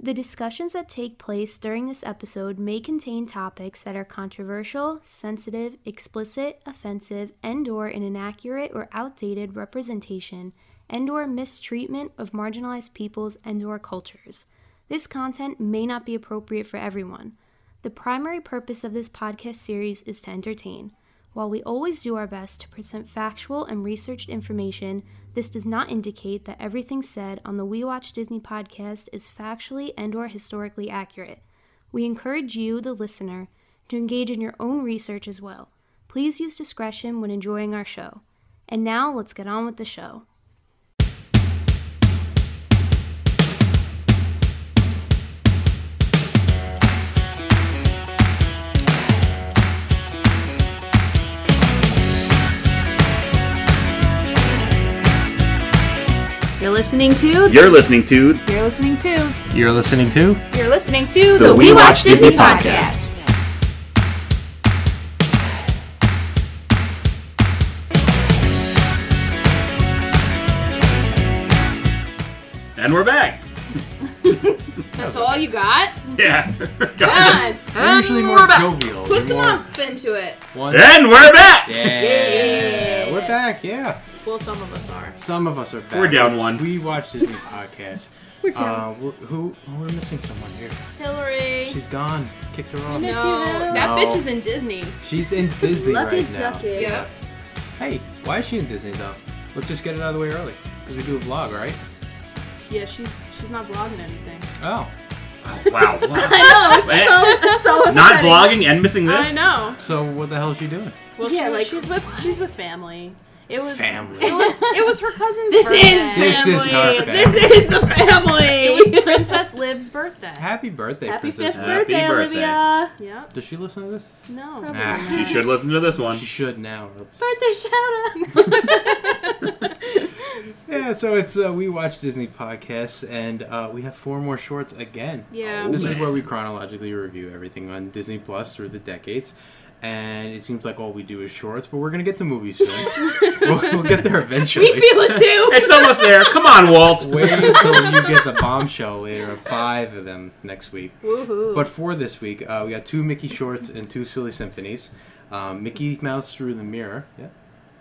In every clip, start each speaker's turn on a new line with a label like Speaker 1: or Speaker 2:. Speaker 1: The discussions that take place during this episode may contain topics that are controversial, sensitive, explicit, offensive, and or an inaccurate or outdated representation and or mistreatment of marginalized peoples and or cultures. This content may not be appropriate for everyone. The primary purpose of this podcast series is to entertain. While we always do our best to present factual and researched information, this does not indicate that everything said on the We Watch Disney podcast is factually and or historically accurate. We encourage you, the listener, to engage in your own research as well. Please use discretion when enjoying our show. And now let's get on with the show.
Speaker 2: You're listening to.
Speaker 3: You're listening to
Speaker 2: You're listening to.
Speaker 4: You're listening to
Speaker 2: You're listening to
Speaker 3: The We Watch Disney podcast. And we're back.
Speaker 2: That's all you got.
Speaker 3: Yeah.
Speaker 2: God,
Speaker 4: We're usually more
Speaker 2: we're back.
Speaker 4: jovial.
Speaker 2: Put some
Speaker 4: We're more-
Speaker 2: umph into it.
Speaker 4: One.
Speaker 3: and we're back.
Speaker 4: Yeah. We're back, yeah.
Speaker 2: Well, some of us are.
Speaker 4: Some of us are back.
Speaker 3: We're down
Speaker 4: It's-
Speaker 3: one.
Speaker 4: We watch Disney podcast.
Speaker 2: We're
Speaker 4: Uh, wh- who we're missing someone here.
Speaker 2: Hillary.
Speaker 4: She's gone. Kicked her off.
Speaker 2: no, that
Speaker 4: No.
Speaker 2: bitch is in Disney.
Speaker 4: She's in Disney
Speaker 5: Lucky
Speaker 4: right now.
Speaker 5: ducky.
Speaker 2: Yep.
Speaker 4: Hey, why is she in Disney though? Let's just get it out of the way early because we do a vlog, right?
Speaker 2: Yeah, she's she's not blogging anything.
Speaker 4: Oh,
Speaker 3: Wow.
Speaker 2: I
Speaker 3: Eh,
Speaker 5: so
Speaker 3: Not vlogging and missing
Speaker 2: know.
Speaker 3: this.
Speaker 2: I know.
Speaker 4: so what the hell is she doing?
Speaker 2: Well,
Speaker 5: Yeah,
Speaker 2: she,
Speaker 5: like,
Speaker 2: she's with she's with family. It was It
Speaker 4: Family.
Speaker 2: was it was her cousin's.
Speaker 5: This
Speaker 2: birthday.
Speaker 5: is
Speaker 4: This is
Speaker 5: family.
Speaker 4: her
Speaker 5: This is the family.
Speaker 2: It was Princess Liv's birthday.
Speaker 4: Happy birthday,
Speaker 5: Happy
Speaker 4: Princess
Speaker 5: fifth
Speaker 4: Di.
Speaker 3: Happy
Speaker 5: birthday,
Speaker 3: birthday.
Speaker 5: Olivia.
Speaker 2: Yep.
Speaker 4: Does she listen to this?
Speaker 2: No.
Speaker 4: Nah.
Speaker 3: She should listen to this one.
Speaker 4: She should now. Let's-
Speaker 5: Birthday shout out.
Speaker 4: Yeah, so it's uh, we watch Disney podcasts, and uh, we have four more shorts again.
Speaker 2: Yeah.
Speaker 4: this
Speaker 3: man.
Speaker 4: is where we chronologically review everything on Disney Plus through the decades, and it seems like all we do is shorts, but we're gonna get to movies soon. we'll, we'll get there eventually.
Speaker 5: We feel it too.
Speaker 3: It's almost there. Come on, Walt.
Speaker 4: Wait until you get the bombshell later of five of them next week.
Speaker 2: Woohoo.
Speaker 4: But for this week, uh, we got two Mickey shorts and two silly symphonies. Um, Mickey Mouse through the mirror. Yeah,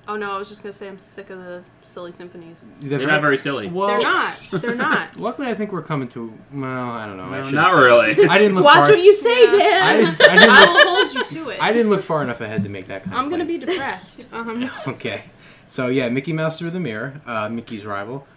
Speaker 2: oh no, I was just gonna say I'm sick of the silly symphonies.
Speaker 3: They're not very silly.
Speaker 4: Well,
Speaker 2: They're not. They're not.
Speaker 4: Luckily, I think we're coming to. Well, I don't know. I
Speaker 3: No,
Speaker 4: shouldn't
Speaker 3: not
Speaker 4: say-
Speaker 3: really.
Speaker 4: I didn't look
Speaker 5: Watch
Speaker 4: far.
Speaker 5: what you say,
Speaker 4: I
Speaker 2: Yeah.
Speaker 5: Dan.
Speaker 4: didn't, I, didn't
Speaker 2: I
Speaker 4: look,
Speaker 2: will hold you to it.
Speaker 4: I didn't look far enough ahead to make that kind of
Speaker 2: I'm gonna be
Speaker 4: claim.
Speaker 2: depressed. Um,
Speaker 4: Okay. So, yeah, Mickey Mouse Through the Mirror, uh, Mickey's rival,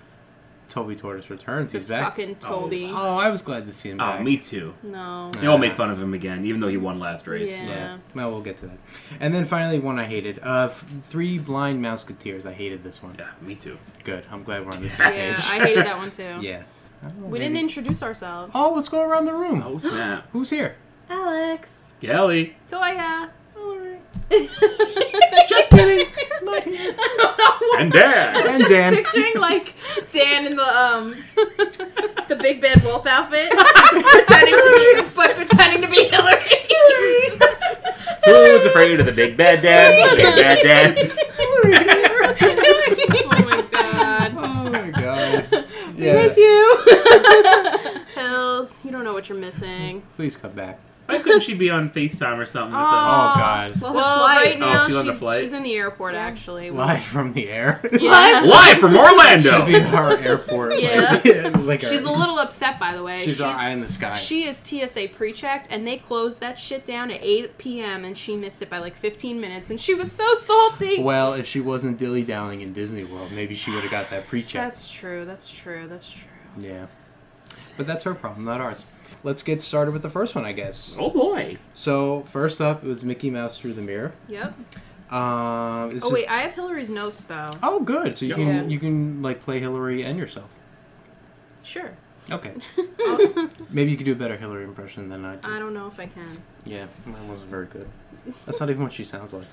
Speaker 4: Toby Tortoise returns. He's
Speaker 2: This
Speaker 4: back.
Speaker 2: fucking Toby.
Speaker 4: Oh, I was glad to see him
Speaker 3: Oh,
Speaker 4: back.
Speaker 3: me too.
Speaker 2: No.
Speaker 3: They all made fun of him again, even though he won last race.
Speaker 2: Yeah.
Speaker 4: Yeah. Well, we'll get to that. And then finally, one I hated. Uh, f- Three Blind Mouseketeers. I hated this one.
Speaker 3: Yeah, me too.
Speaker 4: Good. I'm glad we're on the same
Speaker 2: Yeah,
Speaker 4: page.
Speaker 2: I hated that one too.
Speaker 4: yeah. I don't know,
Speaker 2: We
Speaker 4: maybe-
Speaker 2: didn't introduce ourselves.
Speaker 4: Oh, let's go around the room.
Speaker 3: Oh snap,
Speaker 4: Who's here?
Speaker 5: Alex.
Speaker 3: Kelly.
Speaker 2: Toya.
Speaker 5: Just kidding.
Speaker 4: Not here.
Speaker 3: And Dad.
Speaker 4: And Dan.
Speaker 2: Picturing like
Speaker 5: Dan in the um the big bad wolf outfit, pretending to be but pretending to be Hillary.
Speaker 3: Who's afraid of the big bad dad? The big bad dad.
Speaker 2: Oh my god.
Speaker 4: Oh, my God.
Speaker 5: We
Speaker 4: Yeah.
Speaker 5: miss you.
Speaker 2: Hills, you don't know what you're missing.
Speaker 4: Please come back.
Speaker 3: Why couldn't she be on FaceTime or something? with
Speaker 2: Oh.
Speaker 3: us?
Speaker 4: Oh, God.
Speaker 5: well,
Speaker 2: Well, right
Speaker 3: Oh,
Speaker 2: now
Speaker 3: she's on the
Speaker 2: she's,
Speaker 3: flight?
Speaker 2: she's in the airport
Speaker 5: Yeah.
Speaker 2: actually.
Speaker 4: Live from the air.
Speaker 2: Yeah.
Speaker 5: Live?
Speaker 3: Live from
Speaker 4: Should be
Speaker 3: Orlando.
Speaker 4: our airport.
Speaker 2: Yeah.
Speaker 4: Like, like our-
Speaker 2: She's a little upset by the way.
Speaker 4: She's, our eye in the sky.
Speaker 2: she is TSA pre-checked, and they closed that shit down at 8 p.m. and she missed it by like 15 minutes, and she was so salty.
Speaker 4: well, if she wasn't dilly dallying in Disney World, maybe she would have got that pre check.
Speaker 2: That's true. That's true. That's true.
Speaker 4: Yeah. But that's her problem, not ours. Let's get started with the first one, I guess.
Speaker 3: Oh boy.
Speaker 4: So, first up, it was Mickey Mouse Through the Mirror.
Speaker 2: Yep.
Speaker 4: Um, it's
Speaker 2: Oh
Speaker 4: just-
Speaker 2: wait, I have Hillary's notes though.
Speaker 4: oh, good. So
Speaker 3: Yeah.
Speaker 4: you can you can like play Hillary and yourself.
Speaker 2: Sure.
Speaker 4: Okay. Maybe you could do a better Hillary impression than I did.
Speaker 2: Oh, I don't know if I can.
Speaker 4: yeah, mine wasn't very good. That's not even what she sounds like,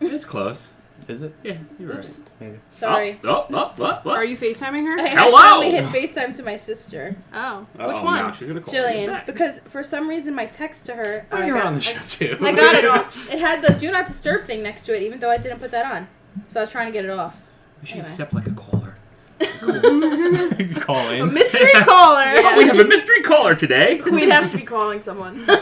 Speaker 3: It's close.
Speaker 4: is it?
Speaker 3: Yeah, you're right.
Speaker 5: Oops.
Speaker 4: Maybe.
Speaker 5: Sorry.
Speaker 3: Oh, oh, oh, oh.
Speaker 2: Are you FaceTiming her?
Speaker 5: I
Speaker 3: Hello.
Speaker 5: accidentally hit FaceTime to my sister,
Speaker 2: Oh,
Speaker 3: Uh-oh,
Speaker 2: which one?
Speaker 3: now she's gonna call me
Speaker 5: Jillian,
Speaker 3: back.
Speaker 5: because for some reason my text to her.
Speaker 4: Oh,
Speaker 5: I
Speaker 4: you're
Speaker 5: got-
Speaker 4: on the
Speaker 5: I-
Speaker 4: show too.
Speaker 5: I got it off. It had the do not disturb thing next to it, even though I didn't put that on. So I was trying to get it off.
Speaker 3: We should
Speaker 5: Anyway.
Speaker 3: accept like a caller.
Speaker 4: Call
Speaker 5: A
Speaker 4: in.
Speaker 5: mystery caller.
Speaker 3: Oh, We have a mystery caller today.
Speaker 5: We'd have to be calling someone. no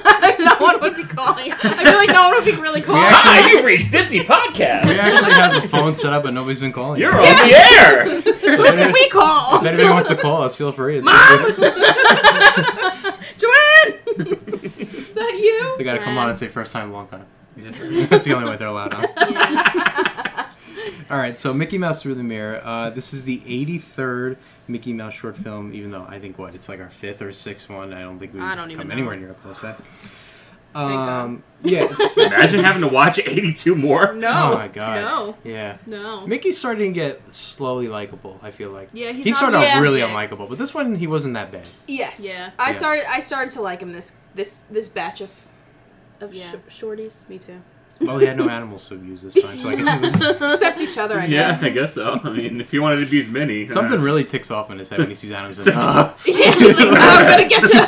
Speaker 5: one would be calling. I feel like no one would be really calling.
Speaker 3: Hi, you've reached Disney
Speaker 4: We
Speaker 3: Podcast.
Speaker 4: actually have the phone set up, but nobody's been calling.
Speaker 3: You're on the air.
Speaker 4: So
Speaker 5: Who can we call?
Speaker 4: If anybody wants to call us, feel free. It's
Speaker 5: Joanne!
Speaker 2: Is that you?
Speaker 4: They gotta come on and say first time, long time. That's the only way they're allowed on. All right, so Mickey Mouse Through the Mirror. Uh, this is the 83rd Mickey Mouse short film, even though I think, what, it's like our fifth or sixth one. I don't think we've
Speaker 5: I don't even
Speaker 4: come
Speaker 5: know.
Speaker 4: anywhere near close to that.
Speaker 5: God.
Speaker 4: Um, yes.
Speaker 3: Imagine having to watch 82 more.
Speaker 4: Oh
Speaker 5: No.
Speaker 4: my god.
Speaker 5: No.
Speaker 4: Yeah.
Speaker 5: No.
Speaker 4: Mickey's starting to get slowly likable, I feel like.
Speaker 2: Yeah, he's
Speaker 4: he
Speaker 2: not
Speaker 4: started out really
Speaker 5: reactive.
Speaker 4: unlikable, but this one he wasn't that bad.
Speaker 5: Yes.
Speaker 2: Yeah.
Speaker 5: I
Speaker 4: Yeah.
Speaker 5: started. I started to like him this this this batch of of
Speaker 2: Yeah.
Speaker 5: sh- shorties.
Speaker 2: Me too.
Speaker 4: Well, he had no animals to abuse this time, so I guess it was
Speaker 5: Except each other, I
Speaker 3: Yeah,
Speaker 5: guess.
Speaker 3: I guess so. I mean, if you wanted to abuse many,
Speaker 4: something
Speaker 3: uh,
Speaker 4: really ticks off in his head when he sees animals. He's like, "Ugh."
Speaker 5: Yeah, he's like, I'm gonna get you.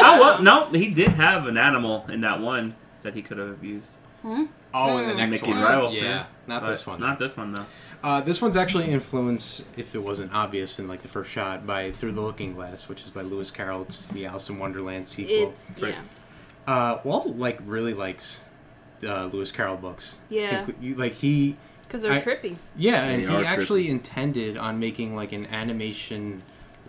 Speaker 3: Oh well, no, he did have an animal in that one that he could have abused.
Speaker 4: Oh, in the next
Speaker 3: Mickey
Speaker 4: one.
Speaker 3: Rourke,
Speaker 4: yeah,
Speaker 3: yeah.
Speaker 4: not
Speaker 3: But
Speaker 4: this one.
Speaker 3: Not this one though.
Speaker 4: Uh, this one's actually influenced, if it wasn't obvious in like the first shot, by Through the Looking Glass, which is by Lewis Carroll. It's the Alice in Wonderland sequel.
Speaker 5: It's
Speaker 3: Right.
Speaker 5: yeah.
Speaker 4: Uh, Walt like really likes uh, Lewis Carroll books.
Speaker 2: Yeah.
Speaker 4: Inclu- you- like he,
Speaker 2: Because they're
Speaker 4: I-
Speaker 2: trippy.
Speaker 4: yeah, and
Speaker 3: they
Speaker 4: he
Speaker 3: are
Speaker 4: actually intended on making like an animation,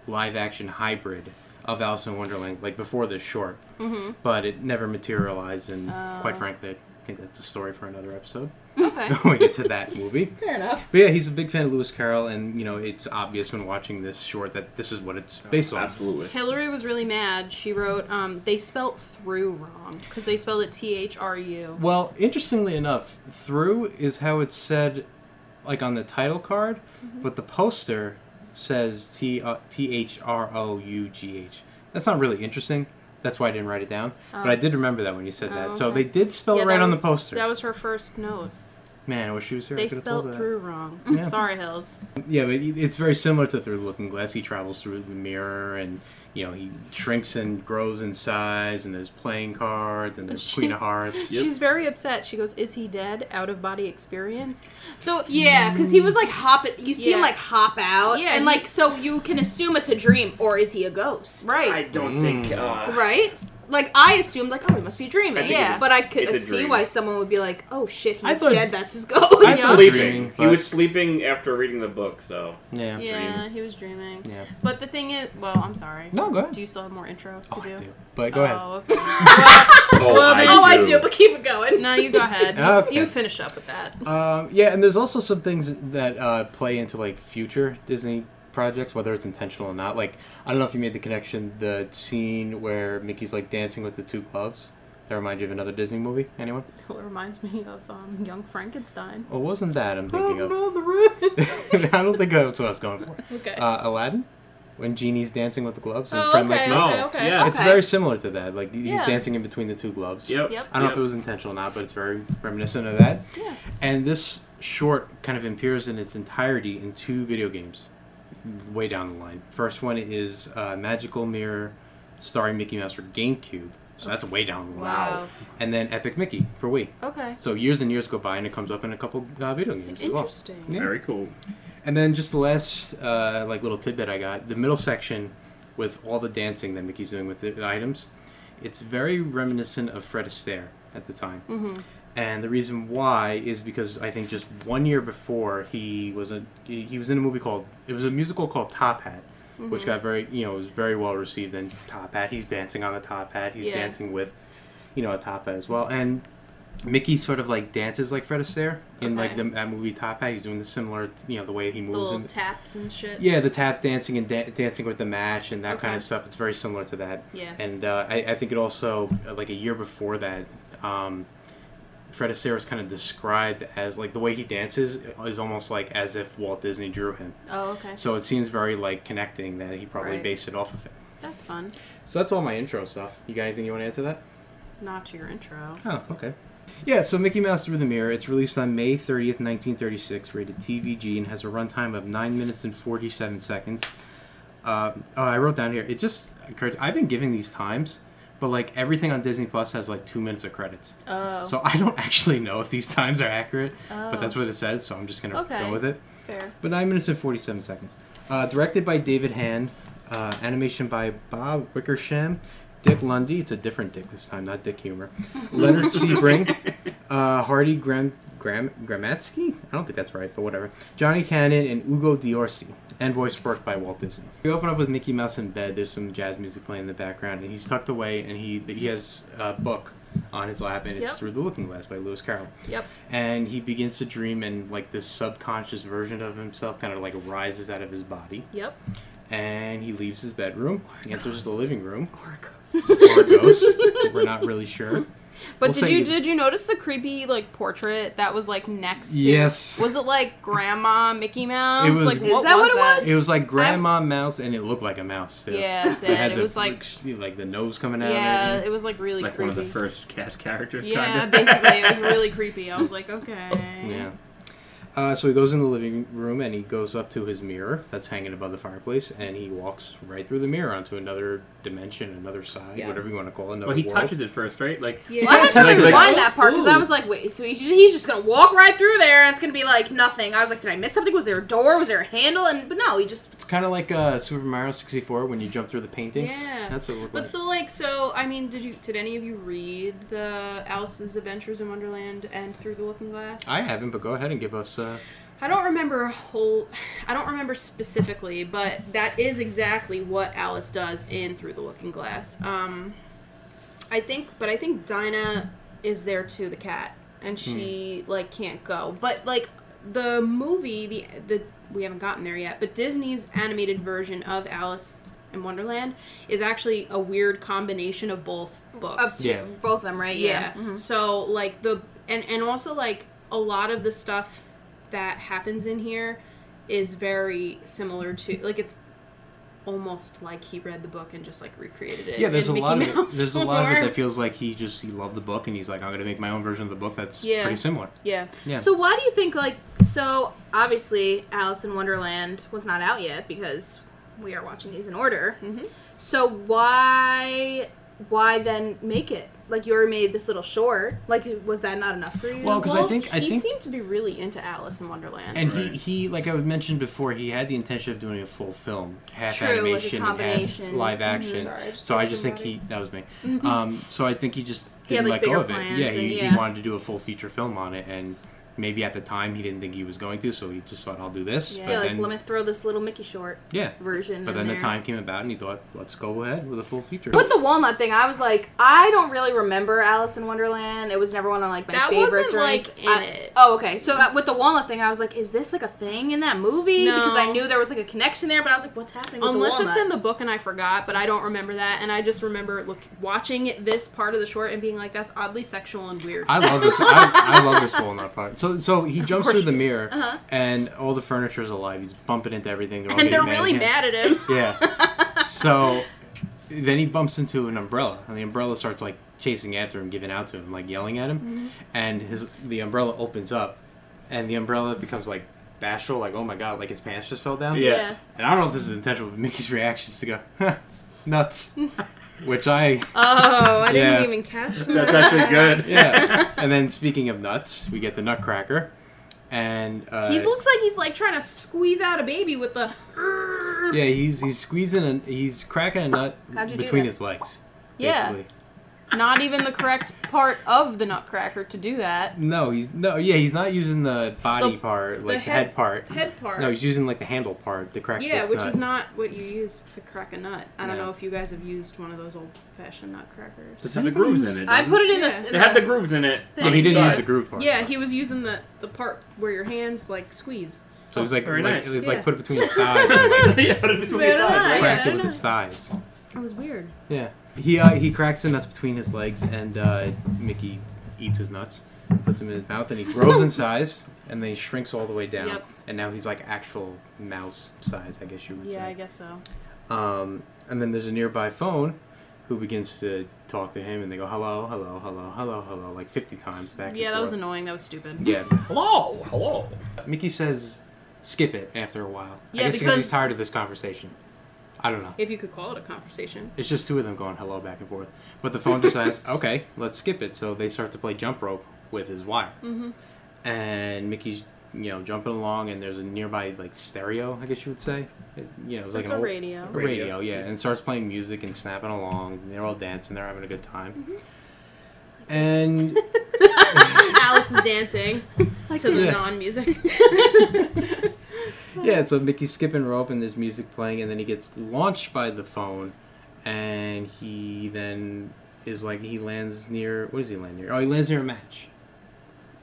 Speaker 4: live action hybrid of Alice in Wonderland, like before this short. Mm-hmm. But it never materialized, and quite frankly, I think that's a story for another episode.
Speaker 2: Okay.
Speaker 4: when we get to that movie.
Speaker 5: Fair enough.
Speaker 4: But yeah, he's a big fan of Lewis Carroll, and you know it's obvious when watching this short that this is what it's based on.
Speaker 3: Absolutely.
Speaker 2: Hillary was really mad. She wrote, um, they spelt through wrong because they spelled it T H R U.
Speaker 4: Well, interestingly enough, through is how it's said, like on the title card,
Speaker 2: Mm-hmm.
Speaker 4: but the poster says T uh, T H R O U G H. That's not really interesting. That's why I didn't write it down. But I did remember that when you said that.
Speaker 2: Oh,
Speaker 4: So
Speaker 2: okay.
Speaker 4: they did spell it right on the poster.
Speaker 2: That was her first note.
Speaker 4: Man, I wish she was here. I
Speaker 2: They
Speaker 4: could've told her
Speaker 2: spelt
Speaker 4: that.
Speaker 2: through wrong.
Speaker 4: Yeah.
Speaker 2: Sorry, Hills.
Speaker 4: Yeah, but it's very similar to Through the Looking Glass. He travels through the mirror, and you know he shrinks and grows in size. And there's playing cards, and there's Queen of Hearts.
Speaker 3: Yep.
Speaker 2: She's very upset. She goes, Is he dead? Out of body experience?
Speaker 5: So yeah, because he was like hop. You see him
Speaker 2: Yeah.
Speaker 5: like hop out,
Speaker 2: Yeah,
Speaker 5: and
Speaker 2: he-
Speaker 5: like so you can assume it's a dream or is he a ghost?
Speaker 2: Right.
Speaker 3: don't
Speaker 4: think,
Speaker 3: Uh,
Speaker 5: Right. Like I assumed, like oh, he must be
Speaker 3: I
Speaker 5: dreaming.
Speaker 3: think
Speaker 5: Yeah,
Speaker 2: it's a-
Speaker 5: but I could
Speaker 3: it's a
Speaker 5: see
Speaker 3: dream.
Speaker 5: why someone would be like, oh shit,
Speaker 4: I
Speaker 5: he's
Speaker 4: thought-
Speaker 5: dead. That's his ghost.
Speaker 4: I thought-
Speaker 3: Sleeping. He
Speaker 4: But-
Speaker 3: was sleeping after reading the book, so
Speaker 4: Yeah.
Speaker 2: yeah, he was dreaming.
Speaker 4: Yeah.
Speaker 2: But the thing is, well, I'm sorry.
Speaker 4: No, go ahead.
Speaker 2: Do you still have more intro to
Speaker 4: Oh,
Speaker 2: do?
Speaker 4: I do. But go ahead.
Speaker 2: Oh, okay. well,
Speaker 3: oh,
Speaker 2: Well,
Speaker 3: I,
Speaker 2: then-
Speaker 5: oh, I
Speaker 3: do.
Speaker 5: do, but keep it going.
Speaker 2: no, you go ahead. You, just-
Speaker 4: Okay.
Speaker 2: you finish up with that.
Speaker 4: Um, yeah, and there's also some things that uh, play into like future Disney projects, whether it's intentional or not. Like I don't know if you made the connection, the scene where Mickey's like dancing with the two gloves. That reminds you of another Disney movie. Anyone?
Speaker 2: It reminds me of um, Young Frankenstein.
Speaker 4: Well, wasn't that I'm thinking of?
Speaker 2: no, the root.
Speaker 4: I don't think that's what I was going for.
Speaker 2: okay.
Speaker 4: uh, Aladdin when Genie's dancing with the gloves and
Speaker 2: Oh,
Speaker 4: friend like
Speaker 2: okay.
Speaker 3: No.
Speaker 2: Okay, okay.
Speaker 3: Yeah.
Speaker 4: it's very similar to that. Like he's
Speaker 2: Yeah.
Speaker 4: dancing in between the two gloves.
Speaker 3: Yep.
Speaker 2: Yep.
Speaker 4: I don't know if it was intentional or not, but it's very reminiscent of that.
Speaker 2: Yeah.
Speaker 4: And this short kind of appears in its entirety in two video games, way down the line. First one is uh, Magical Mirror, starring Mickey Mouse for GameCube. So that's way down the line.
Speaker 2: Wow.
Speaker 4: And then Epic Mickey for Wii.
Speaker 2: Okay.
Speaker 4: So years and years go by, and it comes up in a couple uh, video games as well.
Speaker 2: Interesting.
Speaker 4: Yeah.
Speaker 3: Very cool.
Speaker 4: And then just the last uh, like little tidbit I got, the middle section with all the dancing that Mickey's doing with the items, it's very reminiscent of Fred Astaire at the time. Mm-hmm. And the reason why is because I think just one year before he was a he he was in a movie called it was a musical called Top Hat, which
Speaker 2: Mm-hmm.
Speaker 4: got very you know was very well received. And Top Hat, he's dancing on the top hat, he's
Speaker 2: Yeah.
Speaker 4: dancing with you know a top hat as well. And Mickey sort of like dances like Fred Astaire in like
Speaker 2: Okay.
Speaker 4: the, that movie Top Hat. He's doing the similar, you know, the way he
Speaker 2: The
Speaker 4: moves.
Speaker 2: little
Speaker 4: And,
Speaker 2: taps and shit.
Speaker 4: yeah, the tap dancing and da- dancing with the match and that kind of
Speaker 2: Okay.
Speaker 4: stuff. It's very similar to that.
Speaker 2: Yeah.
Speaker 4: And uh, I, I think it also uh, like a year before that, um, Fred Astaire was kind of described as like the way he dances is almost like as if Walt Disney drew him.
Speaker 2: Oh, okay.
Speaker 4: So it seems very like connecting that he probably
Speaker 2: Right.
Speaker 4: based it off of it.
Speaker 2: That's fun.
Speaker 4: So that's all my intro stuff. You got anything you want to add to that?
Speaker 2: Not to your intro.
Speaker 4: Oh, okay. Yeah, so Mickey Mouse Through the Mirror, it's released on May 30th, 1936, rated TVG, and has a runtime of 9 minutes and 47 seconds. Uh, oh, I wrote down here, it just occurred, I've been giving these times, but like everything on Disney Plus has like two minutes of credits.
Speaker 2: Oh.
Speaker 4: So I don't actually know if these times are accurate, but
Speaker 2: Oh.
Speaker 4: that's what it says, so I'm just going to
Speaker 2: Okay.
Speaker 4: go with it.
Speaker 2: Fair.
Speaker 4: But nine minutes and forty-seven seconds. Uh, directed by David Hand. Uh, animation by Bob Wickersham. Dick Lundy. It's a different Dick this time, not Dick Humor. Leonard Sebring. Uh, Hardy Gram Gram Gramatsky. I don't think that's right, but whatever. Johnny Cannon and Ugo Diorsi. And voice work by Walt Disney. We open up with Mickey Mouse in bed. There's some jazz music playing in the background, and he's tucked away, and he he has a book on his lap, and it's
Speaker 5: Yep.
Speaker 4: through the Looking Glass by Lewis Carroll
Speaker 5: Yep.
Speaker 4: and he begins to dream and like this subconscious version of himself kind of like rises out of his body
Speaker 5: Yep.
Speaker 4: and he leaves his bedroom he enters the living room
Speaker 2: Or
Speaker 4: or a ghost we're not really sure
Speaker 2: But
Speaker 4: We'll
Speaker 2: did
Speaker 4: say
Speaker 2: you
Speaker 4: you-
Speaker 2: did you notice the creepy like portrait that was like next to?
Speaker 4: Yes.
Speaker 2: Was it like Grandma Mickey Mouse?
Speaker 4: It was-
Speaker 2: like,
Speaker 4: Is
Speaker 2: what
Speaker 5: that
Speaker 2: was
Speaker 5: what it
Speaker 2: that?
Speaker 5: was?
Speaker 4: it was like grandma mouse and it looked like a mouse too
Speaker 2: Yeah, it
Speaker 4: It had
Speaker 2: did. It
Speaker 4: the-
Speaker 2: was like
Speaker 4: like the nose coming out
Speaker 2: yeah,
Speaker 4: and
Speaker 2: it was like really
Speaker 3: like one
Speaker 2: creepy.
Speaker 3: of the first cast characters.
Speaker 2: yeah,
Speaker 3: kinda.
Speaker 2: basically, it was really creepy. I was like, okay.
Speaker 4: everything. yeah uh, so he goes in the living room and he goes up to his mirror that's hanging above the fireplace and he walks right through the mirror onto another dimension another side
Speaker 5: Yeah.
Speaker 4: whatever you want to call it another
Speaker 3: Well, he
Speaker 4: world.
Speaker 3: touches it first, right? Like
Speaker 2: Yeah.
Speaker 5: Well, I had to
Speaker 4: Like-
Speaker 5: rewind
Speaker 3: like-
Speaker 5: that part because I was like, wait, so he's just, he's just gonna walk right through there and it's gonna be like nothing. I was like, did I miss something? Was there a door? Was there a handle? And but no, he just.
Speaker 4: It's kind of like uh, Super Mario 64 when you jump through the paintings.
Speaker 2: Yeah.
Speaker 4: That's what it looked
Speaker 2: But
Speaker 4: like.
Speaker 2: so like so I mean did you did any of you read the Alice's Adventures in Wonderland and Through the Looking Glass?
Speaker 4: I haven't, but go ahead and give us. Uh,
Speaker 2: I don't remember a whole I don't remember specifically, but that is exactly what Alice does in Through the Looking Glass. Um I think but I think Dinah is there too, the cat, and she like can't go. But like the movie, the the we haven't gotten there yet, but Disney's animated version of Alice in Wonderland is actually a weird combination of both books
Speaker 5: Of
Speaker 4: Yeah.
Speaker 5: both of them, right? Mm-hmm.
Speaker 2: yeah, so like the and and also like a lot of the stuff that happens in here is very similar to like it's almost like he read the book and just like recreated it
Speaker 4: yeah, there's
Speaker 2: in
Speaker 4: a
Speaker 2: Mickey
Speaker 4: lot of it.
Speaker 2: Mouse
Speaker 4: There's a lot of it
Speaker 2: form.
Speaker 4: that feels like he just he loved the book and he's like, I'm gonna make my own version of the book that's
Speaker 2: Yeah.
Speaker 4: pretty similar.
Speaker 2: yeah
Speaker 4: Yeah.
Speaker 5: So why do you think like so? Obviously, Alice in Wonderland was not out yet because we are watching these in order. So why why then make it like you already made this little short? Like was that not enough for you?
Speaker 4: Well, 'cause I
Speaker 2: Walt,
Speaker 4: think- I
Speaker 2: he
Speaker 4: think-
Speaker 2: seemed to be really into Alice in Wonderland
Speaker 4: and
Speaker 3: Right.
Speaker 4: he, he like I mentioned before, he had the intention of doing a full film, half
Speaker 5: True, like a
Speaker 4: animation, and half
Speaker 5: combination. Mm-hmm.
Speaker 4: live action.
Speaker 5: Sorry, I just
Speaker 4: so I
Speaker 5: kept
Speaker 4: just think
Speaker 5: somebody.
Speaker 4: he that was me. Um, so I think he just
Speaker 5: Mm-hmm. He had,
Speaker 4: didn't
Speaker 5: like,
Speaker 4: let go
Speaker 5: bigger
Speaker 4: of it.
Speaker 5: plans
Speaker 4: Yeah,
Speaker 5: and-
Speaker 4: he,
Speaker 5: yeah.
Speaker 4: he wanted to do a full feature film on it, and maybe at the time he didn't think he was going to, so he just thought I'll do this.
Speaker 2: Yeah.
Speaker 4: but
Speaker 5: yeah, like
Speaker 4: then,
Speaker 5: let me throw this little Mickey short
Speaker 4: yeah,
Speaker 5: version.
Speaker 4: But
Speaker 5: in
Speaker 4: then
Speaker 5: there.
Speaker 4: the time came about, and he thought, "Let's go ahead with a full feature."
Speaker 5: With the walnut thing, I was like, I don't really remember Alice in Wonderland. It was never one of like my
Speaker 2: That wasn't,
Speaker 5: favorites or
Speaker 2: like,
Speaker 5: anything. I-
Speaker 2: in it.
Speaker 5: Oh, okay. So uh, with the walnut thing, I was like, is this like a thing in that movie?
Speaker 2: No.
Speaker 5: Because I knew there was like a connection there, but I was like, what's happening? With
Speaker 2: Unless
Speaker 5: the
Speaker 2: it's in the book and I forgot, but I don't remember that, and I just remember look watching it- this part of the short and being like, "That's oddly sexual and weird."
Speaker 4: I love this. I, I love this walnut part. So, so he jumps
Speaker 2: course
Speaker 4: through
Speaker 2: you
Speaker 4: the mirror,
Speaker 5: Uh-huh.
Speaker 4: and all the furniture's alive. He's bumping into everything, all
Speaker 2: and
Speaker 4: getting
Speaker 2: they're
Speaker 4: mad at
Speaker 2: really
Speaker 4: him.
Speaker 2: mad at him.
Speaker 4: Yeah. So then he bumps into an umbrella, and the umbrella starts like chasing after him, giving out to him, like yelling at him.
Speaker 5: Mm-hmm.
Speaker 4: And his the umbrella opens up, and the umbrella becomes like bashful, like oh my god, like his pants just fell down.
Speaker 3: Yeah.
Speaker 4: And I don't know if this is intentional, but Mickey's reaction is to go "Huh, nuts, which I
Speaker 2: Oh, I didn't
Speaker 4: Yeah.
Speaker 2: even catch that.
Speaker 3: that's actually good.
Speaker 4: yeah. And then speaking of nuts, we get the Nutcracker, and uh,
Speaker 2: He looks like he's like trying to squeeze out a baby with the.
Speaker 4: yeah, he's he's squeezing and he's cracking a nut
Speaker 5: How'd you do
Speaker 4: between
Speaker 5: that?
Speaker 4: his legs.
Speaker 2: Yeah.
Speaker 4: Basically.
Speaker 2: Not even the correct part of the nutcracker to do that.
Speaker 4: No, he's no, yeah, he's not using the body
Speaker 2: The-
Speaker 4: part, like the,
Speaker 2: head-
Speaker 4: head, part.
Speaker 2: Head part.
Speaker 4: No, he's using like the handle part to crack
Speaker 2: yeah,
Speaker 4: this
Speaker 2: which
Speaker 4: nut.
Speaker 2: is not what you use to crack a nut. I don't
Speaker 4: No.
Speaker 2: know if you guys have used one of those old fashioned nutcrackers.
Speaker 4: Does
Speaker 3: Had the
Speaker 4: anybody
Speaker 3: grooves
Speaker 4: use-
Speaker 3: in it.
Speaker 5: I
Speaker 3: didn't
Speaker 5: put it in
Speaker 2: Yeah.
Speaker 5: this.
Speaker 2: They
Speaker 5: in
Speaker 3: It had
Speaker 5: the-
Speaker 3: the grooves in it.
Speaker 5: thing.
Speaker 4: No, oh, he didn't
Speaker 3: Sorry.
Speaker 4: use the groove part.
Speaker 2: Yeah, he was using the, the part where your hands like squeeze.
Speaker 4: So he's like,
Speaker 3: Very
Speaker 4: like,
Speaker 3: nice.
Speaker 4: like
Speaker 2: Yeah.
Speaker 4: put it between his thighs, and, like,
Speaker 3: yeah, but it was
Speaker 2: Wait,
Speaker 3: really
Speaker 2: I-
Speaker 3: fun, right?
Speaker 4: cracked it with his thighs.
Speaker 2: It was weird.
Speaker 4: Yeah, he uh, he cracks the nuts between his legs, and uh, Mickey eats his nuts, puts them in his mouth, and he grows in size, and then he shrinks all the way down,
Speaker 2: Yep.
Speaker 4: and now he's like actual mouse size, I guess you would
Speaker 2: Yeah, I
Speaker 4: say.
Speaker 2: guess so.
Speaker 4: Um, and then there's a nearby phone, who begins to talk to him, and they go hello, hello, hello, hello, hello, like 50 times back. and
Speaker 2: Yeah, that was
Speaker 4: forth.
Speaker 2: annoying. That was stupid.
Speaker 4: Yeah,
Speaker 3: Hello, hello.
Speaker 4: Mickey says skip it after a while. I
Speaker 2: Yeah,
Speaker 4: guess
Speaker 2: because-
Speaker 4: he's tired of this conversation. I don't know.
Speaker 2: If you could call it a conversation.
Speaker 4: It's just two of them going hello back and forth. But the phone decides, okay, let's skip it. So they start to play jump rope with his wire. Mm-hmm. And Mickey's you know, jumping along, and there's a nearby like stereo, I guess you would say. It, you know, it was like
Speaker 2: It's
Speaker 4: an
Speaker 2: a
Speaker 4: old,
Speaker 2: radio.
Speaker 4: a radio, yeah, and it starts playing music and snapping along. And they're all dancing, they're having a good time.
Speaker 2: Mm-hmm.
Speaker 4: And
Speaker 2: Alex is dancing
Speaker 1: Like
Speaker 2: to the
Speaker 4: Yeah.
Speaker 2: non-music.
Speaker 4: yeah, so Mickey's skipping rope, and there's music playing, and then he gets launched by the phone, and he then is like he lands near what does he land near? Oh, he lands near a match.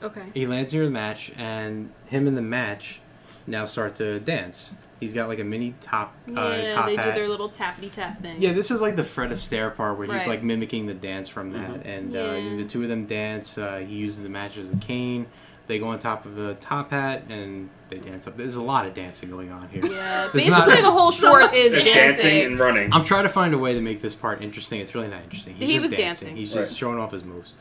Speaker 2: okay.
Speaker 4: He lands near the match, and him and the match now start to dance. He's got like a mini top, uh,
Speaker 2: yeah,
Speaker 4: top
Speaker 2: they
Speaker 4: hat.
Speaker 2: do their little tappity tap thing.
Speaker 4: yeah, this is like the Fred Astaire part where he's
Speaker 2: Right.
Speaker 4: like mimicking the dance from that, and
Speaker 2: Yeah.
Speaker 4: uh, the two of them dance. Uh, he uses the match as a cane. They go on top of a top hat and they dance up. There's a lot of dancing going on here.
Speaker 2: Yeah,
Speaker 4: It's not-
Speaker 2: basically the whole short is
Speaker 3: It's
Speaker 2: dancing.
Speaker 3: dancing and running.
Speaker 4: I'm trying to find a way to make this part interesting. It's really not interesting. He's
Speaker 2: He
Speaker 4: just
Speaker 2: was
Speaker 4: dancing.
Speaker 2: dancing.
Speaker 4: He's just
Speaker 3: Right.
Speaker 4: showing off his moves.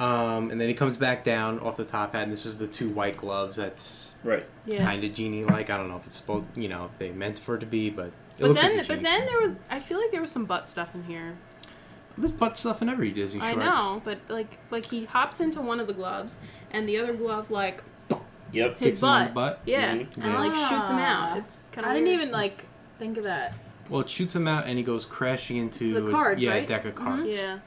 Speaker 4: Um, and then he comes back down off the top hat, and this is the two white gloves that's
Speaker 3: Right.
Speaker 2: Yeah.
Speaker 4: kind of genie like. I don't know if it's supposed, you know, if they meant for it to be, but it
Speaker 2: But
Speaker 4: looks
Speaker 2: then,
Speaker 4: like a
Speaker 2: but
Speaker 4: genie.
Speaker 2: then there was. I feel like there was some butt stuff in here.
Speaker 4: there's butt stuff in every Disney show.
Speaker 2: I know, but like, like he hops into one of the gloves, and the other glove like
Speaker 3: Yep.
Speaker 2: his
Speaker 4: Kicks him on
Speaker 2: butt.
Speaker 4: the butt?
Speaker 2: Yeah,
Speaker 4: Mm-hmm.
Speaker 3: Mhm.
Speaker 2: and like shoots him
Speaker 5: Ah.
Speaker 2: out. It's kind of.
Speaker 5: I didn't even like think of that.
Speaker 4: Well, it shoots him out, and he goes crashing into
Speaker 5: The cards,
Speaker 4: yeah,
Speaker 5: right? Mm-hmm.
Speaker 4: a deck of cards,
Speaker 2: Yeah.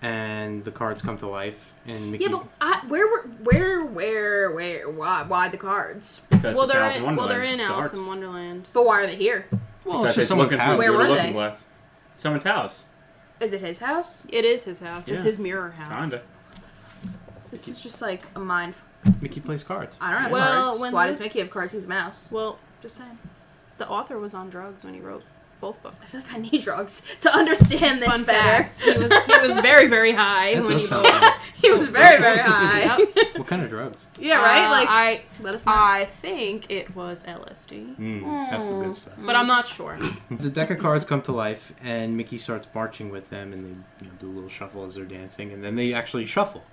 Speaker 4: and the cards come to life, and Mickey.
Speaker 5: Yeah, but I, where were where where where why why the cards?
Speaker 3: Because
Speaker 2: Well,
Speaker 3: it's
Speaker 2: they're
Speaker 3: Alice
Speaker 2: in,
Speaker 3: in
Speaker 2: well, they're
Speaker 3: Wonderland,
Speaker 2: in
Speaker 3: the
Speaker 2: Alice
Speaker 3: hearts.
Speaker 2: in Wonderland.
Speaker 5: But why are they here?
Speaker 4: well,
Speaker 3: Because
Speaker 4: it's just
Speaker 3: it's
Speaker 4: someone's
Speaker 3: looking
Speaker 4: house.
Speaker 3: through
Speaker 5: Where
Speaker 3: the
Speaker 5: were
Speaker 3: looking
Speaker 5: they?
Speaker 3: glass. Someone's house.
Speaker 5: Is it his house?
Speaker 2: It is his house. It's
Speaker 3: Yeah.
Speaker 2: his mirror house.
Speaker 3: Kinda.
Speaker 5: This is just like a mind.
Speaker 4: Mickey plays cards.
Speaker 5: I don't have
Speaker 2: Well,
Speaker 5: cards.
Speaker 2: when
Speaker 5: why
Speaker 2: this-
Speaker 5: does Mickey have cards? He's a mouse.
Speaker 2: Well,
Speaker 5: Just saying.
Speaker 2: the author was on drugs when he wrote both
Speaker 5: I
Speaker 2: books.
Speaker 5: feel like I need drugs to understand this
Speaker 2: Fun
Speaker 5: better.
Speaker 2: fact: he was he was very very high
Speaker 4: That
Speaker 2: when
Speaker 4: does
Speaker 2: he
Speaker 4: sound
Speaker 2: wrote.
Speaker 4: like-
Speaker 5: He was very very high.
Speaker 4: what kind of drugs?
Speaker 5: yeah, right.
Speaker 2: Uh,
Speaker 5: Like
Speaker 2: I
Speaker 5: let us know.
Speaker 2: I think it was LSD,
Speaker 4: Mm, That's the good stuff.
Speaker 2: but I'm not sure.
Speaker 4: The deck of cards come to life, and Mickey starts marching with them, and they you know, do a little shuffle as they're dancing, and then they actually shuffle,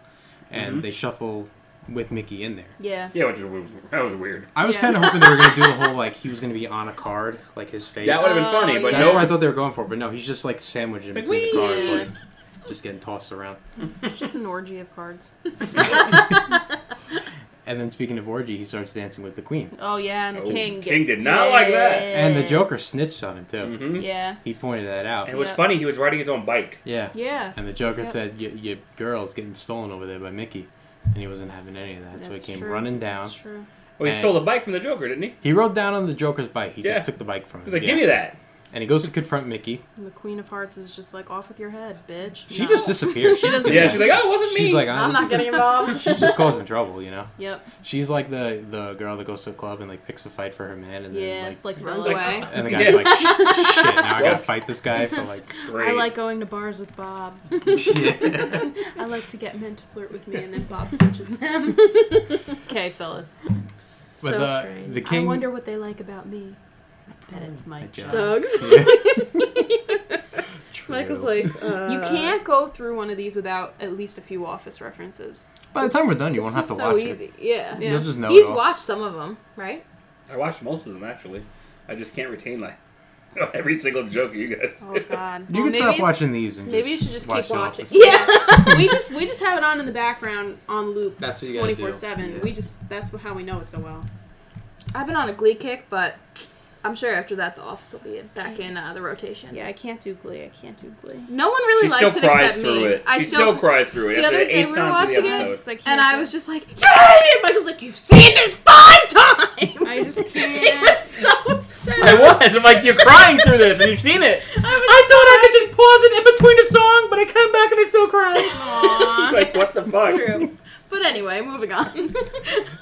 Speaker 4: and
Speaker 3: Mm-hmm.
Speaker 4: they shuffle with Mickey in there.
Speaker 2: Yeah.
Speaker 3: Yeah, which was that was weird.
Speaker 4: I was
Speaker 2: Yeah.
Speaker 4: kind of hoping they were going to do a whole like he was going to be on a card, like his
Speaker 2: Oh,
Speaker 4: face.
Speaker 3: That would have been funny, but
Speaker 4: That's
Speaker 3: no.
Speaker 4: what I thought they were going for, but no, he's just like sandwiched in
Speaker 3: Like,
Speaker 4: between the cards,
Speaker 2: "Wee!"
Speaker 4: like just getting tossed around.
Speaker 2: It's just an orgy of cards.
Speaker 4: And then speaking of orgy, he starts dancing with the queen,
Speaker 2: Oh yeah, and the
Speaker 3: Oh,
Speaker 2: king.
Speaker 3: King
Speaker 2: gets
Speaker 3: did not like that.
Speaker 4: and the Joker snitched on him too.
Speaker 3: Mm-hmm.
Speaker 2: Yeah.
Speaker 4: He pointed that out.
Speaker 3: And it was
Speaker 2: Yep.
Speaker 3: funny. He was riding his own bike.
Speaker 4: Yeah.
Speaker 2: Yeah.
Speaker 4: And the Joker
Speaker 2: Yep.
Speaker 4: said, "Your your girl's getting stolen over there by Mickey," and he wasn't having any of that, so he
Speaker 2: That's
Speaker 4: came
Speaker 2: true.
Speaker 4: running down.
Speaker 2: That's true.
Speaker 3: Well, he
Speaker 4: And-
Speaker 3: stole the bike from the Joker, didn't he?
Speaker 4: He rode down on the Joker's bike. He
Speaker 3: Yeah.
Speaker 4: just took the bike
Speaker 3: He
Speaker 4: from
Speaker 3: was like,
Speaker 4: him. Yeah.
Speaker 3: "Give me that."
Speaker 4: And he goes to confront Mickey.
Speaker 2: And the Queen of Hearts is just like off with your head, bitch.
Speaker 4: She
Speaker 2: No.
Speaker 4: just disappears. She
Speaker 2: She
Speaker 4: just
Speaker 2: doesn't-
Speaker 3: Yeah,
Speaker 4: gets-
Speaker 3: she's like, "Oh, it wasn't me."
Speaker 4: she's like,
Speaker 5: I'm not getting involved.
Speaker 4: She's just causing trouble, you know.
Speaker 2: Yep.
Speaker 4: She's like the the girl that goes to a club and like picks a fight for her man, and
Speaker 2: Yeah.
Speaker 4: then like,
Speaker 2: Like,
Speaker 5: runs
Speaker 2: like,
Speaker 5: away.
Speaker 4: and the guy's
Speaker 3: Yeah.
Speaker 4: like, "Shit, now I gotta
Speaker 3: Well.
Speaker 4: fight this guy for like."
Speaker 3: Great.
Speaker 2: I like going to bars with Bob.
Speaker 4: Yeah.
Speaker 2: I like to get men to flirt with me, and then Bob punches them. okay, fellas.
Speaker 4: But
Speaker 5: So
Speaker 4: the
Speaker 5: strange.
Speaker 4: the uh, king. Oh,
Speaker 2: I wonder what they like about me. I bet it's my
Speaker 4: guess.
Speaker 2: job.
Speaker 4: Yeah. True.
Speaker 5: Michael's like, uh,
Speaker 2: You can't go through one of these without at least a few office references.
Speaker 4: By the time we're done, you won't
Speaker 5: it's
Speaker 4: have to
Speaker 5: just
Speaker 4: watch
Speaker 5: so easy.
Speaker 4: it.
Speaker 5: Yeah.
Speaker 2: Yeah.
Speaker 4: You'll just know.
Speaker 5: He's
Speaker 4: it all.
Speaker 5: watched some of them, right?
Speaker 3: I watched most of them actually. I just can't retain like every single joke you guys.
Speaker 2: Oh God.
Speaker 4: You can stop watching these and
Speaker 5: Maybe you should just
Speaker 4: watch
Speaker 5: keep
Speaker 4: The
Speaker 5: watching.
Speaker 4: Office.
Speaker 5: Yeah.
Speaker 2: we just we just have it on in the background on loop.
Speaker 4: That's what you gotta
Speaker 2: Twenty
Speaker 4: do.
Speaker 2: four seven.
Speaker 4: Yeah.
Speaker 2: We just that's how we know it so well.
Speaker 5: I've been on a Glee kick, but I'm sure after that, The Office will be back in uh, the rotation.
Speaker 2: Yeah, I can't do Glee. I can't do Glee.
Speaker 5: No one really
Speaker 3: she
Speaker 5: likes
Speaker 3: still
Speaker 5: it
Speaker 3: cries
Speaker 5: except
Speaker 3: through
Speaker 5: me.
Speaker 3: it.
Speaker 5: I
Speaker 3: she
Speaker 5: still,
Speaker 3: still cries through it.
Speaker 5: The
Speaker 3: after
Speaker 5: other
Speaker 3: the
Speaker 5: day
Speaker 3: eighth
Speaker 5: we were
Speaker 3: time
Speaker 5: watching
Speaker 3: through the
Speaker 5: it,
Speaker 3: episode.
Speaker 2: just, I can't
Speaker 5: and
Speaker 2: do
Speaker 5: I
Speaker 2: it.
Speaker 5: was just like, "Yay!" And Michael's like, "You've seen this five times."
Speaker 2: I just
Speaker 5: He was
Speaker 2: can't.
Speaker 5: so upset.
Speaker 3: I was. I'm like, you're crying through this, and you've seen it.
Speaker 5: I was
Speaker 3: I could just pause it in between a song, but I come back and I still cry.
Speaker 2: Aw.
Speaker 3: It's like, what the fuck?
Speaker 5: True. But anyway, moving on.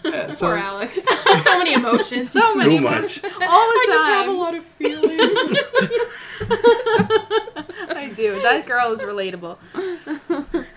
Speaker 4: Yeah, so-
Speaker 2: Poor Alex. so many emotions.
Speaker 5: so many
Speaker 3: Too much.
Speaker 5: All the I
Speaker 2: I just have a
Speaker 5: time.
Speaker 2: lot of feelings.
Speaker 5: I do. That girl is relatable.
Speaker 3: Okay.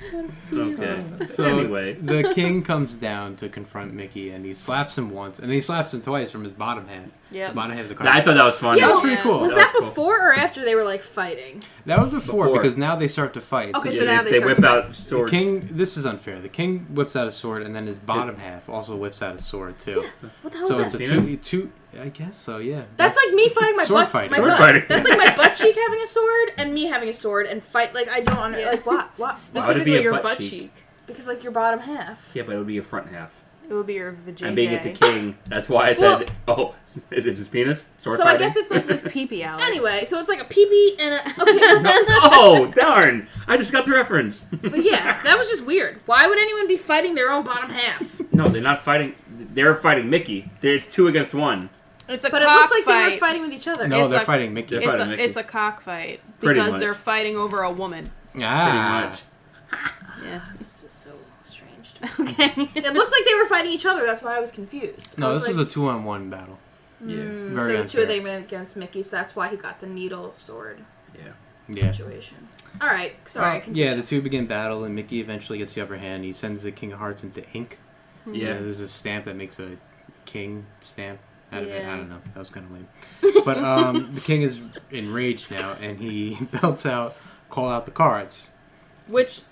Speaker 4: So
Speaker 3: anyway,
Speaker 4: the king comes down to confront Mickey, and he slaps him once, and he slaps him twice from his bottom half.
Speaker 2: Yep.
Speaker 4: The bottom half of the card.
Speaker 3: I thought that was funny.
Speaker 5: Yeah,
Speaker 4: Oh, that was
Speaker 5: well,
Speaker 4: pretty
Speaker 2: yeah.
Speaker 4: cool.
Speaker 5: Was
Speaker 3: that
Speaker 5: that
Speaker 3: was cool.
Speaker 5: before or after they were like fighting?
Speaker 4: That was before,
Speaker 3: Before.
Speaker 4: because now they start to fight.
Speaker 5: Okay,
Speaker 4: It's
Speaker 5: so
Speaker 4: a-
Speaker 5: now they
Speaker 3: they
Speaker 5: start
Speaker 3: whip
Speaker 5: to-
Speaker 3: out
Speaker 4: the
Speaker 3: swords.
Speaker 4: king. This is unfair. The king whips out a sword, and then his bottom half also whips out a sword too.
Speaker 5: What the hell
Speaker 4: so
Speaker 5: was
Speaker 4: it's
Speaker 5: that?
Speaker 4: a
Speaker 3: Penis?
Speaker 4: two, two. I guess so. Yeah.
Speaker 5: That's, like me fighting my
Speaker 4: sword
Speaker 5: butt.
Speaker 4: fighting.
Speaker 5: My
Speaker 3: Sword
Speaker 5: butt.
Speaker 3: fighting.
Speaker 5: That's like my butt cheek having a sword and me having a sword and fight like I don't under-
Speaker 2: Yeah.
Speaker 5: like what what
Speaker 3: Why would it be
Speaker 2: Specifically
Speaker 3: a
Speaker 2: your
Speaker 3: butt
Speaker 2: butt
Speaker 3: cheek?
Speaker 2: cheek.
Speaker 5: because like your bottom half.
Speaker 3: Yeah, but it would be a front half.
Speaker 2: It would be your vajayjay.
Speaker 3: I'm being it to King. That's why I
Speaker 5: Well-
Speaker 3: said, oh, it's his penis? Sword
Speaker 2: So I
Speaker 3: fighting?
Speaker 2: guess it's like just peepee out.
Speaker 5: Anyway, so it's like a pee and a okay.
Speaker 3: oh, darn. I just got the reference.
Speaker 5: but yeah, that was just weird. Why would anyone be fighting their own bottom half?
Speaker 3: No, they're not fighting. They're fighting Mickey. There- It's two against one.
Speaker 2: it's a
Speaker 5: But it
Speaker 2: cock
Speaker 5: looked like
Speaker 2: fight.
Speaker 5: they were fighting with each other.
Speaker 4: No,
Speaker 2: It's
Speaker 4: they're
Speaker 2: a-
Speaker 4: fighting
Speaker 3: They're
Speaker 4: Mickey.
Speaker 2: It's
Speaker 3: fighting
Speaker 2: a,
Speaker 3: Mickey.
Speaker 2: it's a cock fight
Speaker 3: Pretty
Speaker 2: because
Speaker 3: much.
Speaker 2: they're fighting over a woman.
Speaker 3: Pretty
Speaker 4: ah,
Speaker 3: much.
Speaker 2: Yeah.
Speaker 5: This was so strange. to me.
Speaker 2: Okay.
Speaker 5: It looked like they were fighting each other. That's why I was confused.
Speaker 4: No,
Speaker 5: I
Speaker 4: this
Speaker 5: like,
Speaker 4: was a two-on-one battle.
Speaker 3: Yeah.
Speaker 2: Hmm.
Speaker 5: mm,
Speaker 4: very
Speaker 5: so the two of
Speaker 4: unfair.
Speaker 5: them went against Mickey. So that's why he got the needle sword
Speaker 3: Yeah.
Speaker 4: Yeah.
Speaker 5: situation. All right, sorry.
Speaker 4: Uh,
Speaker 5: continue.
Speaker 4: yeah, the two begin battle, and Mickey eventually gets the upper hand. He sends the King of Hearts into ink.
Speaker 2: Hmm.
Speaker 4: Yeah,
Speaker 3: Yeah.
Speaker 4: there's a stamp that makes a king stamp out of it.
Speaker 2: Yeah.
Speaker 4: I don't know. That was kind of lame. But um, the king is enraged now, and he belts out, call out the cards.
Speaker 2: Which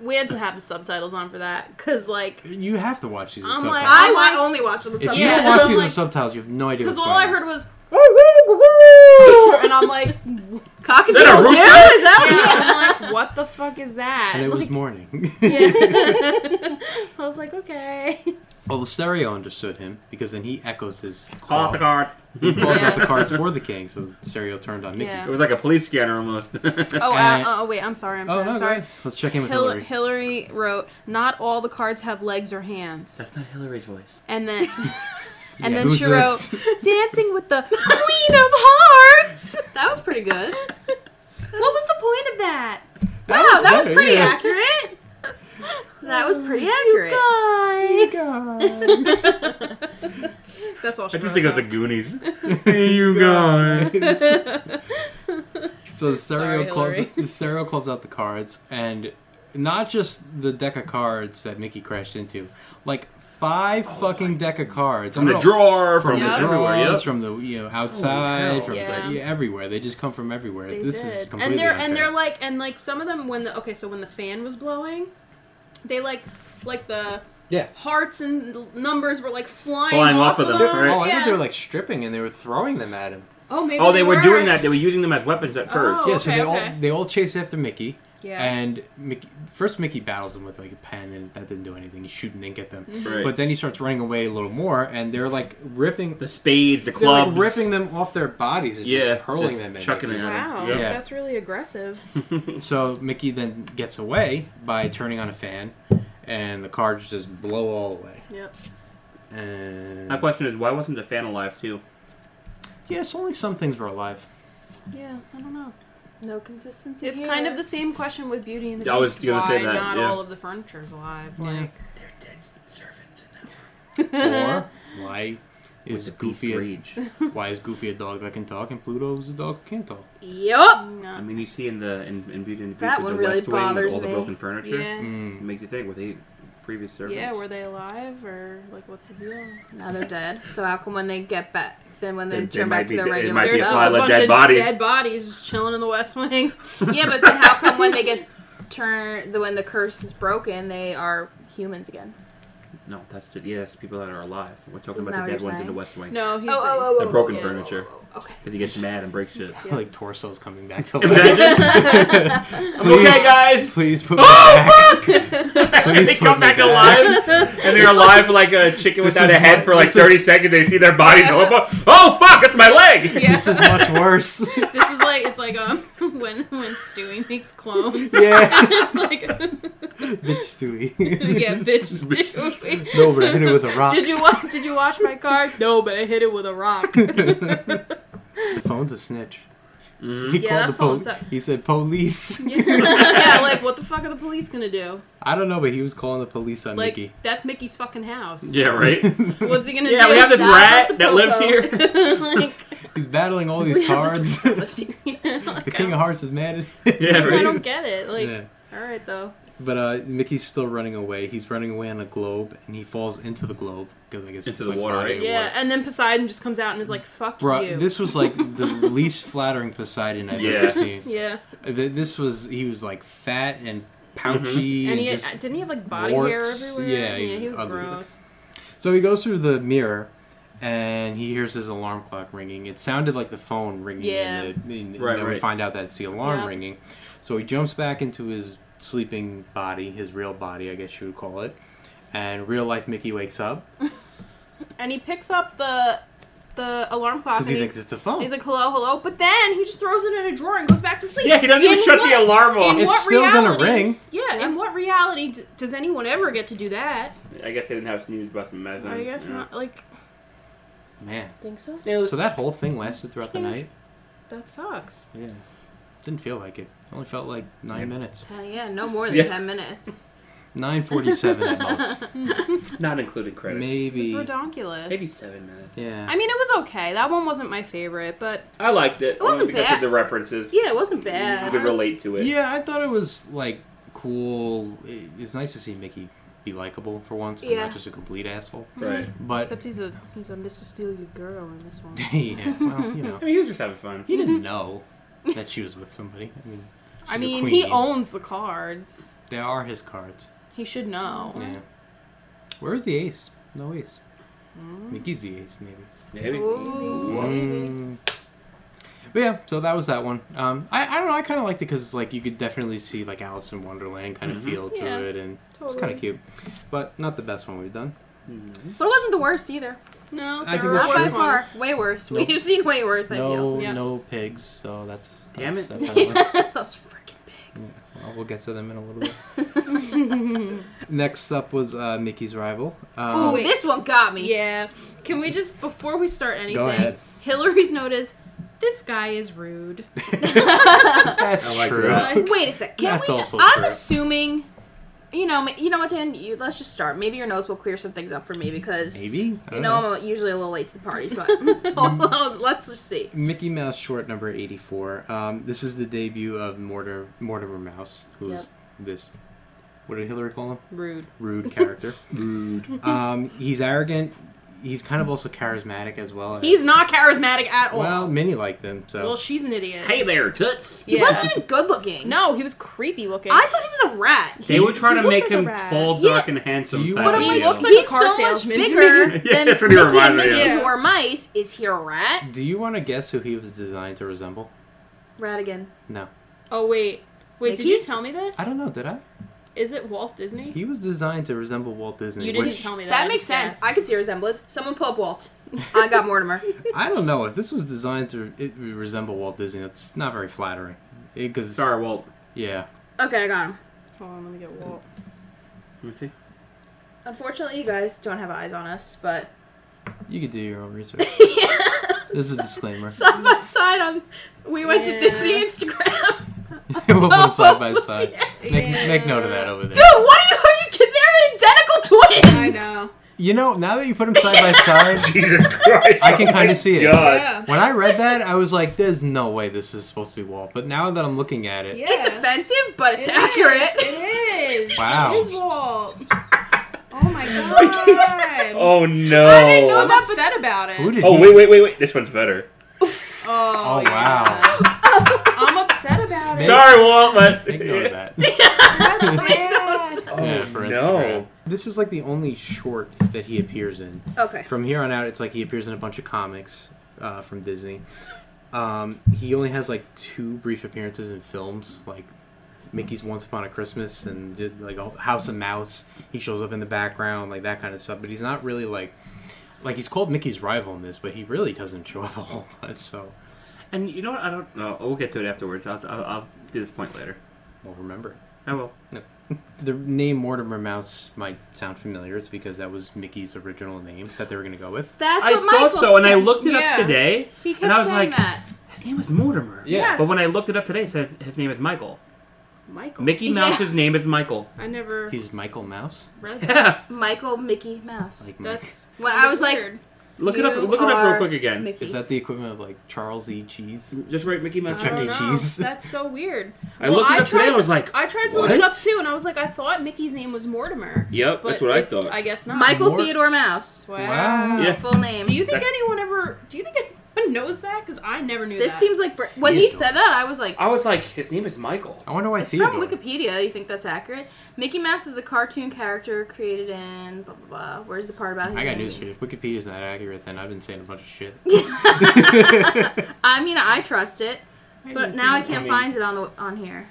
Speaker 2: we had to have the subtitles on for that because like
Speaker 4: You have to watch these. with
Speaker 2: I'm like,
Speaker 4: subtitles.
Speaker 5: I
Speaker 2: like-
Speaker 5: only watched it with
Speaker 4: if
Speaker 5: some.
Speaker 4: you
Speaker 2: Yeah,
Speaker 4: don't
Speaker 2: I
Speaker 4: watch
Speaker 2: was
Speaker 4: these with
Speaker 2: like-
Speaker 4: subtitles, you have no idea.
Speaker 2: because
Speaker 4: What's
Speaker 2: all
Speaker 4: going
Speaker 2: I
Speaker 4: on.
Speaker 2: heard was and
Speaker 5: and
Speaker 2: I'm like
Speaker 5: cock and
Speaker 3: Is that a
Speaker 5: tail
Speaker 3: rooster?
Speaker 2: yeah,
Speaker 5: too? Is that what-
Speaker 2: I'm like what the fuck is that?
Speaker 4: and it was
Speaker 2: Like,
Speaker 4: morning.
Speaker 2: yeah. I was like okay.
Speaker 4: well, the stereo understood him because then he echoes his
Speaker 3: Call
Speaker 4: call.
Speaker 3: out the cards.
Speaker 4: He calls
Speaker 2: Yeah.
Speaker 4: out the cards for the king, so the stereo turned on Mickey.
Speaker 2: Yeah.
Speaker 3: It was like a police scanner almost.
Speaker 2: Oh, uh,
Speaker 4: And-
Speaker 2: oh wait, I'm sorry. I'm sorry.
Speaker 4: Oh no,
Speaker 2: I'm
Speaker 4: go
Speaker 2: sorry.
Speaker 4: ahead. Let's check in with
Speaker 2: Hil-
Speaker 4: Hillary.
Speaker 2: Hillary wrote, "Not all the cards have legs or hands,"
Speaker 3: That's not Hillary's voice.
Speaker 2: and then and
Speaker 4: Yeah,
Speaker 2: then
Speaker 4: who's
Speaker 2: she wrote,
Speaker 4: this?
Speaker 2: "Dancing with the Queen of Hearts."
Speaker 5: That was pretty good.
Speaker 2: What was the point of that,
Speaker 5: Wow, that was
Speaker 4: better,
Speaker 5: pretty
Speaker 4: yeah.
Speaker 5: accurate. That was pretty accurate.
Speaker 2: guys?
Speaker 4: guys.
Speaker 2: That's all
Speaker 3: I
Speaker 2: she
Speaker 3: just
Speaker 2: wrote,
Speaker 3: think of the
Speaker 2: though.
Speaker 3: Goonies.
Speaker 4: you guys. so the
Speaker 2: Sorry,
Speaker 4: stereo calls
Speaker 2: Hillary.
Speaker 4: the stereo calls out the cards, and not just the deck of cards that Mickey crashed into, like five fucking deck of cards
Speaker 3: Oh From
Speaker 4: I
Speaker 3: the
Speaker 4: don't-
Speaker 3: drawer, from
Speaker 4: From
Speaker 2: Yep.
Speaker 4: the
Speaker 3: the drawer,
Speaker 4: drawers,
Speaker 3: yep.
Speaker 4: from the you know outside, from
Speaker 2: Yeah.
Speaker 4: the, yeah, everywhere. They just come from everywhere.
Speaker 2: They
Speaker 4: this
Speaker 2: did.
Speaker 4: is completely
Speaker 2: and they're
Speaker 4: unfair.
Speaker 2: and they're like and like some of them when the okay so when the fan was blowing, they like like the
Speaker 4: yeah.
Speaker 2: hearts and the numbers were like flying,
Speaker 3: Flying
Speaker 2: off, of them.
Speaker 3: right?
Speaker 4: Oh, I
Speaker 2: um, yeah.
Speaker 4: thought they were like stripping and they were throwing them at him.
Speaker 2: oh maybe
Speaker 3: Oh, they were doing that. They were using them as weapons at first.
Speaker 2: Oh,
Speaker 4: yeah, so
Speaker 2: okay,
Speaker 4: they
Speaker 2: okay.
Speaker 4: all they all chase after Mickey.
Speaker 2: Yeah.
Speaker 4: And Mickey, first Mickey battles them with like a pen, and that didn't do anything. He's shooting ink at them.
Speaker 2: Mm-hmm.
Speaker 3: Right.
Speaker 4: But then he starts running away a little more, and they're like ripping,
Speaker 3: The spades, the
Speaker 4: they're
Speaker 3: clubs.
Speaker 4: like ripping them off their bodies and
Speaker 3: Yeah.
Speaker 4: just hurling
Speaker 3: just
Speaker 4: them. At
Speaker 3: Chucking it
Speaker 4: Mickey.
Speaker 2: Wow,
Speaker 3: at him.
Speaker 4: Yeah.
Speaker 2: that's really aggressive.
Speaker 4: So Mickey then gets away by turning on a fan, and the cards just blow all away.
Speaker 2: Yep.
Speaker 4: And
Speaker 3: My question is, why wasn't the fan alive too?
Speaker 4: yes, only some things were alive.
Speaker 2: Yeah, I don't know.
Speaker 5: No consistency.
Speaker 2: It's kind of the same question with Beauty and the
Speaker 3: I was
Speaker 2: Beast.
Speaker 3: gonna
Speaker 2: Why
Speaker 3: say that,
Speaker 2: not
Speaker 3: yeah.
Speaker 2: all of the furniture's alive?
Speaker 4: Yeah.
Speaker 2: Like,
Speaker 3: They're dead servants.
Speaker 4: Or why is
Speaker 3: It's goofy
Speaker 4: Goofy a,
Speaker 3: rage.
Speaker 4: why is Goofy a dog that can talk and Pluto is a dog who can't talk?
Speaker 5: Yup.
Speaker 2: no.
Speaker 3: I mean, you see in the in, in Beauty and the Beast
Speaker 5: That
Speaker 3: with
Speaker 5: one
Speaker 3: the
Speaker 5: really
Speaker 3: West Wing with
Speaker 5: bothers
Speaker 3: all the
Speaker 5: me.
Speaker 3: broken furniture.
Speaker 2: yeah.
Speaker 4: Mm.
Speaker 3: It makes you think with the previous servants.
Speaker 2: Yeah, were they alive or like what's the deal?
Speaker 5: Now they're dead. So how come when they get back, then when they,
Speaker 3: They- they
Speaker 5: turn back
Speaker 3: might
Speaker 5: to
Speaker 3: be-
Speaker 5: their
Speaker 3: it
Speaker 5: regular
Speaker 3: might be a
Speaker 5: selves?
Speaker 3: pile of dead bodies.
Speaker 2: dead bodies just chilling in the West Wing.
Speaker 5: Yeah, but then how come when they get turn the when the curse is broken, they are humans again?
Speaker 3: No, that's the, yeah, that's the people that are alive. We're talking
Speaker 5: Isn't
Speaker 3: about
Speaker 5: that
Speaker 3: the
Speaker 5: what
Speaker 3: dead ones
Speaker 5: you're
Speaker 3: in
Speaker 5: saying?
Speaker 3: the West Wing.
Speaker 2: No, he's oh.
Speaker 3: The broken
Speaker 5: yeah,
Speaker 3: furniture.
Speaker 5: Okay.
Speaker 3: Because he gets mad and breaks shit.
Speaker 4: like torsos coming back to life.
Speaker 3: Imagine. I'm
Speaker 4: Please.
Speaker 3: okay, guys.
Speaker 4: Please put me back.
Speaker 3: And they
Speaker 4: put
Speaker 3: come
Speaker 4: me
Speaker 3: back
Speaker 4: back.
Speaker 3: alive, and they're alive like a chicken
Speaker 4: This
Speaker 3: without
Speaker 4: is
Speaker 3: a head
Speaker 4: my-
Speaker 3: for like
Speaker 4: this is-
Speaker 3: 30 seconds. They see their bodies go up. Oh fuck! It's my leg.
Speaker 2: Yeah.
Speaker 4: This is much worse.
Speaker 2: This is like it's like um when when Stewie makes clones.
Speaker 4: yeah,
Speaker 2: it's like
Speaker 4: bitch Stewie.
Speaker 2: yeah, bitch Stewie.
Speaker 4: No, we're gonna hit it with a rock.
Speaker 2: Did you watch? Did you watch my card? No, but I hit it with a rock.
Speaker 4: The phone's a snitch.
Speaker 3: Mhm.
Speaker 4: He
Speaker 2: Yeah, that
Speaker 4: called the
Speaker 2: phone's
Speaker 4: police.
Speaker 2: up.
Speaker 4: He said police.
Speaker 2: yeah, like what the fuck are the police gonna do?
Speaker 4: I don't know, but he was calling the police on
Speaker 2: Like
Speaker 4: Mickey.
Speaker 2: that's Mickey's fucking house.
Speaker 3: Yeah, right.
Speaker 2: What's he gonna
Speaker 3: Yeah,
Speaker 2: do?
Speaker 3: we have this
Speaker 2: Dial up
Speaker 3: rat
Speaker 2: the
Speaker 3: that lives
Speaker 2: popo.
Speaker 3: here.
Speaker 2: like,
Speaker 4: He's battling all these cards. the
Speaker 2: lives here. Yeah, like, I,
Speaker 4: King of
Speaker 2: don't,
Speaker 4: Hearts is mad at
Speaker 3: Yeah, right.
Speaker 2: I don't get it. Like,
Speaker 4: Yeah.
Speaker 2: all right though.
Speaker 4: But uh, Mickey's still running away. He's running away on a globe, and he falls into the globe because I guess
Speaker 3: Into
Speaker 4: it's
Speaker 3: the
Speaker 4: like
Speaker 3: water,
Speaker 4: body
Speaker 3: right?
Speaker 4: of
Speaker 2: Yeah,
Speaker 4: water.
Speaker 2: and then Poseidon just comes out and is like, "Fuck you."
Speaker 4: Bruh, this was like the least flattering Poseidon I've
Speaker 3: Yeah.
Speaker 4: ever seen.
Speaker 2: yeah,
Speaker 4: Th- This was he was like fat and
Speaker 3: Mm-hmm.
Speaker 4: pouchy,
Speaker 2: and
Speaker 4: and,
Speaker 2: he had,
Speaker 4: just
Speaker 2: didn't he have like body
Speaker 4: warts.
Speaker 2: hair everywhere?
Speaker 4: Yeah, he
Speaker 2: yeah, he
Speaker 4: was
Speaker 2: was
Speaker 4: ugly.
Speaker 2: gross.
Speaker 4: so he goes through the mirror, and he hears his alarm clock ringing. It sounded like the phone ringing.
Speaker 2: Yeah.
Speaker 4: in the, in,
Speaker 3: Right,
Speaker 4: Then we
Speaker 3: right.
Speaker 4: find out that it's the alarm
Speaker 2: Yeah.
Speaker 4: ringing. So he jumps back into his sleeping body, his real body, I guess you would call it, and real life Mickey wakes up
Speaker 2: and he picks up the the alarm clock
Speaker 4: because
Speaker 2: and
Speaker 4: he
Speaker 2: he's,
Speaker 4: thinks it's a phone.
Speaker 2: he's like, hello, hello. But then he just throws it in a drawer and goes back to sleep.
Speaker 3: Yeah, he doesn't even
Speaker 2: In
Speaker 3: shut
Speaker 2: what-
Speaker 3: the alarm
Speaker 2: in
Speaker 3: off.
Speaker 4: It's
Speaker 2: what
Speaker 4: still gonna
Speaker 2: reality-
Speaker 4: ring.
Speaker 2: Yeah, in what reality d- does anyone ever get to do that?
Speaker 3: I guess they didn't have snooze button back then.
Speaker 2: I guess
Speaker 3: yeah.
Speaker 2: not. Uh, Like,
Speaker 4: Man,
Speaker 2: think so.
Speaker 4: so that whole thing lasted throughout the night.
Speaker 2: That sucks.
Speaker 4: Yeah, didn't feel like it. Only felt like nine
Speaker 3: Yeah.
Speaker 4: minutes.
Speaker 5: Hell yeah, no more than
Speaker 3: Yeah.
Speaker 5: 10 minutes.
Speaker 4: Nine forty-seven at most,
Speaker 3: Not including credits.
Speaker 4: maybe.
Speaker 2: It's redonkulous.
Speaker 3: Maybe seven minutes.
Speaker 4: Yeah.
Speaker 2: I mean, it was okay. That one wasn't my favorite, but
Speaker 3: I liked it.
Speaker 5: It wasn't
Speaker 3: only because
Speaker 5: bad.
Speaker 3: of the references.
Speaker 5: Yeah, it wasn't
Speaker 3: You
Speaker 5: bad.
Speaker 3: could relate to it.
Speaker 4: Yeah, I thought it was like cool. It- It's nice to see Mickey be likable for once, and
Speaker 5: Yeah.
Speaker 4: not just a complete asshole.
Speaker 3: Right.
Speaker 2: Mm-hmm.
Speaker 4: But
Speaker 2: except he's a he's a Mr. Steely girl in this one.
Speaker 4: yeah, well, you know,
Speaker 3: I mean, he was just having fun.
Speaker 4: he didn't know that she was with somebody. I mean,
Speaker 2: I
Speaker 4: she's a
Speaker 2: mean, he
Speaker 4: queen.
Speaker 2: owns the cards.
Speaker 4: They are his cards.
Speaker 2: He should know.
Speaker 4: Yeah. Where's the ace? No ace.
Speaker 2: Mm.
Speaker 4: Mickey's the ace, maybe.
Speaker 3: Maybe.
Speaker 5: Ooh.
Speaker 4: Mm. But yeah, so that was that one. Um, I, I don't know. I kind of liked it because it's like you could definitely see like Alice in Wonderland kind of feel to
Speaker 5: Yeah,
Speaker 4: it, and it's kind
Speaker 2: totally.
Speaker 4: of cute. But not the best one we've done.
Speaker 3: Mm-hmm.
Speaker 5: But it wasn't the worst either.
Speaker 2: No,
Speaker 4: I
Speaker 2: there
Speaker 4: think
Speaker 2: were
Speaker 4: that's
Speaker 2: worse
Speaker 5: Not by
Speaker 4: true.
Speaker 5: far.
Speaker 2: ones.
Speaker 5: Way worse.
Speaker 4: Nope.
Speaker 5: We've seen way worse, I feel.
Speaker 4: No,
Speaker 2: Yeah.
Speaker 4: no pigs. So that's
Speaker 3: Damn
Speaker 4: that's-
Speaker 3: it.
Speaker 4: That kind of went-
Speaker 5: Those freaking pigs.
Speaker 4: well, we'll get to them in a little bit. Next up was uh, Mickey's rival.
Speaker 5: Ooh,
Speaker 4: Um,
Speaker 2: Oh, wait.
Speaker 5: this one got me.
Speaker 2: Yeah. Can we just before we start anything?
Speaker 4: ahead.
Speaker 2: Hillary's note is this guy is rude.
Speaker 4: that's
Speaker 3: I like
Speaker 4: true.
Speaker 3: that.
Speaker 5: Wait a sec. Can
Speaker 4: That's
Speaker 5: we just?
Speaker 4: also
Speaker 5: I'm
Speaker 4: true.
Speaker 5: assuming. You know, ma- you know what, Dan? You, let's just start. Maybe your nose will clear some things up for me because
Speaker 4: Maybe? I
Speaker 5: you
Speaker 4: don't
Speaker 5: know,
Speaker 4: know.
Speaker 5: I'm usually a little late to the party. So I, let's just see.
Speaker 4: Mickey Mouse short number 84. Um, this is the debut of Mortimer, Mortimer Mouse, who's this, what did Hillary call him?
Speaker 2: Rude.
Speaker 4: Rude character.
Speaker 3: Rude.
Speaker 4: um, he's arrogant. He's kind of also charismatic as well.
Speaker 2: He's not charismatic at all.
Speaker 4: Well, Minnie liked him, so.
Speaker 2: Well, she's an idiot.
Speaker 3: Hey there, toots.
Speaker 5: He
Speaker 2: Yeah.
Speaker 5: wasn't even good looking.
Speaker 2: No, he was creepy looking.
Speaker 5: I thought he was a rat.
Speaker 3: They were trying
Speaker 2: he
Speaker 3: to
Speaker 2: looked
Speaker 3: make
Speaker 2: like a
Speaker 3: him
Speaker 2: rat.
Speaker 3: tall,
Speaker 5: Yeah.
Speaker 3: dark, and handsome.
Speaker 4: Do you
Speaker 3: type
Speaker 4: want-
Speaker 3: of
Speaker 4: But I'm
Speaker 3: deal.
Speaker 2: like, looked like-
Speaker 5: He's
Speaker 2: a car
Speaker 5: so much
Speaker 2: salesman to
Speaker 5: bigger
Speaker 3: me. Yeah,
Speaker 5: than
Speaker 3: that's what he
Speaker 5: Mickey and
Speaker 3: reminded me
Speaker 5: Mickey
Speaker 2: of.
Speaker 5: or Mice. Is he a rat?
Speaker 4: Do you want to guess who he was designed to resemble?
Speaker 5: Rat again.
Speaker 4: No.
Speaker 2: oh wait. Wait, did
Speaker 5: Mickey?
Speaker 2: you tell me this?
Speaker 4: I don't know, did I?
Speaker 2: Is it Walt Disney?
Speaker 4: He was designed to resemble Walt Disney.
Speaker 2: you didn't
Speaker 4: which-
Speaker 2: tell me that.
Speaker 5: That
Speaker 2: I
Speaker 5: makes
Speaker 2: just
Speaker 5: sense.
Speaker 2: guessed.
Speaker 5: I could see a resemblance. Someone pull up Walt. I got Mortimer.
Speaker 4: I don't know if this was designed to it would resemble Walt Disney. That's not very flattering. Because
Speaker 3: Sorry, Walt.
Speaker 4: yeah,
Speaker 5: Okay, I got him.
Speaker 2: Hold on, let me get Walt.
Speaker 3: Let me see.
Speaker 5: Unfortunately, you guys don't have eyes on us, but
Speaker 4: you could do your own research. This is a disclaimer.
Speaker 5: side by side on. We went
Speaker 2: Yeah.
Speaker 5: to Disney Instagram.
Speaker 4: we'll put it side by
Speaker 5: Oh,
Speaker 4: side.
Speaker 5: yeah.
Speaker 4: Make, make note of that over there.
Speaker 5: Dude, what are you? Are you kidding? They're identical twins.
Speaker 2: I know.
Speaker 4: You know, now that you put them side by side,
Speaker 3: Jesus Christ.
Speaker 4: I can kind of see it.
Speaker 3: God.
Speaker 2: Yeah.
Speaker 4: When I read that, I was like, "There's no way this is supposed to be Walt." But now that I'm looking at it,
Speaker 2: Yeah.
Speaker 5: It's offensive, but it's
Speaker 2: It is,
Speaker 5: accurate.
Speaker 2: It is.
Speaker 4: Wow.
Speaker 2: It is Walt. Oh my god.
Speaker 3: Oh no.
Speaker 2: I didn't know. I'm upset about it.
Speaker 4: who did?
Speaker 3: Oh
Speaker 4: he-
Speaker 3: wait, wait, wait, wait. This one's better.
Speaker 2: Oh,
Speaker 4: Oh, wow.
Speaker 2: yeah. I'm upset about it.
Speaker 3: Sorry, Walt, but
Speaker 4: Make note of that.
Speaker 2: That's bad.
Speaker 3: Oh,
Speaker 4: yeah, for Instagram.
Speaker 3: no.
Speaker 4: This is like the only short that he appears in.
Speaker 5: Okay.
Speaker 4: From here on out, it's like he appears in a bunch of comics uh, from Disney. Um, he only has like two brief appearances in films, like Mickey's Once Upon a Christmas and did like a House of Mouse. He shows up in the background, like that kind of stuff. But he's not really like like he's called Mickey's rival in this, but he really doesn't show up a whole lot. So
Speaker 3: And you know what? I don't know. We'll get to it afterwards. I'll, I'll, I'll do this point later.
Speaker 4: we'll remember. it.
Speaker 3: I will.
Speaker 4: The name Mortimer Mouse might sound familiar. It's because that was Mickey's original name that they were going to go with.
Speaker 5: That's
Speaker 3: I
Speaker 5: what Michael
Speaker 3: thought so, and I
Speaker 5: said.
Speaker 3: looked it
Speaker 2: Yeah.
Speaker 3: up today.
Speaker 5: He kept
Speaker 3: and I was
Speaker 5: saying
Speaker 3: like,
Speaker 5: that.
Speaker 3: his name is Mortimer.
Speaker 4: Yeah.
Speaker 3: But when I looked it up today, it says his name is Michael.
Speaker 2: Michael.
Speaker 3: Mickey
Speaker 5: Yeah.
Speaker 3: Mouse's name is Michael.
Speaker 2: I never
Speaker 4: He's Michael Mouse.
Speaker 2: read that.
Speaker 3: Yeah.
Speaker 5: Michael Mickey Mouse.
Speaker 4: Like Mike.
Speaker 2: That's
Speaker 5: When
Speaker 2: kinda
Speaker 5: I was like,
Speaker 2: weird.
Speaker 3: Look it up.
Speaker 5: You
Speaker 3: Look it up
Speaker 5: are
Speaker 3: real quick again.
Speaker 5: Mickey.
Speaker 4: Is that the equivalent of like Charles E. Cheese?
Speaker 3: Just write Mickey Mouse.
Speaker 2: I don't
Speaker 4: Chuck E.
Speaker 2: know.
Speaker 4: Cheese?
Speaker 2: That's so weird.
Speaker 3: I looked it up
Speaker 2: tried
Speaker 3: today. I
Speaker 2: to-
Speaker 3: was like,
Speaker 2: I tried to look it
Speaker 3: "What?"
Speaker 2: up too, and I was like, I thought Mickey's name was Mortimer.
Speaker 3: Yep,
Speaker 2: But
Speaker 3: that's what I
Speaker 2: it's-
Speaker 3: thought.
Speaker 2: I guess not.
Speaker 5: Michael
Speaker 4: Mort-
Speaker 5: Theodore Mouse.
Speaker 2: Wow.
Speaker 4: Wow.
Speaker 3: Yeah.
Speaker 5: Full name.
Speaker 2: Do you think
Speaker 3: That-
Speaker 2: anyone ever? Do you think anyone knows that? Because I never knew
Speaker 5: This
Speaker 2: that.
Speaker 5: seems like Br- when he said that, I was like,
Speaker 3: I was like, his name is Michael.
Speaker 4: I wonder why
Speaker 5: It's
Speaker 4: Theodore.
Speaker 5: from Wikipedia. You think that's accurate? Mickey Mouse is a cartoon character created in blah blah blah. Where's the part about his
Speaker 4: I got
Speaker 5: name?
Speaker 4: news for you. If Wikipedia's not accurate, then I've been saying a bunch of shit.
Speaker 5: I mean, I trust it, but now I can't
Speaker 3: mean-
Speaker 5: find it on the on here.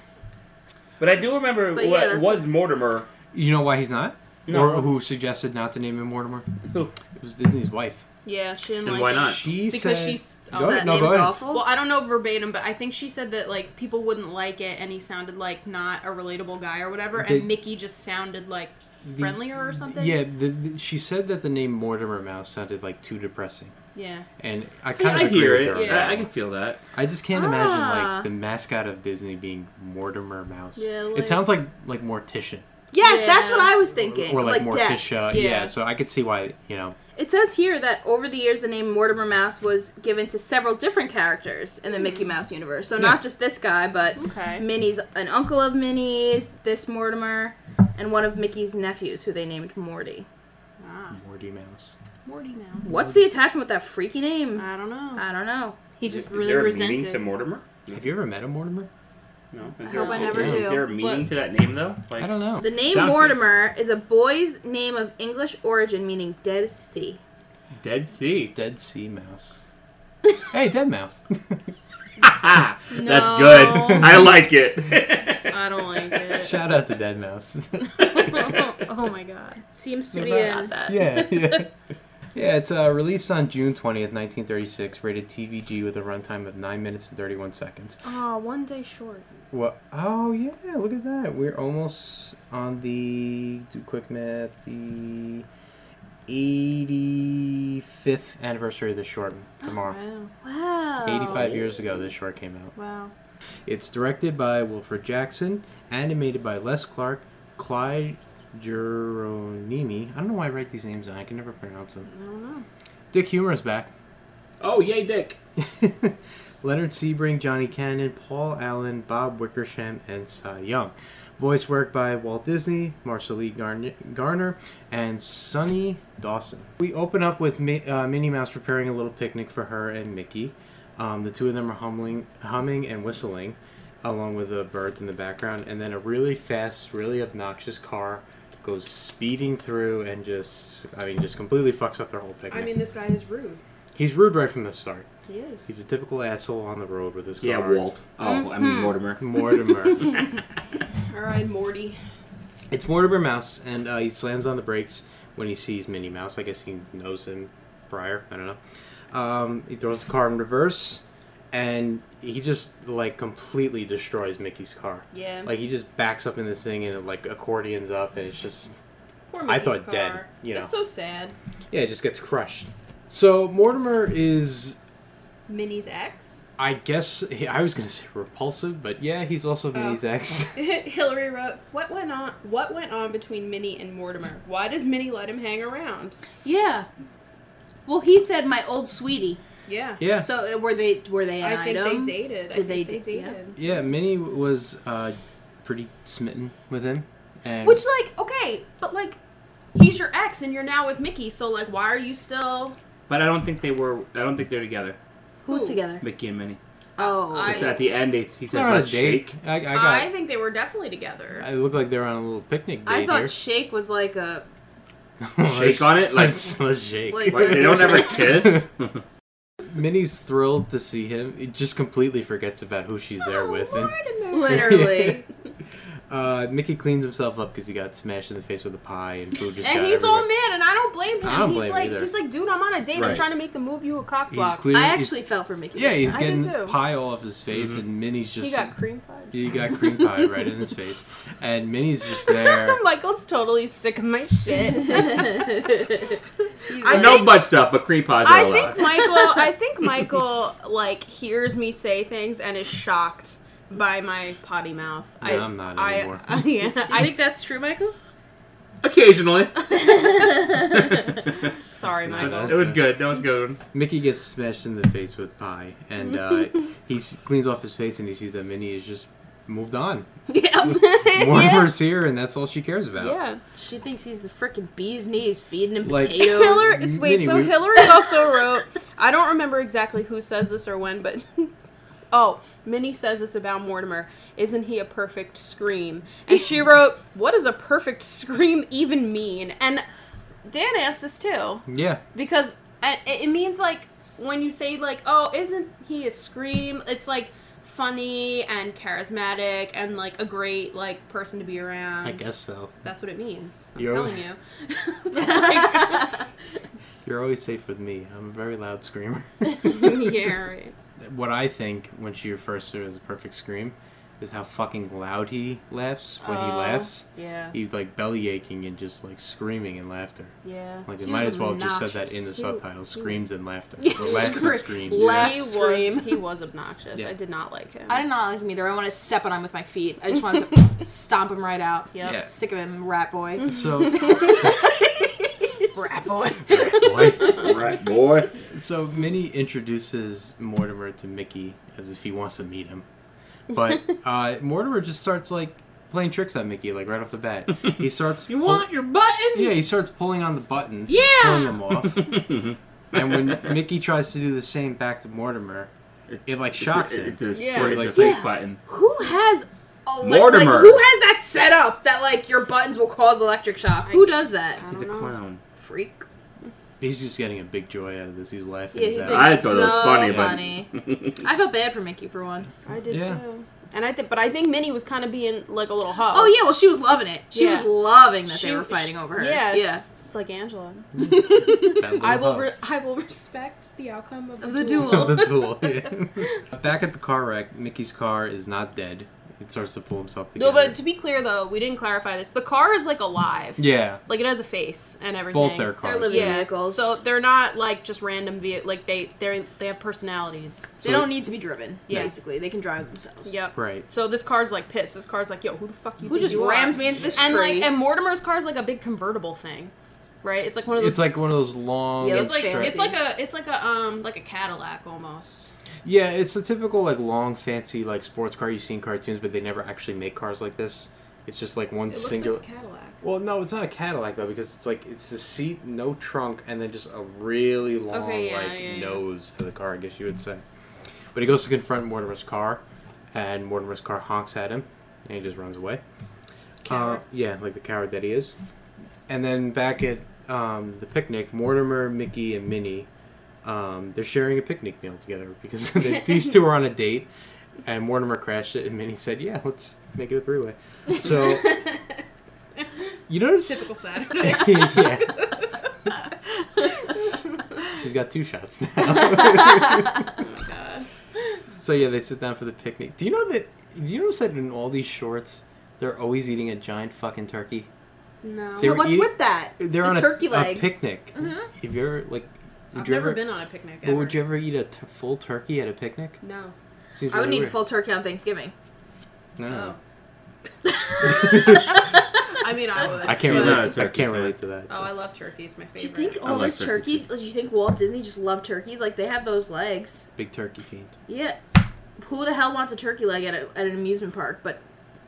Speaker 3: But I do remember
Speaker 5: But yeah,
Speaker 3: what
Speaker 5: that's
Speaker 3: was Mortimer.
Speaker 4: You know why he's not?
Speaker 3: No.
Speaker 4: Or who suggested not to name him Mortimer?
Speaker 3: Who?
Speaker 4: It was Disney's wife.
Speaker 2: Yeah, she didn't
Speaker 3: Then
Speaker 2: like
Speaker 3: why not?
Speaker 4: She
Speaker 2: Because
Speaker 4: said,
Speaker 2: she's-
Speaker 4: Go
Speaker 2: oh,
Speaker 5: that
Speaker 4: ahead, no,
Speaker 5: name's
Speaker 4: go ahead.
Speaker 5: awful.
Speaker 2: Well, I don't know verbatim, but I think she said that like people wouldn't like it, and he sounded like not a relatable guy or whatever,
Speaker 4: They-
Speaker 2: and Mickey just sounded like
Speaker 4: The-
Speaker 2: friendlier or something.
Speaker 4: Yeah, the, the- she said that the name Mortimer Mouse sounded like too depressing,
Speaker 2: yeah.
Speaker 4: and I
Speaker 3: Yeah,
Speaker 4: kind
Speaker 3: I
Speaker 4: of agree
Speaker 3: hear
Speaker 4: with
Speaker 3: it.
Speaker 4: her. on
Speaker 2: Yeah.
Speaker 4: that.
Speaker 3: I, I can feel that.
Speaker 4: I just can't imagine
Speaker 5: Ah.
Speaker 4: like the mascot of Disney being Mortimer Mouse.
Speaker 2: Yeah, like-
Speaker 4: it sounds like like mortician
Speaker 5: yes, that's
Speaker 2: Yeah.
Speaker 5: what I was thinking.
Speaker 4: or like,
Speaker 5: like death.
Speaker 4: Morticia. Yeah.
Speaker 2: Yeah.
Speaker 4: so I could see why you know.
Speaker 5: It says here that over the years, the name Mortimer Mouse was given to several different characters in the Mickey Mouse universe. So not just this guy, but
Speaker 2: Okay.
Speaker 5: Minnie's an uncle of Minnie's, this Mortimer, and one of Mickey's nephews, who they named Morty.
Speaker 2: Ah,
Speaker 4: Morty Mouse.
Speaker 2: Morty Mouse.
Speaker 5: What's the attachment with that freaky name?
Speaker 2: I don't know.
Speaker 5: I don't know.
Speaker 2: He
Speaker 3: Is-
Speaker 2: just
Speaker 3: is
Speaker 2: really
Speaker 3: there a
Speaker 2: resented.
Speaker 3: meaning to Mortimer?
Speaker 4: Have you ever met a Mortimer?
Speaker 3: No.
Speaker 5: I
Speaker 3: Is there,
Speaker 5: hope I
Speaker 3: is
Speaker 5: never
Speaker 3: there-
Speaker 5: do.
Speaker 3: Is there a meaning
Speaker 2: What?
Speaker 3: to that name though? Like,
Speaker 4: I don't know.
Speaker 5: The name
Speaker 3: Sounds good.
Speaker 5: Mortimer is a boy's name of English origin, meaning Dead Sea.
Speaker 3: Dead Sea.
Speaker 4: Dead Sea Mouse. hey, Dead Mouse.
Speaker 3: That's
Speaker 2: No.
Speaker 3: good. I like it.
Speaker 2: I don't like it.
Speaker 4: Shout out to Dead Mouse.
Speaker 2: oh my god.
Speaker 5: Seems to
Speaker 4: Not
Speaker 5: be
Speaker 4: bad.
Speaker 5: in. That.
Speaker 4: yeah, yeah. Yeah, it's uh, released on June 20th, 1936, rated TVG with a runtime of 9 minutes and 31 seconds.
Speaker 2: Oh, one day short.
Speaker 4: Well, oh yeah, look at that. We're almost on the do quick math, the 85th anniversary of the short tomorrow.
Speaker 2: Wow.
Speaker 5: Wow.
Speaker 4: 85 years ago this short came out.
Speaker 2: Oh. Wow.
Speaker 4: It's directed by Wilfred Jackson, animated by Les Clark, Clyde Geronimi. I don't know why I write these names down. I can never pronounce them.
Speaker 2: I don't know.
Speaker 4: Dick Humor is back.
Speaker 3: Oh yay, Dick.
Speaker 4: Leonard Sebring, Johnny Cannon, Paul Allen, Bob Wickersham, and Cy Young. Voice work by Walt Disney, Marshall Lee Garn- Garner, and Sonny Dawson. We open up with Mi- uh, Minnie Mouse preparing a little picnic for her and Mickey. Um, the two of them are humming, humming and whistling, along with the birds in the background. And then a really fast, really obnoxious car goes speeding through and just, I mean, just completely fucks up their whole picnic.
Speaker 2: I mean, this guy is rude.
Speaker 4: He's rude right from the start.
Speaker 2: He is.
Speaker 4: He's a typical asshole on the road with his car.
Speaker 3: Yeah, Walt. Oh, I
Speaker 2: Mm-hmm.
Speaker 3: mean Mortimer.
Speaker 4: Mortimer.
Speaker 2: All right, Morty.
Speaker 4: it's Mortimer Mouse, and uh, he slams on the brakes when he sees Minnie Mouse. I guess he knows him prior. I don't know. Um, he throws the car in reverse, and he just like completely destroys Mickey's car.
Speaker 2: Yeah.
Speaker 4: Like he just backs up in this thing and it like accordions up, and it's just
Speaker 2: Poor
Speaker 4: I
Speaker 2: Mickey's
Speaker 4: thought
Speaker 2: car.
Speaker 4: dead, you know.
Speaker 2: It's so sad.
Speaker 4: yeah, it just gets crushed. So Mortimer is.
Speaker 2: Minnie's ex.
Speaker 4: I guess I was gonna say repulsive, but yeah, he's also
Speaker 2: Oh.
Speaker 4: Minnie's ex.
Speaker 2: Hillary wrote, "What went on? What went on between Minnie and Mortimer? Why does Minnie let him hang around?
Speaker 5: Yeah. Well, he said my old sweetie.
Speaker 2: Yeah,
Speaker 4: Yeah.
Speaker 5: So uh, were they? Were they? An
Speaker 2: I think
Speaker 5: item?
Speaker 2: they dated.
Speaker 5: Did
Speaker 2: I
Speaker 5: they
Speaker 2: think they
Speaker 5: date- yeah.
Speaker 2: dated.
Speaker 4: Yeah, Minnie was uh, pretty smitten with him, and
Speaker 2: Which, like, okay, but like, he's your ex, and you're now with Mickey. So, like, why are you still?
Speaker 3: But I don't think they were. I don't think they're together.
Speaker 5: Who's
Speaker 2: Who?
Speaker 5: together?
Speaker 3: Mickey and Minnie.
Speaker 5: Oh,
Speaker 2: I-
Speaker 3: Because at the end, they, he says,
Speaker 4: they're on a
Speaker 3: "Let's
Speaker 4: date.
Speaker 3: shake."
Speaker 4: I, I got.
Speaker 2: I
Speaker 4: I,
Speaker 2: think they were definitely together.
Speaker 4: look like they're on a little picnic
Speaker 5: I
Speaker 4: date
Speaker 5: thought
Speaker 4: here.
Speaker 5: Shake was like a.
Speaker 4: Let's-
Speaker 3: on it, like-
Speaker 4: let's, let's shake.
Speaker 5: Like-
Speaker 3: What, they don't ever kiss.
Speaker 4: Minnie's thrilled to see him. It just completely forgets about who she's there
Speaker 2: Oh,
Speaker 4: with, and
Speaker 5: Literally.
Speaker 4: uh, Mickey cleans himself up because he got smashed in the face with a pie and food just.
Speaker 2: and
Speaker 4: got
Speaker 2: he's all
Speaker 4: everywhere.
Speaker 2: mad, and I don't blame him.
Speaker 4: I don't
Speaker 2: he's
Speaker 4: blame him
Speaker 2: like,
Speaker 4: either.
Speaker 2: he's like, dude, I'm on a date. I'm
Speaker 3: Right.
Speaker 2: trying to make the move you a cock
Speaker 4: He's
Speaker 2: block.
Speaker 4: clear.
Speaker 5: I
Speaker 4: he's-
Speaker 5: actually fell for Mickey.
Speaker 4: yeah, he's
Speaker 2: I did
Speaker 4: getting
Speaker 2: too.
Speaker 4: pie all off his
Speaker 3: Mm-hmm.
Speaker 4: face, and Minnie's just
Speaker 2: he got cream pie.
Speaker 4: he got cream pie right in his face, and Minnie's just there.
Speaker 2: Michael's totally sick of my shit.
Speaker 3: I know butt stuff, but cream pies are
Speaker 2: I
Speaker 3: allowed.
Speaker 2: think Michael. I think Michael like hears me say things and is shocked by my potty mouth.
Speaker 4: No,
Speaker 2: I,
Speaker 4: I'm not
Speaker 2: I,
Speaker 4: anymore.
Speaker 2: I, yeah,
Speaker 5: Do you
Speaker 2: I
Speaker 5: think that's true, Michael?
Speaker 3: Occasionally,
Speaker 2: sorry,
Speaker 4: No,
Speaker 2: Michael.
Speaker 4: that's-
Speaker 3: it was good. That was good.
Speaker 4: Mickey gets smashed in the face with pie, and uh, he s- cleans off his face, and he sees that Minnie is just moved on.
Speaker 5: Yeah.
Speaker 4: Mortimer's here, and that's all she cares about.
Speaker 2: yeah,
Speaker 5: She thinks he's the freaking bee's knees, feeding him
Speaker 4: Like-
Speaker 5: potatoes.
Speaker 2: Hiller. it's- Wait,
Speaker 4: Minnie,
Speaker 2: so
Speaker 4: we-
Speaker 2: Hillary also wrote. I don't remember exactly who says this or when, but oh, Minnie says this about Mortimer. Isn't he a perfect scream? And she wrote, "What does a perfect scream even mean?" And Dan asked this too.
Speaker 4: Yeah.
Speaker 2: because and it it means like when you say like oh isn't he a scream it's like funny and charismatic and like a great like person to be around.
Speaker 4: I guess so.
Speaker 2: that's what it means. I'm
Speaker 4: You're-
Speaker 2: telling you. Like-
Speaker 4: You're always safe with me. I'm a very loud screamer.
Speaker 2: yeah, right.
Speaker 4: what I think when she refers to it as a perfect scream is how fucking loud he laughs when he
Speaker 2: Oh,
Speaker 4: laughs.
Speaker 2: Yeah.
Speaker 4: He's like belly aching and just like screaming and laughter.
Speaker 2: Yeah.
Speaker 4: Like they
Speaker 5: He
Speaker 4: might
Speaker 5: was
Speaker 4: as well have just said that in the
Speaker 5: obnoxious. He-
Speaker 4: subtitle: screams and laughter.
Speaker 5: Yeah,
Speaker 4: Or laughs
Speaker 5: scre-
Speaker 4: and screams.
Speaker 5: laugh-
Speaker 2: he
Speaker 5: scream.
Speaker 2: Was, he was obnoxious.
Speaker 4: Yeah.
Speaker 2: I did not like him.
Speaker 5: I did not like him either. I want to step on him with my feet. I just wanted to stomp him right out.
Speaker 2: Yep.
Speaker 4: Yeah.
Speaker 5: Sick of him, rat boy.
Speaker 4: So,
Speaker 5: rat boy.
Speaker 4: boy.
Speaker 3: right, boy.
Speaker 4: so Minnie introduces Mortimer to Mickey as if he wants to meet him, but uh, Mortimer just starts like playing tricks on Mickey like right off the bat. He starts.
Speaker 3: You
Speaker 4: pull-
Speaker 3: want your button?
Speaker 4: Yeah, he starts pulling on the buttons.
Speaker 5: Yeah!
Speaker 4: Pulling them off. and when Mickey tries to do the same back to Mortimer, it like shocks him.
Speaker 3: It's a, it's a,
Speaker 2: Yeah.
Speaker 3: sort of
Speaker 4: Like-
Speaker 3: a fake
Speaker 5: Yeah.
Speaker 3: button.
Speaker 5: Who has ele- Like,
Speaker 3: Mortimer.
Speaker 5: who has that set up that like your buttons will cause electric shock? Who does that?
Speaker 2: I
Speaker 3: He's a
Speaker 2: don't know.
Speaker 3: clown.
Speaker 5: Freak.
Speaker 4: He's just getting a big joy out of this. He's laughing
Speaker 5: Yeah,
Speaker 4: his
Speaker 5: he
Speaker 4: ass
Speaker 5: thinks
Speaker 4: off.
Speaker 3: I thought it was
Speaker 5: so
Speaker 3: funny, but-
Speaker 5: I felt bad for Mickey for once.
Speaker 2: I did
Speaker 4: Yeah.
Speaker 2: too. And I think, but I think Minnie was kind of being like a little hoe.
Speaker 5: Oh yeah, well she was loving it. She
Speaker 2: Yeah.
Speaker 5: was loving that
Speaker 2: She-
Speaker 5: they were fighting
Speaker 2: she-
Speaker 5: over her.
Speaker 2: yeah,
Speaker 5: yeah.
Speaker 2: like Angela.
Speaker 4: That little
Speaker 2: I will.
Speaker 4: hoe.
Speaker 2: Re- I will respect the outcome of the,
Speaker 5: Of the
Speaker 2: duel.
Speaker 4: the tool. yeah. Back at the car wreck, Mickey's car is not dead. It starts to pull himself
Speaker 2: No,
Speaker 4: together.
Speaker 2: but to be clear though, we didn't clarify this. The car is like alive.
Speaker 4: yeah,
Speaker 2: Like it has a face and everything.
Speaker 4: both their cars.
Speaker 5: They're living
Speaker 2: Yeah.
Speaker 5: vehicles.
Speaker 2: So they're not like just random vehi- like they they they have personalities.
Speaker 5: they
Speaker 4: So-
Speaker 5: don't need to be driven.
Speaker 2: Yeah.
Speaker 5: Basically, they can drive themselves.
Speaker 2: Yep.
Speaker 4: Right.
Speaker 2: So this car's like pissed. This car's like, yo, who the fuck you?
Speaker 5: Who
Speaker 2: think
Speaker 5: just
Speaker 2: you
Speaker 5: rammed
Speaker 2: are?
Speaker 5: me into this
Speaker 2: And
Speaker 5: tree?
Speaker 2: like, and Mortimer's car's like a big convertible thing, right? It's like one of those.
Speaker 4: It's like one of those long.
Speaker 5: Yeah,
Speaker 2: it's like
Speaker 5: fancy.
Speaker 2: it's like a it's like a um like a Cadillac almost.
Speaker 4: Yeah, it's the typical like long, fancy like sports car you see in cartoons, but they never actually make cars like this. It's just like one
Speaker 2: It looks
Speaker 4: singular.
Speaker 2: like a Cadillac.
Speaker 4: Well, no, it's not a Cadillac though, because it's like it's the seat, no trunk, and then just a really long
Speaker 2: Okay, yeah,
Speaker 4: like
Speaker 2: yeah, yeah.
Speaker 4: nose to the car. I guess you would say. But he goes to confront Mortimer's car, and Mortimer's car honks at him, and he just runs away. Uh,
Speaker 2: Coward.
Speaker 4: yeah, like the coward that he is. And then back at um, the picnic, Mortimer, Mickey, and Minnie, um, they're sharing a picnic meal together because they, these two are on a date, and Mortimer crashed it, and Minnie said, "Yeah, let's make it a three-way." So. You notice
Speaker 2: Typical Saturday.
Speaker 4: yeah. She's got two shots now.
Speaker 2: oh my god.
Speaker 4: so yeah, they sit down for the picnic. Do you know that? Do you notice that in all these shorts, they're always eating a giant fucking turkey?
Speaker 2: No.
Speaker 4: They
Speaker 5: Yeah,
Speaker 4: were
Speaker 5: what's
Speaker 4: eating-
Speaker 5: with that?
Speaker 4: They're
Speaker 5: The
Speaker 4: on a,
Speaker 5: turkey
Speaker 4: a
Speaker 5: legs.
Speaker 4: picnic. If you're like, would
Speaker 2: Mm-hmm. I've
Speaker 4: you
Speaker 2: never
Speaker 4: ever?
Speaker 2: been on a picnic.
Speaker 4: but
Speaker 2: ever.
Speaker 4: would you ever eat a t- full turkey at a picnic?
Speaker 2: No.
Speaker 4: Seems
Speaker 5: I would
Speaker 4: really
Speaker 5: need
Speaker 4: weird.
Speaker 5: full turkey on Thanksgiving.
Speaker 2: Oh.
Speaker 4: No,
Speaker 2: I mean, I would.
Speaker 4: I can't
Speaker 3: She's
Speaker 2: but-
Speaker 3: not a
Speaker 4: relate. To, I
Speaker 3: turkey
Speaker 4: can't
Speaker 3: fan.
Speaker 4: relate to that.
Speaker 2: Oh, I love turkey. It's my
Speaker 5: Do you
Speaker 2: favorite.
Speaker 5: think all
Speaker 3: like
Speaker 5: this
Speaker 3: turkey
Speaker 5: turkey? Do you think Walt Disney just loved turkeys? Like they have those legs.
Speaker 4: Big turkey fiend.
Speaker 5: Yeah. Who the hell wants a turkey leg at, a, at an amusement park? But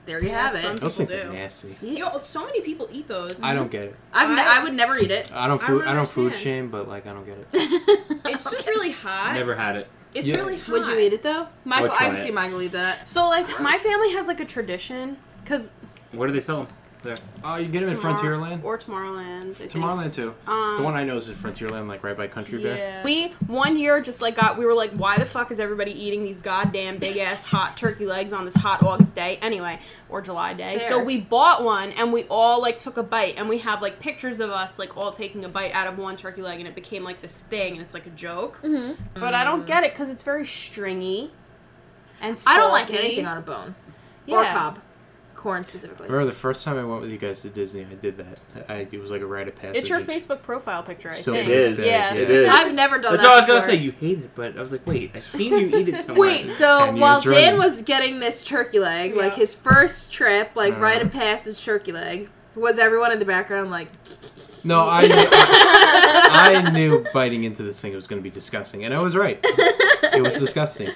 Speaker 5: there you
Speaker 2: Yeah,
Speaker 5: have
Speaker 2: some-
Speaker 5: it.
Speaker 4: Those
Speaker 2: People
Speaker 4: things are
Speaker 2: do.
Speaker 4: nasty.
Speaker 2: Yo, so many people eat those.
Speaker 4: I don't get it.
Speaker 5: I've n-
Speaker 2: I-
Speaker 5: I would never eat it.
Speaker 4: I don't
Speaker 2: I
Speaker 4: food.
Speaker 2: don't
Speaker 4: I, don't food
Speaker 2: understand.
Speaker 4: shame, but like I don't get it.
Speaker 2: It's just really hot.
Speaker 3: Never had it.
Speaker 2: It's
Speaker 4: Yeah.
Speaker 2: really hot.
Speaker 5: Would you eat it though? Michael,
Speaker 3: try
Speaker 5: I could
Speaker 3: it.
Speaker 5: see Michael eat that.
Speaker 2: So like, my
Speaker 5: Gross.
Speaker 2: family has like a tradition because
Speaker 3: Where do they sell them? There.
Speaker 4: Oh, you get them in Frontierland.
Speaker 2: or Tomorrowland. I think.
Speaker 4: Tomorrowland too.
Speaker 2: Um,
Speaker 4: the one I know is in Frontierland, like right by Country Bear.
Speaker 2: Yeah. We one year just like got we were like, why the fuck is everybody eating these goddamn big ass hot turkey legs on this hot August day anyway or July day?
Speaker 5: Fair.
Speaker 2: So we bought one and we all like took a bite and we have like pictures of us like all taking a bite out of one turkey leg and it became like this thing and it's like a joke. But I don't get it because it's very stringy. And
Speaker 5: I don't like
Speaker 2: salty.
Speaker 5: anything on a bone or
Speaker 2: Yeah.
Speaker 5: cob, corn
Speaker 4: I
Speaker 5: specifically.
Speaker 4: remember the first time I went with you guys to Disney, I did that. I it was like a rite of passage.
Speaker 2: It's your Facebook profile picture, I
Speaker 4: Still
Speaker 2: think.
Speaker 4: to this
Speaker 3: It
Speaker 4: day,
Speaker 3: is.
Speaker 2: Yeah.
Speaker 3: It is.
Speaker 5: I've never done
Speaker 3: That's
Speaker 5: that.
Speaker 3: all I was gonna
Speaker 5: before.
Speaker 3: say. You hate it, but I was like, wait, I've seen you eat it somewhere.
Speaker 5: Wait, so
Speaker 4: Ten
Speaker 5: while
Speaker 4: years
Speaker 5: Dan
Speaker 4: running.
Speaker 5: was getting this turkey leg, like
Speaker 2: Yeah.
Speaker 5: his first trip, like
Speaker 3: Uh-huh.
Speaker 4: Uh.
Speaker 5: right of passage turkey leg, was everyone in the background like,
Speaker 4: No, I knew, I knew biting into this thing was going to be disgusting, and I was right. It was disgusting,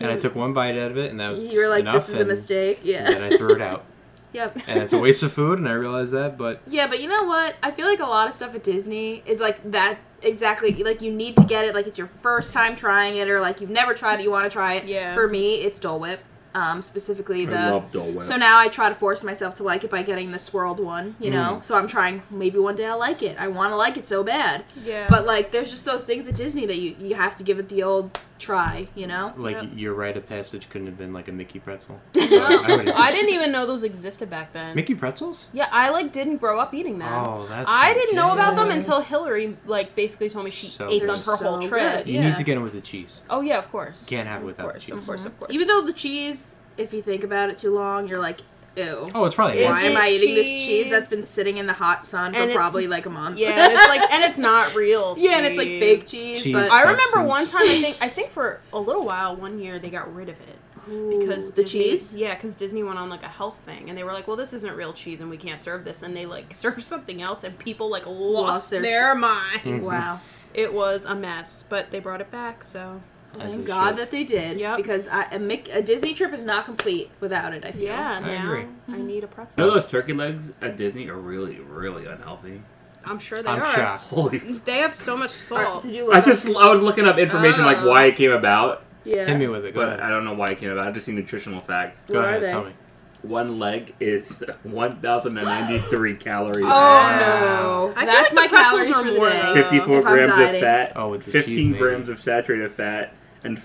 Speaker 4: and I took one bite out of it, and that was
Speaker 5: you were like,
Speaker 4: enough.
Speaker 5: this is a
Speaker 4: and-
Speaker 5: mistake? Yeah.
Speaker 4: And then I threw it out,
Speaker 5: yep.
Speaker 4: and it's a waste of food, and I realized that. But
Speaker 5: Yeah, but you know what? I feel like a lot of stuff at Disney is like that exactly. Like you need to get it. Like it's your first time trying it, or like you've never tried it, you want to try it.
Speaker 2: Yeah.
Speaker 5: For me, it's Dole Whip. Um, specifically the.
Speaker 3: I love Dole Whip.
Speaker 5: so now I try to force myself to like it by getting the swirled one, you know.
Speaker 3: Mm.
Speaker 5: So I'm trying. Maybe one day I'll like it. I want to like it so bad.
Speaker 2: Yeah.
Speaker 5: But like, there's just those things at Disney that you you have to give it the old try, you know?
Speaker 4: Like
Speaker 2: Yep.
Speaker 4: your rite of passage couldn't have been like a Mickey pretzel.
Speaker 5: No,
Speaker 4: would've-
Speaker 5: I didn't even know those existed back then.
Speaker 4: Mickey pretzels?
Speaker 5: Yeah, I like didn't grow up eating them.
Speaker 4: Oh, that's
Speaker 5: I didn't know
Speaker 4: fantastic.
Speaker 5: about them until Hillary like basically told me she
Speaker 4: So
Speaker 5: ate
Speaker 4: good.
Speaker 5: them her
Speaker 2: They're
Speaker 5: whole
Speaker 2: so
Speaker 5: trip.
Speaker 2: good.
Speaker 4: You
Speaker 5: yeah.
Speaker 4: need to get them with the cheese.
Speaker 5: Oh yeah, of course.
Speaker 4: Can't have it
Speaker 5: of
Speaker 4: without
Speaker 5: course,
Speaker 4: the cheese.
Speaker 5: Of course, of course.
Speaker 2: Even
Speaker 5: Even though the cheese, if you think about it too long, you're like, ew.
Speaker 4: Oh, it's probably
Speaker 2: Is
Speaker 5: Why
Speaker 4: wine.
Speaker 5: am
Speaker 2: it
Speaker 5: I eating this cheese
Speaker 2: cheese?
Speaker 5: that's been sitting in the hot sun for
Speaker 2: And it's-
Speaker 5: probably like a month?
Speaker 2: Yeah, and it's like, and it's not real.
Speaker 5: yeah, and it's like fake cheese.
Speaker 4: Cheese.
Speaker 5: But
Speaker 2: I
Speaker 5: I,
Speaker 2: remember one
Speaker 4: Substance.
Speaker 2: time. I think I think for a little while, one year they got rid of it. because
Speaker 5: because the
Speaker 2: Disney-
Speaker 5: cheese.
Speaker 2: yeah because disney went on like a health thing and they were like well this isn't real cheese and we can't serve this and they like served something else and people like lost,
Speaker 5: Lost
Speaker 2: their,
Speaker 5: their
Speaker 4: Mm.
Speaker 2: minds
Speaker 5: Wow.
Speaker 2: it was a mess but they brought it back so
Speaker 4: As
Speaker 5: Thank
Speaker 4: they
Speaker 5: God
Speaker 4: should.
Speaker 5: that they did.
Speaker 2: Yep.
Speaker 5: Because I, a, Mick, a Disney trip is not complete without it. I feel.
Speaker 2: yeah
Speaker 3: I
Speaker 2: now
Speaker 3: agree.
Speaker 2: i
Speaker 5: Mm-hmm.
Speaker 2: need a
Speaker 3: You know
Speaker 2: pretzel
Speaker 3: those turkey legs at Disney are really, really unhealthy.
Speaker 2: i'm sure they
Speaker 4: I'm
Speaker 2: are
Speaker 4: shocked.
Speaker 3: Holy! f-
Speaker 2: they have so much
Speaker 5: Or-
Speaker 2: salt
Speaker 5: did you?
Speaker 3: I
Speaker 5: look
Speaker 3: just
Speaker 5: up-
Speaker 3: I was looking up information like
Speaker 2: Oh.
Speaker 3: why it came about,
Speaker 5: yeah.
Speaker 4: Hit me with it. Go
Speaker 3: but I
Speaker 4: ahead.
Speaker 3: don't know why it came about. I just see nutritional facts.
Speaker 4: Go
Speaker 5: What are
Speaker 4: ahead.
Speaker 5: they?
Speaker 4: Tell me.
Speaker 3: One leg is 1,093 calories.
Speaker 5: Oh
Speaker 4: Wow.
Speaker 5: no!
Speaker 2: I feel like
Speaker 5: That's
Speaker 2: the
Speaker 5: my
Speaker 2: pretzels
Speaker 5: calories
Speaker 2: are
Speaker 5: for the
Speaker 2: more,
Speaker 5: day.
Speaker 2: though.
Speaker 3: 54
Speaker 5: If I'm
Speaker 3: grams of
Speaker 5: dieting.
Speaker 3: fat,
Speaker 4: Oh, with the
Speaker 3: 15
Speaker 4: cheese, maybe.
Speaker 3: grams of saturated fat, and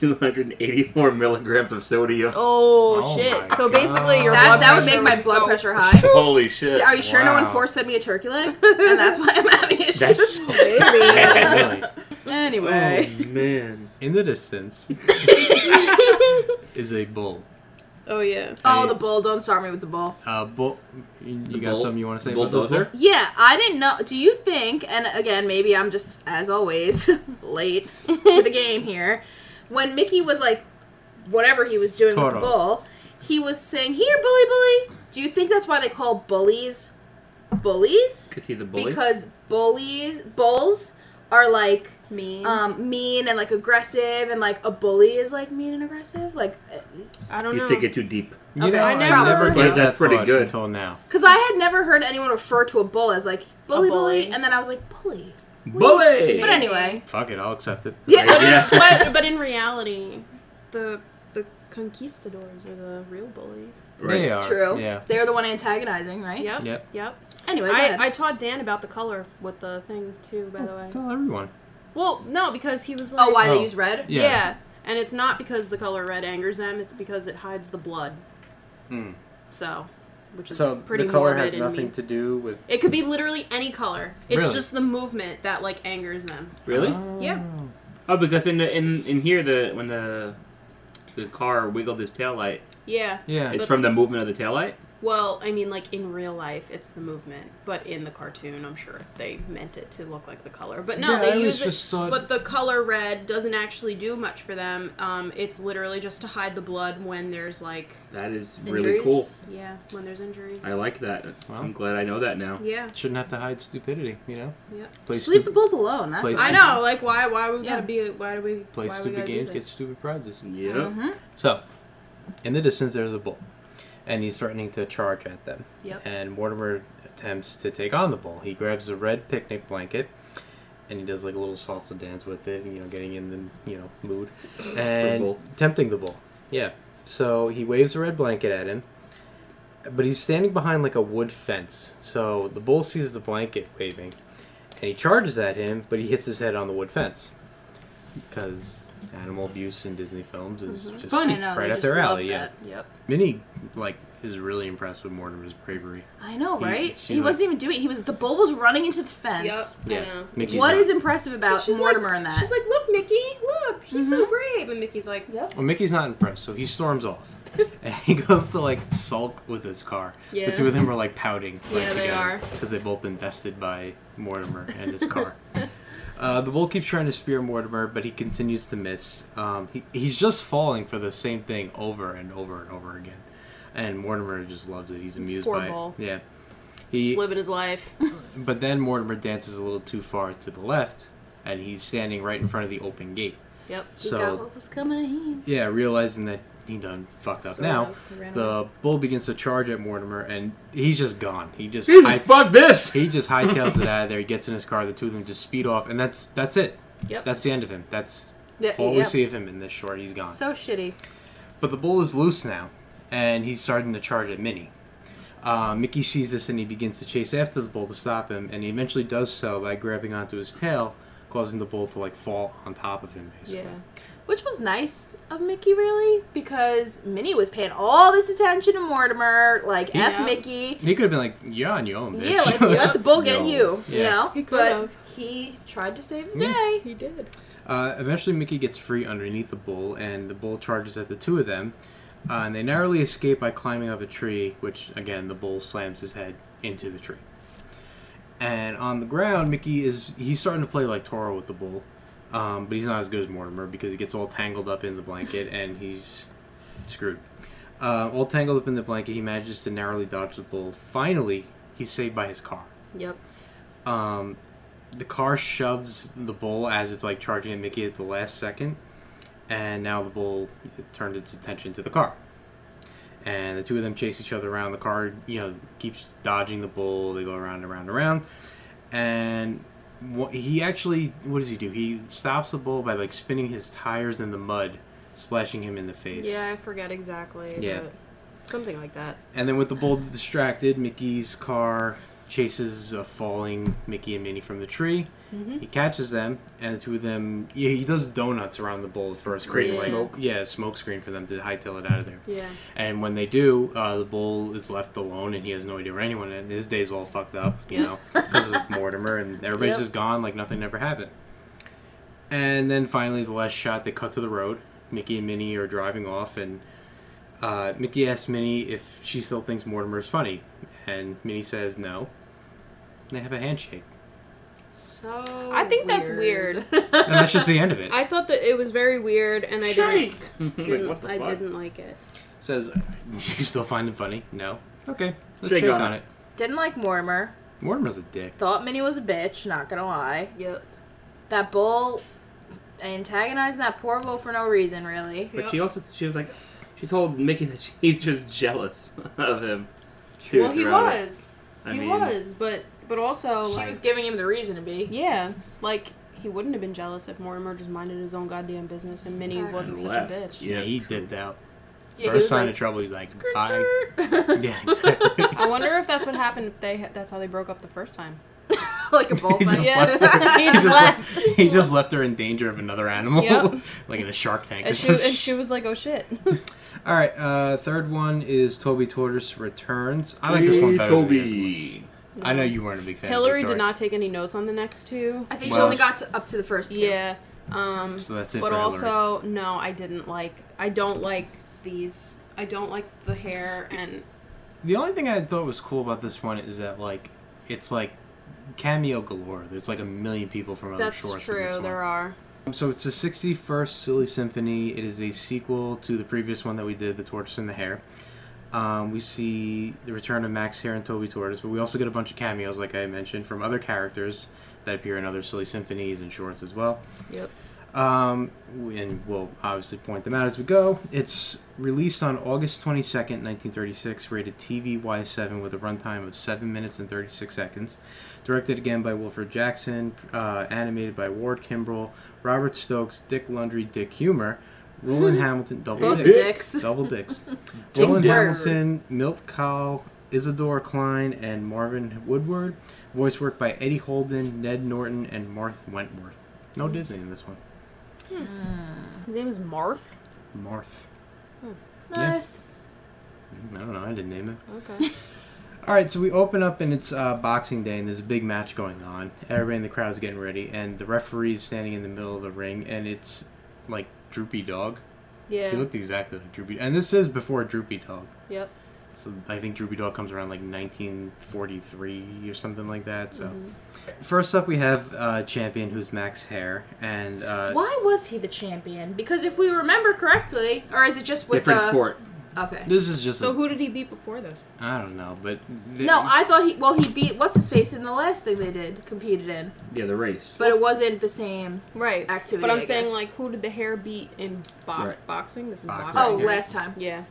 Speaker 3: 5,284 milligrams of sodium.
Speaker 2: oh,
Speaker 4: Oh
Speaker 2: shit
Speaker 4: my
Speaker 2: so basically your
Speaker 5: That,
Speaker 2: blood
Speaker 5: that would
Speaker 2: pressure
Speaker 5: make my
Speaker 2: just
Speaker 5: blood
Speaker 2: go-
Speaker 5: pressure high.
Speaker 3: Holy shit.
Speaker 5: Are you sure no one
Speaker 4: Wow.
Speaker 5: force fed me a turkey leg? and that's why I'm having issues.
Speaker 3: That's so
Speaker 5: Maybe.
Speaker 4: Oh, really?
Speaker 5: anyway.
Speaker 4: Oh,
Speaker 3: Oh, man.
Speaker 4: In the distance is a bull.
Speaker 2: oh yeah
Speaker 5: Oh, the bull! Don't start me with the bull.
Speaker 4: Uh, bull. You
Speaker 3: The
Speaker 4: got
Speaker 3: bull-
Speaker 4: something you want to say? about this
Speaker 3: Bulldozer?
Speaker 4: bull?
Speaker 5: Yeah, I didn't know. Do you think? And again, maybe I'm just as always late to the game here. When Mickey was like, whatever he was doing with
Speaker 4: Toro.
Speaker 5: the bull, he was saying, "Here, bully, bully." Do you think that's why they call bullies bullies?
Speaker 3: Could see the bully.
Speaker 5: Because bullies bulls are like
Speaker 2: me
Speaker 5: um mean and like aggressive and like a bully is like mean and aggressive like uh,
Speaker 2: i don't
Speaker 3: you
Speaker 2: know
Speaker 3: take it too deep.
Speaker 4: You
Speaker 5: Okay,
Speaker 4: know, I
Speaker 5: I never-
Speaker 4: never,
Speaker 5: But
Speaker 4: gave
Speaker 3: that's
Speaker 4: that
Speaker 3: pretty
Speaker 4: thought
Speaker 3: good.
Speaker 4: until now.
Speaker 5: because i had never heard anyone refer to a bull as like bully bully
Speaker 2: bully.
Speaker 5: and then i was like bully
Speaker 3: Bully!
Speaker 5: but anyway
Speaker 4: Fuck it, I'll accept it.
Speaker 5: yeah,
Speaker 3: Yeah.
Speaker 2: but, but in reality, the the conquistadors are the real bullies.
Speaker 3: Right.
Speaker 4: They are.
Speaker 5: true
Speaker 4: Yeah.
Speaker 5: they're the one antagonizing right
Speaker 2: Yep.
Speaker 4: Yep.
Speaker 2: Yep.
Speaker 5: anyway go ahead.
Speaker 2: I, I taught Dan about the color with the thing too, by the way.
Speaker 4: Tell everyone.
Speaker 2: Well, no, because he was like,
Speaker 5: oh why
Speaker 4: Oh.
Speaker 5: they use red
Speaker 4: Yeah.
Speaker 2: yeah. and it's not because the color red angers them; it's because it hides the blood.
Speaker 4: Mm.
Speaker 2: So, which is
Speaker 4: So
Speaker 2: pretty
Speaker 4: the color
Speaker 2: morbid
Speaker 4: has
Speaker 2: and
Speaker 4: nothing
Speaker 2: mean.
Speaker 4: to do with.
Speaker 2: It could be literally any color. It's
Speaker 4: Really?
Speaker 2: just the movement that like angers them.
Speaker 3: Really?
Speaker 2: Yeah.
Speaker 3: Oh, because in the, in in here the when the the car wiggled his taillight,
Speaker 2: Yeah.
Speaker 4: Yeah.
Speaker 3: it's
Speaker 2: But-
Speaker 3: from the movement of the taillight.
Speaker 2: Well, I mean, like in real life, it's the movement, but in the cartoon, I'm sure they meant it to look like the color. But no,
Speaker 4: Yeah, I
Speaker 2: they
Speaker 4: always
Speaker 2: use it.
Speaker 4: just thought-
Speaker 2: But the color red doesn't actually do much for them. Um, it's literally just to hide the blood when there's like,
Speaker 3: That is really
Speaker 5: Injuries?
Speaker 3: cool.
Speaker 2: yeah, when there's injuries.
Speaker 3: I like that.
Speaker 4: Wow.
Speaker 3: I'm glad I know that now.
Speaker 2: Yeah,
Speaker 4: Shouldn't have to hide stupidity, you know.
Speaker 2: yeah.
Speaker 4: Play
Speaker 5: just leave the
Speaker 4: stupid.
Speaker 5: bulls alone that's
Speaker 4: Place-
Speaker 5: all.
Speaker 2: I know. Like, why? Why we
Speaker 5: Yeah.
Speaker 2: gotta be? Why do we?
Speaker 4: Play
Speaker 2: why we
Speaker 4: stupid
Speaker 2: gotta do
Speaker 4: games, get
Speaker 2: this?
Speaker 4: stupid prizes.
Speaker 3: Yep.
Speaker 5: Uh-huh. Mm-hmm.
Speaker 4: So, in the distance, there's a bull, and he's threatening to charge at them.
Speaker 2: Yep.
Speaker 4: And Mortimer attempts to take on the bull. He grabs a red picnic blanket, and he does like a little salsa dance with it, you know, getting in the you know mood, and
Speaker 3: bull.
Speaker 4: tempting the bull. Yeah. So he waves a red blanket at him, but he's standing behind like a wood fence. So the bull sees the blanket waving, and he charges at him, but he hits his head on the wood fence because animal abuse in Disney films is just
Speaker 5: Mm-hmm. I know,
Speaker 4: right
Speaker 5: they
Speaker 4: up
Speaker 5: just
Speaker 4: their
Speaker 5: love
Speaker 4: alley. Yeah,
Speaker 5: that.
Speaker 2: Yep.
Speaker 4: Minnie like is really impressed with Mortimer's bravery.
Speaker 5: I know,
Speaker 4: He-
Speaker 5: right?
Speaker 4: she's
Speaker 5: He,
Speaker 4: like-
Speaker 5: wasn't even doing it. He was the bull was running into the
Speaker 2: Yep.
Speaker 5: fence.
Speaker 2: I know.
Speaker 4: Mickey's
Speaker 5: What
Speaker 4: not.
Speaker 5: is impressive about
Speaker 2: She's
Speaker 5: Mortimer
Speaker 2: like,
Speaker 5: in that?
Speaker 2: She's like, look, Mickey, look, he's so brave, and Mickey's like,
Speaker 5: Yep.
Speaker 4: Well, Mickey's not impressed, so he storms off, and he goes to like sulk with his car.
Speaker 2: Yeah.
Speaker 4: The two of them are like pouting. Like,
Speaker 2: Yeah, they are.
Speaker 4: because they've both been bested by Mortimer and his car. Uh, the bull keeps trying to spear Mortimer, but he continues to miss. Um, he, he's just falling for the same thing over and over and over again, and Mortimer just loves it. He's amused
Speaker 2: poor
Speaker 4: by
Speaker 2: bull.
Speaker 4: it. Yeah, he
Speaker 2: living his life.
Speaker 4: But then Mortimer dances a little too far to the left, and he's standing right in front of the open gate.
Speaker 2: yep.
Speaker 5: he got
Speaker 4: So
Speaker 5: what was coming to him.
Speaker 4: yeah, realizing that he done fucked up
Speaker 5: Sort
Speaker 4: now,
Speaker 5: of. He ran
Speaker 4: the bull begins to charge at Mortimer, and he's just gone. He just
Speaker 3: Jesus,
Speaker 4: high-
Speaker 3: fuck this!
Speaker 4: he just hightails it out of there. He gets in his car. The two of them just speed off, and that's that's it.
Speaker 2: Yep.
Speaker 4: That's the end of him. That's
Speaker 5: Yeah,
Speaker 4: all we
Speaker 5: yep.
Speaker 4: see of him in this short. He's gone.
Speaker 5: So shitty.
Speaker 4: But the bull is loose now, and he's starting to charge at Minnie. Uh, Mickey sees this and he begins to chase after the bull to stop him, and he eventually does so by grabbing onto his tail, causing the bull to like fall on top of him, basically.
Speaker 5: Yeah. Which was nice of Mickey, really, because Minnie was paying all this attention to Mortimer, like F
Speaker 2: Yeah.
Speaker 5: Mickey.
Speaker 4: He could have been like, "Yeah, on your own, bitch."
Speaker 5: Yeah, like let the bull get
Speaker 4: No.
Speaker 5: you, you
Speaker 4: Yeah.
Speaker 5: know?
Speaker 2: He
Speaker 5: but
Speaker 2: could've.
Speaker 5: he tried to save the
Speaker 4: Yeah.
Speaker 5: day.
Speaker 2: He did.
Speaker 4: Uh, eventually, Mickey gets free underneath the bull, and the bull charges at the two of them, uh, and they narrowly escape by climbing up a tree, which again the bull slams his head into the tree. And on the ground, Mickey is he's starting to play like Toro with the bull, um, but he's not as good as Mortimer because he gets all tangled up in the blanket and he's screwed. Uh, all tangled up in the blanket, he manages to narrowly dodge the bull. Finally, he's saved by his car
Speaker 5: Yep.
Speaker 4: um, the car shoves the bull as it's like charging at Mickey at the last second, and now the bull turned its attention to the car. And the two of them chase each other around. The car, you know, keeps dodging the bull. They go around and around and around. And wha- he actually, what does he do? He stops the bull by like spinning his tires in the mud, splashing him in the face.
Speaker 5: Yeah, I forget exactly.
Speaker 4: Yeah.
Speaker 5: But something like that.
Speaker 4: And then with the bull distracted, Mickey's car chases a falling Mickey and Minnie from the tree.
Speaker 5: Mm-hmm.
Speaker 4: He catches them, and the two of them. Yeah, he does donuts around the bull at first, creating
Speaker 5: Yeah.
Speaker 4: like
Speaker 5: Smoke.
Speaker 4: yeah, a smoke screen for them to hightail it out of there.
Speaker 5: Yeah.
Speaker 4: And when they do, uh, the bull is left alone, and he has no idea where anyone. is. And his day's all fucked up, you know, because of Mortimer, and everybody's
Speaker 5: Yep.
Speaker 4: just gone, like nothing ever happened. And then finally, the last shot, they cut to the road. Mickey and Minnie are driving off, and uh, Mickey asks Minnie if she still thinks Mortimer's funny, and Minnie says no. And they have a handshake,
Speaker 5: So
Speaker 2: I think that's weird.
Speaker 4: and that's just the end of it.
Speaker 5: I thought that it was very weird and I didn't,
Speaker 3: Like,
Speaker 5: didn't
Speaker 3: what the
Speaker 5: I
Speaker 3: fuck?
Speaker 5: didn't like it.
Speaker 4: Says, "You still find him funny? No. Okay, let's
Speaker 3: Shake
Speaker 4: shake
Speaker 3: on
Speaker 4: on it.
Speaker 5: Didn't like Mortimer.
Speaker 4: Mortimer's a dick.
Speaker 5: Thought Minnie was a bitch, not gonna lie.
Speaker 2: Yep.
Speaker 5: That bull antagonizing that poor bull for no reason, really.
Speaker 3: But she also she was like, she told Mickey that she's just jealous of him. too,
Speaker 2: Well, he
Speaker 3: throughout it.
Speaker 2: was.
Speaker 3: I
Speaker 2: he
Speaker 3: mean,
Speaker 2: was, but but also
Speaker 5: She
Speaker 2: like
Speaker 5: was giving him the reason to be.
Speaker 2: yeah, like he wouldn't have been jealous if Mortimer just minded his own goddamn business and Minnie
Speaker 5: Right.
Speaker 2: wasn't
Speaker 3: and
Speaker 2: such
Speaker 3: left.
Speaker 2: a bitch.
Speaker 4: Yeah,
Speaker 3: Yeah,
Speaker 4: he
Speaker 3: true.
Speaker 4: dipped out.
Speaker 5: Yeah, he
Speaker 4: First
Speaker 5: was
Speaker 4: sign
Speaker 5: like,
Speaker 4: of trouble, he's like,
Speaker 5: "Skirt,
Speaker 4: bye.
Speaker 5: skirt."
Speaker 4: Yeah, exactly.
Speaker 2: I wonder if that's what happened. If they that's how they broke up the first time.
Speaker 5: like a bull
Speaker 4: he
Speaker 5: fight.
Speaker 4: just
Speaker 5: Yeah.
Speaker 4: left her.
Speaker 2: He just
Speaker 4: left. he just left her in danger of another animal,
Speaker 2: Yep.
Speaker 4: like in a shark tank or
Speaker 2: And she,
Speaker 4: something.
Speaker 2: and she was like, "Oh shit!"
Speaker 4: All right, uh, third one is Toby Tortoise returns. I like this one
Speaker 3: Hey,
Speaker 4: better. than the other ones.
Speaker 3: Toby.
Speaker 4: I know you weren't a big fan. of
Speaker 2: Hillary did
Speaker 4: Victoria,
Speaker 2: not take any notes on the next two.
Speaker 5: I think she
Speaker 4: Well-
Speaker 5: only got to, up to the first two.
Speaker 2: Yeah. Um,
Speaker 4: So that's it.
Speaker 2: but
Speaker 4: for Hillary.
Speaker 2: also, no, I didn't like. I don't like these. I don't like the hair and
Speaker 4: the only thing I thought was cool about this one is that like it's like cameo galore. There's like a million people from other
Speaker 2: that's
Speaker 4: shorts. in
Speaker 2: true.
Speaker 4: this one.
Speaker 2: There are.
Speaker 4: So it's the 61st Silly Symphony. It is a sequel to the previous one that we did, The Tortoise and the Hare. Um, we see the return of Max Hare and Toby Tortoise, but we also get a bunch of cameos, like I mentioned, from other characters that appear in other Silly Symphonies and shorts as well.
Speaker 2: Yep.
Speaker 4: Um, and we'll obviously point them out as we go. It's released on August 22nd, 1936, rated TV Y7 with a runtime of 7 minutes and 36 seconds. Directed again by Wilfred Jackson, uh, animated by Ward Kimbrell, Robert Stokes, Dick Lundry, Dick Humor, Roland Hamilton, double
Speaker 5: Both
Speaker 4: dicks.
Speaker 5: dicks.
Speaker 4: Double dicks.
Speaker 5: Dicks
Speaker 4: Roland
Speaker 5: were-
Speaker 4: Hamilton, Milt Kyle, Isidore Klein, and Marvin Woodward. Voice work by Eddie Holden, Ned Norton, and Marth Wentworth. No Disney in this one.
Speaker 5: His name is Marth.
Speaker 4: Marth. Yeah.
Speaker 5: Marth.
Speaker 4: I don't know. I didn't name it.
Speaker 2: Okay.
Speaker 4: All right, so we open up and it's uh, Boxing Day and there's a big match going on. Everybody in the crowd's getting ready, and the referee is standing in the middle of the ring, and it's like Droopy Dog. He
Speaker 2: Yeah.
Speaker 4: looked exactly like Droopy, and this is before Droopy Dog.
Speaker 2: Yep.
Speaker 4: So I think Droopy Dog comes around like 1943 or something like that. So
Speaker 5: Mm-hmm.
Speaker 4: first up, we have uh, champion who's Max Hare, and uh,
Speaker 5: Why was he the champion? Because if we remember correctly, or is it just with
Speaker 3: Different
Speaker 5: the
Speaker 3: sport.
Speaker 5: Okay.
Speaker 4: this is just
Speaker 2: So
Speaker 4: a-
Speaker 2: who did he beat before this?
Speaker 4: I don't know, but
Speaker 5: No, I thought he. Well, he beat what's his face in the last thing they did competed in,
Speaker 3: Yeah, the race.
Speaker 5: but it wasn't the same.
Speaker 2: Right.
Speaker 5: Activity,
Speaker 2: But I'm
Speaker 5: I
Speaker 2: saying
Speaker 5: guess.
Speaker 2: like, who did the hair beat in bo-
Speaker 3: Right.
Speaker 2: boxing? This is
Speaker 4: Boxing.
Speaker 2: boxing.
Speaker 5: Oh,
Speaker 4: Yeah.
Speaker 5: last time.
Speaker 2: Yeah.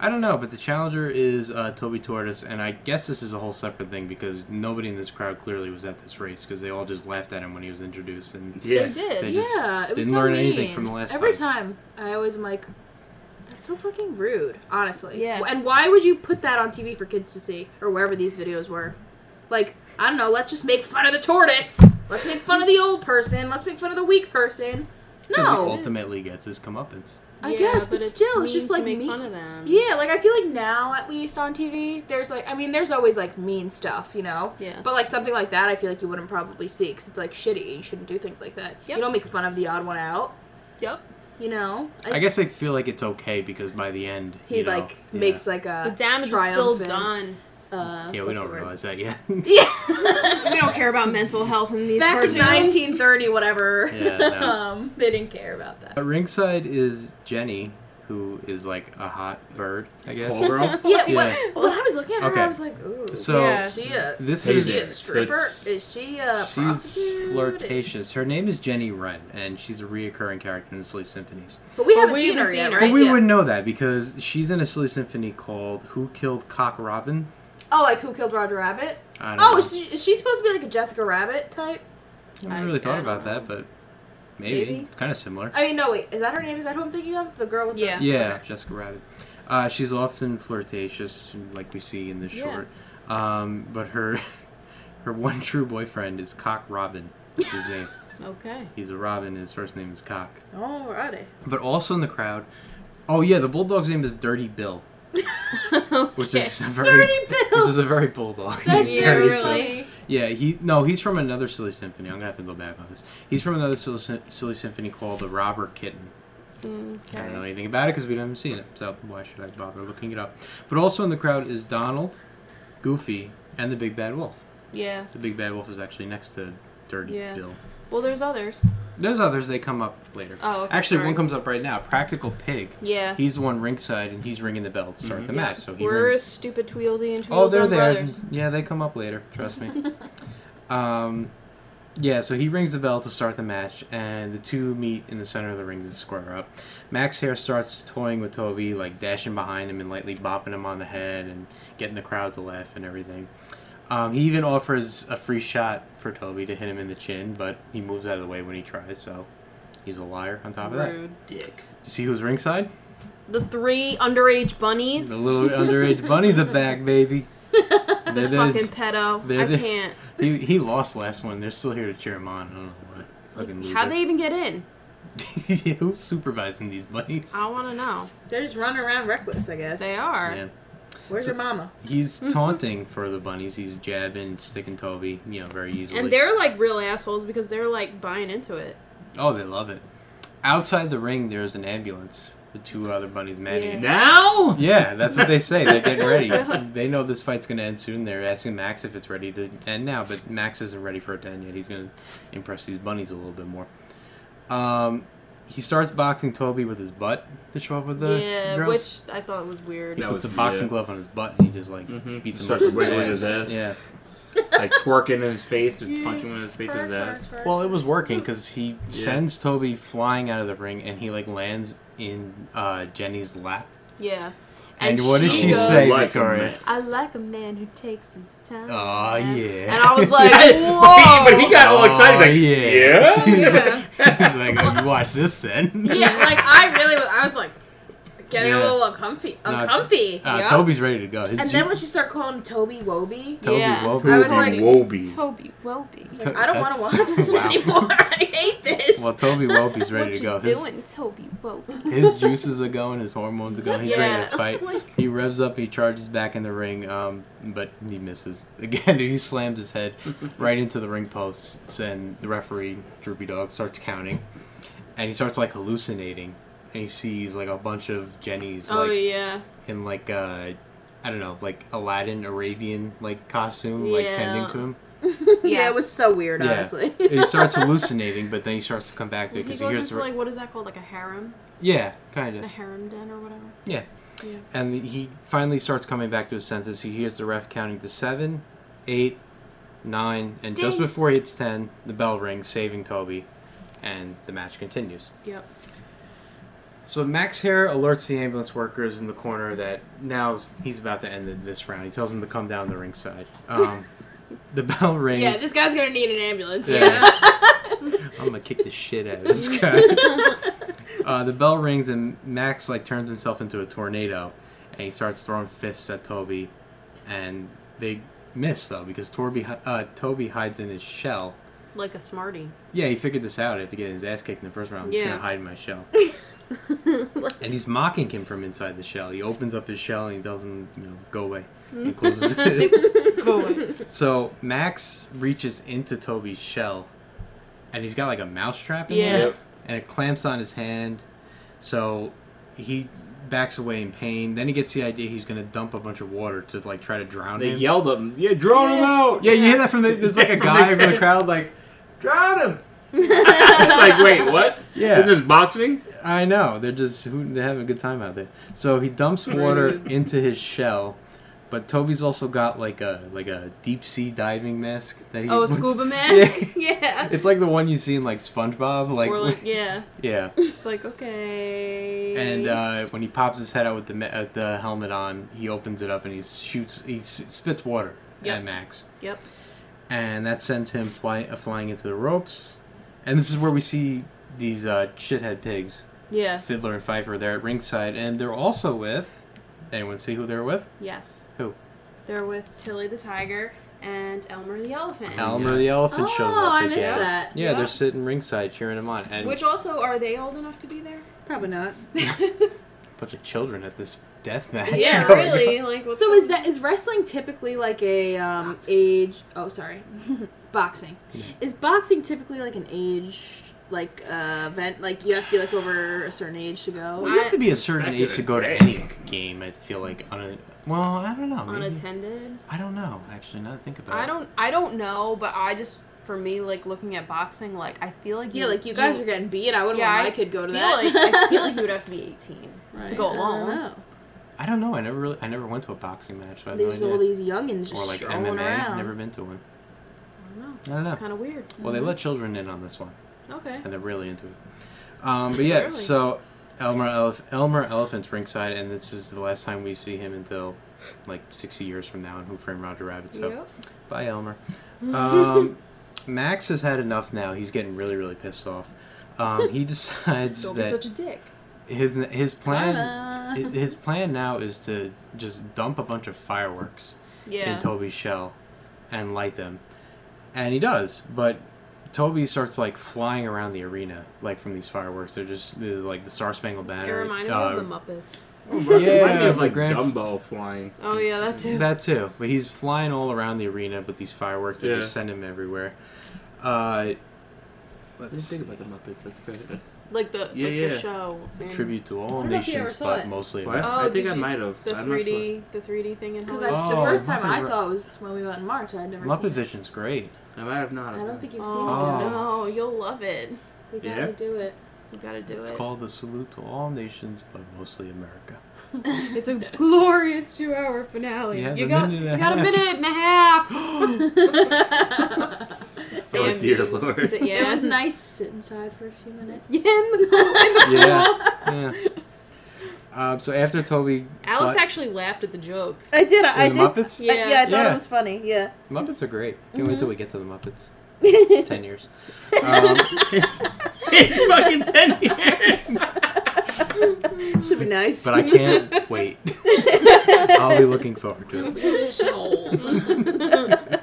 Speaker 4: I don't know, but the challenger is uh, Toby Tortoise, and I guess this is a whole separate thing because nobody in this crowd clearly was at this race because they all just laughed at him when he was introduced. And
Speaker 3: Yeah.
Speaker 5: They did.
Speaker 4: They just
Speaker 5: yeah. It was
Speaker 4: didn't
Speaker 5: so
Speaker 4: learn anything
Speaker 5: mean.
Speaker 4: from the last
Speaker 5: Every time, I always am like, that's so fucking rude. Honestly.
Speaker 2: Yeah.
Speaker 5: And why would you put that on TV for kids to see or wherever these videos were? Like, I don't know. Let's just make fun of the tortoise. Let's make fun of the old person. Let's make fun of the weak person.
Speaker 4: Because
Speaker 5: No,
Speaker 4: he ultimately gets his comeuppance.
Speaker 5: I guess, but, still, it's
Speaker 2: mean
Speaker 5: just
Speaker 2: to
Speaker 5: like
Speaker 2: make
Speaker 5: mean-
Speaker 2: fun of them.
Speaker 5: Yeah, like I feel like now, at least on TV, there's like, I mean, there's always like mean stuff, you know?
Speaker 2: Yeah.
Speaker 5: But like something like that, I feel like you wouldn't probably see because it's like shitty. You shouldn't do things like that.
Speaker 2: Yep.
Speaker 5: You don't make fun of the odd one out,
Speaker 2: Yep.
Speaker 5: you know?
Speaker 4: I guess I feel like it's okay because by the end
Speaker 5: He
Speaker 4: you know,
Speaker 5: like
Speaker 4: yeah.
Speaker 5: makes like a.
Speaker 2: The damage is still
Speaker 5: triumphant,
Speaker 2: done.
Speaker 5: Uh,
Speaker 4: Yeah, we
Speaker 5: what's
Speaker 4: don't
Speaker 5: the word?
Speaker 4: realize that yet.
Speaker 5: Yeah.
Speaker 2: We don't care about mental health in these
Speaker 5: Back
Speaker 2: cartoons.
Speaker 5: in 1930, whatever.
Speaker 4: Yeah, no.
Speaker 5: um, they didn't care about that.
Speaker 4: At ringside is Jenny, who is like a hot bird, I guess.
Speaker 3: Call girl.
Speaker 5: Yeah,
Speaker 4: Yeah.
Speaker 5: What, when I was looking at her,
Speaker 4: Okay.
Speaker 5: I was like, ooh.
Speaker 4: So
Speaker 2: Yeah.
Speaker 5: she a,
Speaker 4: this
Speaker 5: is
Speaker 4: is-
Speaker 5: she a
Speaker 3: So
Speaker 5: stripper?
Speaker 3: it's-
Speaker 5: Is she a
Speaker 4: she's
Speaker 5: prostitute?
Speaker 4: flirtatious. Her name is Jenny Wren, and she's a reoccurring character in the Silly Symphonies.
Speaker 5: But we
Speaker 2: But
Speaker 5: haven't
Speaker 2: we
Speaker 5: seen
Speaker 2: haven't
Speaker 5: her
Speaker 2: seen
Speaker 5: yet,
Speaker 2: her.
Speaker 5: right?
Speaker 4: But we
Speaker 5: Yeah.
Speaker 4: wouldn't know that because she's in a Silly Symphony called "Who Killed Cock Robin."
Speaker 5: Oh, like who killed Roger Rabbit?
Speaker 4: I don't
Speaker 5: Oh,
Speaker 4: know.
Speaker 5: is she, is she supposed to be like a Jessica Rabbit type?
Speaker 4: I
Speaker 2: I-
Speaker 4: haven't really
Speaker 2: I
Speaker 4: thought
Speaker 2: don't
Speaker 4: about that, but maybe,
Speaker 5: Maybe.
Speaker 4: it's kind of similar.
Speaker 5: I mean, no, wait. Is that her name? Is that who I'm thinking of? The girl with
Speaker 2: Yeah.
Speaker 5: the.
Speaker 4: Yeah, Jessica Rabbit. Uh, she's often flirtatious, like we see in the
Speaker 5: Yeah.
Speaker 4: short. Um, but her her one true boyfriend is Cock Robin. That's his name.
Speaker 2: Okay.
Speaker 4: He's a Robin. His first name is Cock.
Speaker 5: Alrighty.
Speaker 4: But also in the crowd, oh yeah, the bulldog's name is Dirty Bill, which is a very
Speaker 5: Dirty Bill!
Speaker 4: which is a very bulldog.
Speaker 5: That's
Speaker 4: Dirty
Speaker 2: Yeah,
Speaker 4: Bill.
Speaker 2: really.
Speaker 4: Yeah, he no, he's from another silly symphony. I'm gonna have to go back on this. He's from another silly, sym- silly symphony called the Robber Kitten. I don't know anything about it because we haven't seen it, so why should I bother looking it up? But also in the crowd is Donald, Goofy, and the Big Bad Wolf.
Speaker 2: Yeah.
Speaker 4: The Big Bad Wolf is actually next to Dirty
Speaker 2: Yeah.
Speaker 4: Bill.
Speaker 2: Well, there's others.
Speaker 4: There's others. They come up later.
Speaker 2: Oh, okay,
Speaker 4: actually,
Speaker 2: sorry.
Speaker 4: one comes up right now. Practical Pig.
Speaker 2: Yeah.
Speaker 4: He's the one ringside, and he's ringing the bell to start the
Speaker 2: Yeah.
Speaker 4: match. So he
Speaker 2: We're
Speaker 4: rings.
Speaker 2: a stupid Tweedledee and
Speaker 4: Oh,
Speaker 2: Tweedledum
Speaker 4: they're there.
Speaker 2: brothers.
Speaker 4: Yeah, they come up later. Trust me. um, yeah, so he rings the bell to start the match, and the two meet in the center of the ring to square up. Max Hare starts toying with Toby, like dashing behind him and lightly bopping him on the head and getting the crowd to laugh and everything. Um, he even offers a free shot for Toby to hit him in the chin, but he moves out of the way when he tries, so he's a liar on top of that.
Speaker 2: Rude.
Speaker 3: Dick.
Speaker 4: You see who's ringside?
Speaker 2: The three underage bunnies.
Speaker 4: The little underage bunnies are back, baby. They're-
Speaker 2: This
Speaker 4: they're-
Speaker 2: fucking pedo.
Speaker 4: they're-
Speaker 2: I
Speaker 4: they're-
Speaker 2: can't.
Speaker 4: He, he lost last one. They're still here to cheer him on. I don't know what. Fucking loser.
Speaker 2: How'd they even get in?
Speaker 4: yeah, who's supervising these bunnies?
Speaker 2: I want to know.
Speaker 5: They're just running around reckless, I guess.
Speaker 2: They are.
Speaker 4: Yeah.
Speaker 5: Where's
Speaker 4: So-
Speaker 5: your mama?
Speaker 4: He's taunting for the bunnies. He's jabbing, and sticking Toby, you know, very easily.
Speaker 2: And they're like real assholes because they're like buying into it.
Speaker 4: oh, they love it. Outside the ring, there's an ambulance with two other bunnies manning it.
Speaker 3: Now?
Speaker 4: Yeah, that's what they say. They're getting ready. they know this fight's going to end soon. They're asking Max if it's ready to end now, but Max isn't ready for it to end yet. He's going to impress these bunnies a little bit more. Um, he starts boxing Toby with his butt to show up with the
Speaker 2: yeah,
Speaker 4: girls.
Speaker 2: which I thought was weird.
Speaker 4: He
Speaker 3: That
Speaker 4: puts a
Speaker 3: was-
Speaker 4: boxing
Speaker 3: yeah.
Speaker 4: glove on his butt and Mm-hmm. he just like
Speaker 3: Mhm.
Speaker 4: beats him up
Speaker 3: Starts
Speaker 4: with
Speaker 3: wiggling
Speaker 4: his
Speaker 3: his
Speaker 4: ass.
Speaker 3: ass.
Speaker 4: Yeah.
Speaker 3: Like twerking in his face, just punching him in his face with his ass.
Speaker 4: Well, it was working because he sends Toby flying out of the ring and he like lands in uh, Jenny's lap.
Speaker 2: Yeah.
Speaker 4: And what did she
Speaker 2: goes,
Speaker 4: say,
Speaker 3: Like,
Speaker 4: Victoria?
Speaker 3: man.
Speaker 2: I like a man who takes his time.
Speaker 4: Oh yeah.
Speaker 2: And I was like,
Speaker 3: I-
Speaker 2: whoa.
Speaker 3: but he got all excited.
Speaker 4: Oh,
Speaker 3: Like, yeah.
Speaker 4: yeah. He's
Speaker 5: Yeah.
Speaker 4: like, oh, you watch this then.
Speaker 5: yeah, like I really was. I was like getting a
Speaker 4: Yeah.
Speaker 5: little uncomfy.
Speaker 4: No,
Speaker 5: Uncomfy.
Speaker 4: Uh,
Speaker 2: Yeah.
Speaker 4: Toby's ready to go. His
Speaker 5: and
Speaker 4: Jeep-
Speaker 5: then when she started calling him Toby Woby,
Speaker 4: Toby
Speaker 2: Yeah.
Speaker 4: Wobe's
Speaker 5: I was
Speaker 4: name-
Speaker 5: like-
Speaker 3: Woby.
Speaker 2: Toby Welby.
Speaker 4: To-
Speaker 5: I don't want to
Speaker 4: that's-
Speaker 5: watch this
Speaker 4: wow.
Speaker 5: anymore. I hate this.
Speaker 4: Well, Toby Wobe's ready
Speaker 2: What
Speaker 4: to
Speaker 2: you
Speaker 4: go. His-
Speaker 2: doing, Toby Welby?
Speaker 4: his juices are going, his hormones are going. He's ready
Speaker 2: Yeah. Oh
Speaker 4: to fight. He revs up, he charges back in the ring, um, but he misses again. He slams his head right into the ring posts, and the referee, Droopy Dog, starts counting, and he starts like hallucinating, and he sees like a bunch of Jennies
Speaker 2: Oh
Speaker 4: like
Speaker 2: yeah.
Speaker 4: in like uh, I don't know, like Aladdin Arabian like costume, like
Speaker 2: Yeah.
Speaker 4: tending to him.
Speaker 5: Yeah, it
Speaker 2: Yes.
Speaker 5: was so weird,
Speaker 4: Yeah.
Speaker 5: honestly.
Speaker 4: he starts hallucinating, but then he starts to come back to
Speaker 2: He
Speaker 4: it because
Speaker 2: goes
Speaker 4: he, hears
Speaker 2: into
Speaker 4: the
Speaker 2: like what is that called? Like a harem,
Speaker 4: yeah, kind of.
Speaker 2: a harem den or whatever.
Speaker 4: Yeah.
Speaker 2: Yeah.
Speaker 4: And he finally starts coming back to his senses. He hears the ref counting to seven, eight, nine, and just
Speaker 2: Ding.
Speaker 4: before he hits ten, the bell rings, saving Toby, and the match continues.
Speaker 2: Yep.
Speaker 4: So Max Hare alerts the ambulance workers in the corner that now he's about to end this round. He tells them to come down the ringside. Um, the bell rings.
Speaker 5: Yeah, this guy's gonna need an ambulance.
Speaker 4: I'm gonna kick the shit out of this guy. uh, the bell rings and Max like turns himself into a tornado, and he starts throwing fists at Toby, and they miss though because Torby, hi- uh, Toby hides in his shell,
Speaker 2: like a smarty.
Speaker 4: Yeah, he figured this out after getting his ass kicked in the first round. I'm just
Speaker 2: Yeah.
Speaker 4: gonna hide in my shell. and he's mocking him from inside the shell. He opens up his shell and he tells him, you know, go away. He closes it. so Max reaches into Toby's shell, and he's got like a mouse trap in
Speaker 2: Yeah.
Speaker 4: there, and it clamps on his hand. So he backs away in pain. Then he gets the idea he's gonna dump a bunch of water to like try to drown
Speaker 3: They
Speaker 4: him.
Speaker 3: yelled at him. Yeah, drone him out.
Speaker 4: Yeah, you hear that from the there's like
Speaker 3: From
Speaker 4: a
Speaker 3: the
Speaker 4: guy from the
Speaker 3: tent.
Speaker 4: crowd like, drown him.
Speaker 3: it's like, wait, what?
Speaker 4: Yeah.
Speaker 3: This is boxing?
Speaker 4: I know. They're just who- they're having a good time out there. So he dumps water into his shell, but Toby's also got like a like a deep sea diving mask that he
Speaker 2: Oh, a
Speaker 4: puts-
Speaker 2: scuba mask.
Speaker 4: Yeah.
Speaker 2: yeah.
Speaker 4: It's like the one you see in like SpongeBob, like,
Speaker 2: Or like, yeah.
Speaker 4: yeah.
Speaker 2: It's like okay.
Speaker 4: And uh, when he pops his head out with the ma- uh, the helmet on, he opens it up and he shoots he s- spits water
Speaker 2: Yep.
Speaker 4: at Max,
Speaker 2: yep.
Speaker 4: and that sends him fly, uh, flying into the ropes. And this is where we see these uh, shithead pigs.
Speaker 2: Yeah.
Speaker 4: Fiddler and Pfeiffer there at ringside, and they're also with. Anyone see who they're with?
Speaker 2: Yes.
Speaker 4: Who?
Speaker 2: They're with Tilly the tiger and Elmer the elephant.
Speaker 4: Elmer the elephant shows
Speaker 5: Oh,
Speaker 4: up.
Speaker 5: I
Speaker 4: again.
Speaker 5: missed that.
Speaker 4: Yeah,
Speaker 2: Yeah.
Speaker 4: they're sitting ringside cheering him on, and
Speaker 2: Which also are they old enough to be there?
Speaker 5: Probably not.
Speaker 4: a bunch of children at this death match.
Speaker 2: yeah,
Speaker 4: going on.
Speaker 2: really. Like what's
Speaker 5: So is
Speaker 2: going-
Speaker 5: that is wrestling typically like a um, age? Oh, sorry, boxing. Is boxing typically like an age like uh, event? Like you have to be like over a certain age to go.
Speaker 4: Well, you have to be a certain
Speaker 3: Back in
Speaker 4: age to
Speaker 3: the
Speaker 4: go to
Speaker 3: day.
Speaker 4: any game. I feel like on a. Well, I don't know. Maybe.
Speaker 2: unattended?
Speaker 4: I don't know. Actually, now that I think about it.
Speaker 2: I don't. I don't know, but I just for me like looking at boxing, like I feel like
Speaker 5: yeah, like you guys are getting beat. I wouldn't
Speaker 2: Yeah,
Speaker 5: want
Speaker 2: I
Speaker 5: my kid go to
Speaker 2: feel
Speaker 5: that.
Speaker 2: Like, I feel like you would have to be 18 to
Speaker 5: Right,
Speaker 2: go
Speaker 5: I don't
Speaker 2: alone.
Speaker 5: know.
Speaker 4: I don't know. I never really. I never went to a boxing match. So I have no
Speaker 5: There's
Speaker 4: idea.
Speaker 5: all these youngins just
Speaker 4: or like
Speaker 5: strolling
Speaker 4: MMA.
Speaker 5: around.
Speaker 4: Never been to one.
Speaker 2: I don't know.
Speaker 4: I don't know.
Speaker 2: It's kind of weird.
Speaker 4: Well, they let children in on this one.
Speaker 2: Okay.
Speaker 4: and they're really into it. Um, but yeah,
Speaker 2: Really?
Speaker 4: so Elmer Elef- Elmer Elephant's ringside, and this is the last time we see him until like sixty years from now in Who Framed Roger Rabbit. So
Speaker 2: Yep.
Speaker 4: bye, Elmer. Um, Max has had enough now. He's getting really really pissed off. Um, he decides
Speaker 2: Don't be
Speaker 4: that
Speaker 2: such a dick.
Speaker 4: his his plan
Speaker 5: Ta-da.
Speaker 4: hi- his plan now is to just dump a bunch of fireworks in
Speaker 2: Yeah.
Speaker 4: Toby's shell and light them. And he does, but Toby starts like flying around the arena, like from these fireworks. They're just there's like the Star Spangled
Speaker 2: It
Speaker 4: Banner.
Speaker 2: reminded
Speaker 4: uh,
Speaker 2: me of the Muppets.
Speaker 3: Oh, It reminded me
Speaker 4: Yeah,
Speaker 3: of like
Speaker 4: the grand-
Speaker 3: Dumbo flying.
Speaker 2: Oh yeah, that too.
Speaker 4: that too. But he's flying all around the arena with these fireworks. They just
Speaker 3: Yeah.
Speaker 4: send him everywhere. Uh, let's
Speaker 3: Let's
Speaker 4: see.
Speaker 3: think about the Muppets. That's great. That's
Speaker 2: like the
Speaker 3: Yeah,
Speaker 2: like
Speaker 3: yeah.
Speaker 2: the show. thing.
Speaker 4: Tribute to all
Speaker 5: don't know if you ever
Speaker 4: nations,
Speaker 5: saw
Speaker 4: but
Speaker 5: it.
Speaker 4: mostly.
Speaker 3: what?
Speaker 4: America.
Speaker 2: Oh,
Speaker 3: I think
Speaker 2: did
Speaker 3: I
Speaker 2: you-
Speaker 3: might have.
Speaker 2: The
Speaker 3: I'm not sure.
Speaker 2: 3D, the 3D thing in
Speaker 5: Because
Speaker 2: Hollywood.
Speaker 4: I-
Speaker 5: the
Speaker 4: Oh,
Speaker 5: first time I
Speaker 4: Muppet-
Speaker 5: saw it was when we went in March. I'd never
Speaker 4: Muppet
Speaker 5: seen it.
Speaker 4: Vision's great.
Speaker 3: I might have not.
Speaker 5: I don't think you've seen
Speaker 2: Oh,
Speaker 5: it.
Speaker 4: Oh.
Speaker 2: no, you'll love it.
Speaker 5: We
Speaker 3: Yeah.
Speaker 5: gotta do it.
Speaker 2: You gotta do
Speaker 4: It's
Speaker 2: it.
Speaker 4: called the Salute to All Nations, but mostly America.
Speaker 2: It's a glorious two-hour finale.
Speaker 4: You have
Speaker 2: you
Speaker 4: a
Speaker 2: got
Speaker 4: minute and
Speaker 2: you
Speaker 4: a
Speaker 2: got a
Speaker 4: half.
Speaker 2: minute and a half.
Speaker 3: Oh
Speaker 2: Sam,
Speaker 3: dear
Speaker 2: you-
Speaker 3: lord.
Speaker 2: Sit- yeah,
Speaker 5: It was nice to sit inside for a few minutes.
Speaker 2: Yeah, in the cool- in the
Speaker 4: yeah. yeah. Um, so after Toby,
Speaker 2: Alex
Speaker 4: fly-
Speaker 2: actually laughed at the jokes.
Speaker 5: I did. I
Speaker 4: the
Speaker 5: did.
Speaker 4: Muppets?
Speaker 5: I- Yeah. I, thought
Speaker 4: Yeah.
Speaker 5: it was funny. Yeah.
Speaker 4: Muppets are great. Can't wait till we get to the Muppets. Ten years. Um,
Speaker 3: fucking ten years.
Speaker 5: Should be nice.
Speaker 4: But I can't wait. I'll be looking forward to it.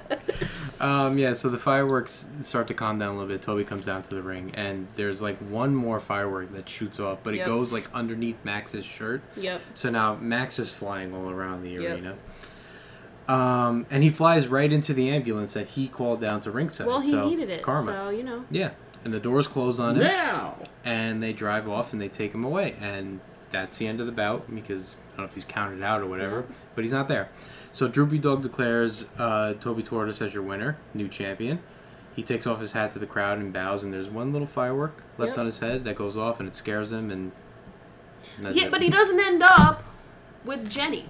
Speaker 4: Um, yeah, so the fireworks start to calm down a little bit. Toby comes down to the ring, and there's like one more firework that shoots off, but it
Speaker 2: Yep.
Speaker 4: goes like underneath Max's shirt.
Speaker 2: Yep.
Speaker 4: So now Max is flying all around the
Speaker 2: Yep.
Speaker 4: arena. Um, and he flies right into the ambulance that he called down to ringside.
Speaker 2: Well, he
Speaker 4: so,
Speaker 2: needed it,
Speaker 4: Karma.
Speaker 2: so you know.
Speaker 4: Yeah. And the doors close on him.
Speaker 3: now.
Speaker 4: and they drive off and they take him away and that's the end of the bout because I don't know if he's counted out or whatever, but he's not there. So Droopy Dog declares uh, Toby Tortoise as your winner, new champion. He takes off his hat to the crowd and bows, and there's one little firework left
Speaker 2: Yep.
Speaker 4: on his head that goes off and it scares him. And and that's
Speaker 2: Yeah,
Speaker 4: it.
Speaker 2: but he doesn't end up with Jenny.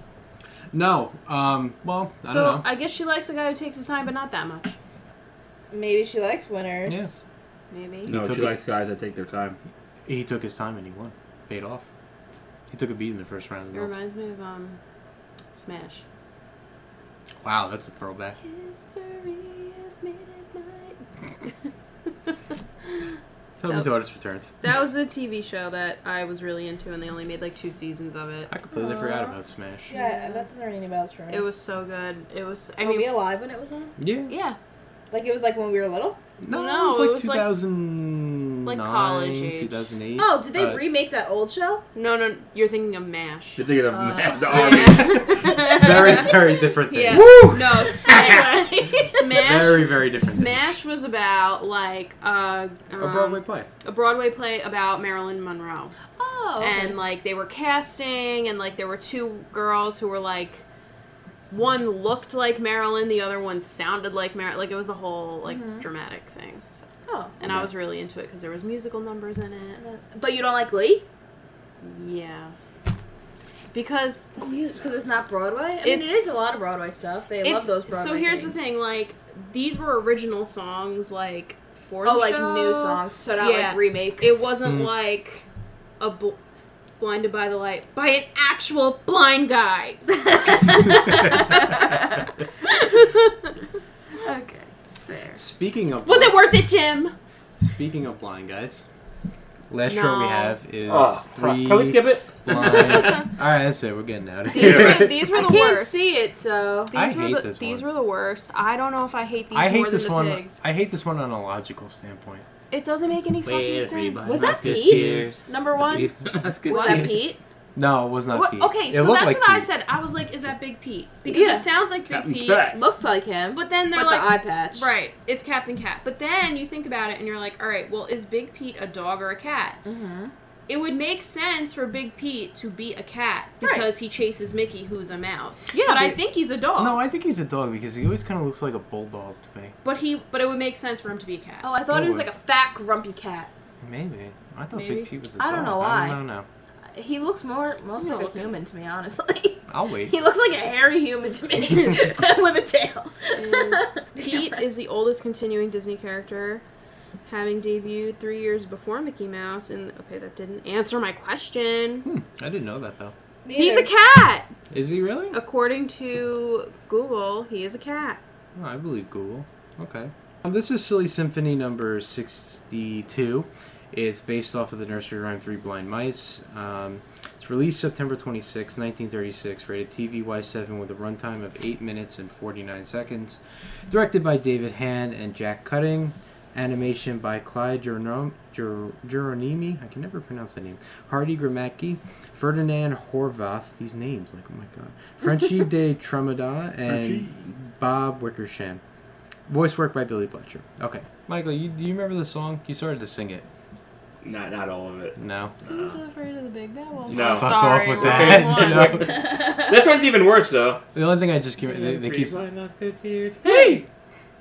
Speaker 4: no, um, well, I don't
Speaker 2: So
Speaker 4: know.
Speaker 2: I guess she likes the guy who takes his time, but not that much.
Speaker 5: Maybe she likes winners.
Speaker 4: Yeah.
Speaker 2: Maybe.
Speaker 3: No,
Speaker 4: took
Speaker 3: she
Speaker 4: it.
Speaker 3: likes guys that take their time.
Speaker 4: he took his time and he won, paid off. He took a beat in the first round. Of
Speaker 2: It
Speaker 4: the belt.
Speaker 2: reminds me of um, Smash.
Speaker 4: wow, that's a throwback.
Speaker 2: History is made at night.
Speaker 4: Toby
Speaker 2: That-
Speaker 4: Tortoise returns.
Speaker 2: That was a TV show that I was really into, and they only made like two seasons of it.
Speaker 4: I completely forgot about Smash.
Speaker 5: Yeah, that doesn't ring any bells for me.
Speaker 2: It was so good. It was. I
Speaker 5: Were we
Speaker 2: mean,
Speaker 5: alive when it was on?
Speaker 4: Yeah.
Speaker 2: yeah,
Speaker 5: Like it was like when we were little.
Speaker 4: No,
Speaker 2: No,
Speaker 4: it was
Speaker 2: it
Speaker 4: like
Speaker 2: was, like-
Speaker 4: 2009,
Speaker 2: like college age.
Speaker 4: 2008.
Speaker 5: Oh, did they
Speaker 4: Uh,
Speaker 5: remake that old show?
Speaker 2: No, no, you're thinking of Mash.
Speaker 3: You're thinking of Mad Dog.
Speaker 4: Very, very different things.
Speaker 2: Yes. No, Smash. Smash.
Speaker 4: Very, very different
Speaker 2: Smash
Speaker 4: things.
Speaker 2: was about like uh, um,
Speaker 4: A Broadway play.
Speaker 2: a Broadway play about Marilyn Monroe,
Speaker 5: Oh, okay.
Speaker 2: and like they were casting, and like there were two girls who were like, one looked like Marilyn, the other one sounded like Marilyn. Like it was a whole like dramatic thing. So,
Speaker 5: oh,
Speaker 2: and I was really into it because there was musical numbers in it.
Speaker 5: but you don't like Glee
Speaker 2: Yeah, because
Speaker 5: because it's not Broadway. I mean, it
Speaker 2: It's-
Speaker 5: is a lot of Broadway stuff. They love
Speaker 2: it's-
Speaker 5: those Broadway.
Speaker 2: so here's
Speaker 5: things.
Speaker 2: the thing: like these were original songs, like for
Speaker 5: Oh,
Speaker 2: the
Speaker 5: like
Speaker 2: show.
Speaker 5: new songs, so not
Speaker 2: Yeah.
Speaker 5: like remakes.
Speaker 2: It wasn't
Speaker 4: Mm.
Speaker 2: like a bl- blinded by the light by an actual blind guy.
Speaker 5: okay. Fair.
Speaker 4: Speaking of
Speaker 2: Was it worth it, Jim?
Speaker 4: Speaking of blind guys, last show we
Speaker 2: No.
Speaker 4: have is
Speaker 3: Oh, fuck.
Speaker 4: three.
Speaker 3: Can we skip it?
Speaker 4: blind. All right, that's it. We're getting out of
Speaker 2: These
Speaker 4: here.
Speaker 2: were, these were
Speaker 5: I
Speaker 2: the
Speaker 5: can't
Speaker 2: worst.
Speaker 5: see it, so
Speaker 2: These
Speaker 4: I
Speaker 2: were
Speaker 4: hate
Speaker 2: the,
Speaker 4: this
Speaker 2: These
Speaker 4: one.
Speaker 2: were the worst. I don't know if I hate these
Speaker 4: I
Speaker 2: more
Speaker 4: hate this
Speaker 2: than
Speaker 4: one.
Speaker 2: the pigs.
Speaker 4: I hate this one on a logical standpoint.
Speaker 2: It doesn't make any fucking sense.
Speaker 5: Was that Pete? Number one. Was
Speaker 3: Was
Speaker 5: that Pete?
Speaker 4: No, it was not
Speaker 2: What-
Speaker 4: Pete.
Speaker 2: okay,
Speaker 4: It
Speaker 2: so
Speaker 4: looked
Speaker 2: that's
Speaker 4: like
Speaker 2: what I
Speaker 4: Pete.
Speaker 2: said. I was like, "Is that Big Pete?" Because
Speaker 5: Yeah.
Speaker 2: it sounds like Big
Speaker 3: Captain
Speaker 2: Pete,
Speaker 3: Cat.
Speaker 5: Looked like him, but
Speaker 2: but then they're
Speaker 5: with
Speaker 2: like,
Speaker 5: the eye patch.
Speaker 2: Right, it's Captain Cat. But then you think about it and you're like, all right, well, is Big Pete a dog or a cat? Mm-hmm. It would make sense for Big Pete to be a cat
Speaker 5: Right.
Speaker 2: because he chases Mickey, who's a mouse.
Speaker 5: Yeah.
Speaker 2: but I
Speaker 4: See-
Speaker 2: think he's a dog.
Speaker 4: No, I think he's a dog because he always kind of looks like a bulldog to me.
Speaker 2: but he, but it would make sense for him to be a cat.
Speaker 5: Oh, I thought he was like
Speaker 4: Forward.
Speaker 5: a fat, grumpy cat.
Speaker 4: Maybe I thought
Speaker 2: Maybe.
Speaker 4: Big Pete was a dog.
Speaker 5: I don't know
Speaker 4: I
Speaker 5: why.
Speaker 4: don't know.
Speaker 5: He looks more, most
Speaker 2: Yeah,
Speaker 5: like a
Speaker 2: look at
Speaker 5: human to me, honestly.
Speaker 4: I'll wait.
Speaker 5: He looks like a hairy human to me with a tail.
Speaker 2: Pete is the oldest continuing Disney character, having debuted three years before Mickey Mouse. And okay, that didn't answer my question.
Speaker 4: Hmm, I didn't know that though.
Speaker 2: He's a cat,
Speaker 4: Is he really?
Speaker 2: according to Google. He is a cat.
Speaker 4: Oh, I believe Google. Okay. Um, This is Silly Symphony number 62. It's based off of the nursery rhyme Three Blind Mice. Um, it's released September 26, 1936, rated TVY 7 with a runtime of 8 minutes and 49 seconds. Directed by David Hand and Jack Cutting. Animation by Clyde Geron- Ger- Geronimi. I can never pronounce that name. Hardy Gramatki. Ferdinand Horvath. These names, like, oh my god. Frenchie de Tremada
Speaker 3: Frenchie.
Speaker 4: and Bob Wickersham. Voice work by Billy Butcher. Okay. Michael, you, do you remember the song? You started to sing it.
Speaker 3: Not, not all of it.
Speaker 4: No.
Speaker 5: Who's afraid of the big devil?
Speaker 3: No.
Speaker 4: Fuck
Speaker 2: Sorry,
Speaker 4: off with
Speaker 2: wrong
Speaker 4: that.
Speaker 2: one.
Speaker 4: you know?
Speaker 3: That's why it's even worse, though.
Speaker 4: The only thing I just keep. They, they
Speaker 3: Three
Speaker 4: keep.
Speaker 3: blind musketeers. Hey!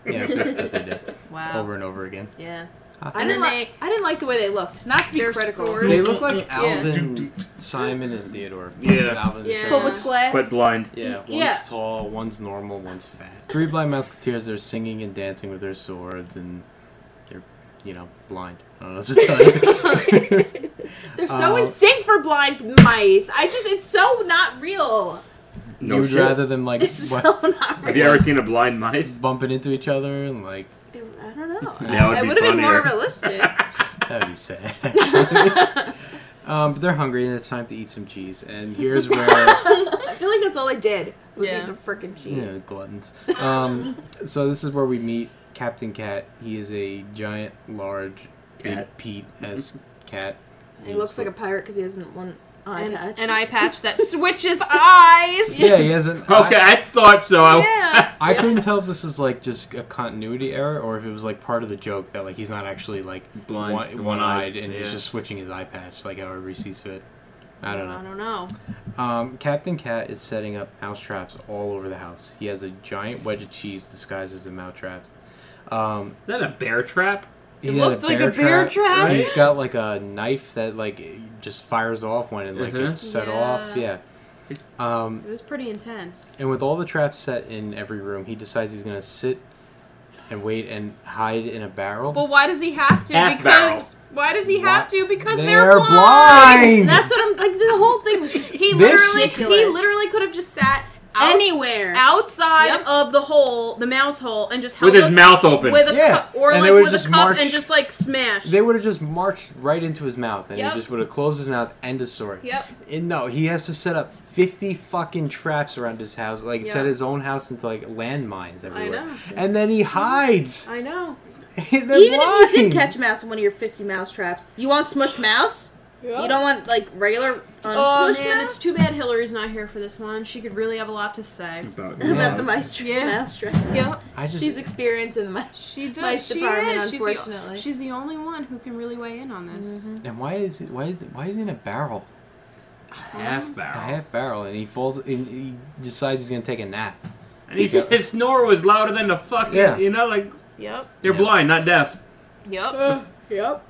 Speaker 4: Yeah, that's what they did.
Speaker 2: Wow.
Speaker 4: Over and over again.
Speaker 2: Yeah.
Speaker 5: I didn't like. I didn't like the way they looked. Not to be
Speaker 2: Their
Speaker 5: critical,
Speaker 2: swords.
Speaker 4: They look like
Speaker 2: Yeah.
Speaker 4: Alvin, Simon, and Theodore.
Speaker 3: Yeah.
Speaker 4: Alvin and
Speaker 2: Yeah.
Speaker 4: Simon.
Speaker 5: but with glass.
Speaker 3: But blind.
Speaker 4: Yeah, one's
Speaker 5: Yeah.
Speaker 4: tall, one's normal, one's fat. Three blind musketeers are singing and dancing with their swords, and they're, you know, blind. I don't know what to tell you.
Speaker 5: They're so
Speaker 4: Uh,
Speaker 5: in sync for blind mice. I just, it's so not real.
Speaker 3: No
Speaker 4: you would
Speaker 3: shit.
Speaker 4: rather them like
Speaker 5: It's
Speaker 4: bu-
Speaker 5: so not real.
Speaker 3: Have you ever seen a blind mice?
Speaker 4: bumping into each other and like
Speaker 5: I don't know.
Speaker 3: That would
Speaker 5: I
Speaker 3: be
Speaker 5: would have been more
Speaker 3: funnier.
Speaker 5: realistic.
Speaker 4: that'd be sad. actually. um, but they're hungry and it's time to eat some cheese. And here's where.
Speaker 5: I feel like that's all I did was
Speaker 2: Yeah.
Speaker 5: eat the freaking cheese.
Speaker 4: Yeah, gluttons. Um, so this is where we meet Captain Cat. He is a giant, large, big
Speaker 3: Cat.
Speaker 4: Pete-esque cat.
Speaker 5: He looks like a pirate because he hasn't one eye
Speaker 2: an,
Speaker 5: patch.
Speaker 2: an eye patch that switches eyes.
Speaker 4: Yeah, he has an.
Speaker 3: Okay, I, thought so.
Speaker 2: Yeah.
Speaker 4: I, I couldn't tell if this was like just a continuity error or if it was like part of the joke that like he's not actually like
Speaker 3: Blind,
Speaker 4: one,
Speaker 3: one-eyed,
Speaker 4: one-eyed and
Speaker 3: yeah.
Speaker 4: he's just switching his eye patch like however he sees fit. I don't know.
Speaker 2: I don't know.
Speaker 4: Um, Captain Cat is setting up mousetraps all over the house. He has a giant wedge of cheese disguised as a mousetrap. Um,
Speaker 3: Is that a bear trap?
Speaker 4: He
Speaker 2: It
Speaker 4: had
Speaker 2: looked like a bear trap.
Speaker 4: He's got like a knife that like just fires off when it like
Speaker 3: Mhm.
Speaker 4: gets set
Speaker 2: Mm-hmm. Yeah.
Speaker 4: off. Yeah. Um,
Speaker 2: It was pretty intense.
Speaker 4: and with all the traps set in every room, he decides he's gonna sit and wait and hide in a barrel.
Speaker 2: Well, why does he have to?
Speaker 3: Half
Speaker 2: because why does he have to? Because they're,
Speaker 4: blind.
Speaker 5: That's what I'm like. The whole thing was just
Speaker 2: He
Speaker 4: This-
Speaker 2: literally he
Speaker 5: Ridiculous.
Speaker 2: literally could have just sat outs-
Speaker 5: Anywhere.
Speaker 2: outside
Speaker 5: Yep.
Speaker 2: of the hole, the mouse hole, and just held
Speaker 3: With his
Speaker 2: a-
Speaker 3: mouth open.
Speaker 2: with a
Speaker 4: Yeah.
Speaker 2: cup or
Speaker 4: And they
Speaker 2: like
Speaker 4: would've
Speaker 2: with a
Speaker 4: just
Speaker 2: cup and
Speaker 4: marched-
Speaker 2: just like smashed.
Speaker 4: They would have just marched right into his mouth, and
Speaker 2: Yep.
Speaker 4: he just would have closed his mouth. End of story.
Speaker 2: Yep.
Speaker 4: And no, he has to set up fifty fucking traps around his house. Like set
Speaker 2: Yeah.
Speaker 4: his own house into like landmines everywhere.
Speaker 2: know.
Speaker 4: And then he hides.
Speaker 2: I know.
Speaker 4: Even
Speaker 5: Even if you did catch a mouse in one of your 50 mouse traps, you want smushed mouse? You don't want, like, regular
Speaker 2: Oh
Speaker 5: unsmushed
Speaker 2: man,
Speaker 5: mouse?
Speaker 2: it's too bad Hillary's not here for this one. She could really have a lot to say.
Speaker 3: About,
Speaker 5: About the mice, tra-
Speaker 2: Yeah.
Speaker 5: mouse trap.
Speaker 2: Yep,
Speaker 4: I just
Speaker 5: She's experiencing the mouse.
Speaker 2: she does.
Speaker 5: Mice
Speaker 2: she
Speaker 5: department,
Speaker 2: is. She's the-
Speaker 5: unfortunately. Mm-hmm.
Speaker 2: She's the, only one who can really weigh in on this.
Speaker 4: and why is it why is it, why is he in a barrel?
Speaker 3: half
Speaker 4: A
Speaker 3: barrel.
Speaker 4: half barrel, and he falls. And he decides he's gonna take a nap.
Speaker 3: and he said his snore was louder than the fucking.
Speaker 4: Yeah.
Speaker 3: You know, like
Speaker 2: Yep,
Speaker 3: they're
Speaker 4: Yeah.
Speaker 3: blind, not deaf.
Speaker 2: yep, yep.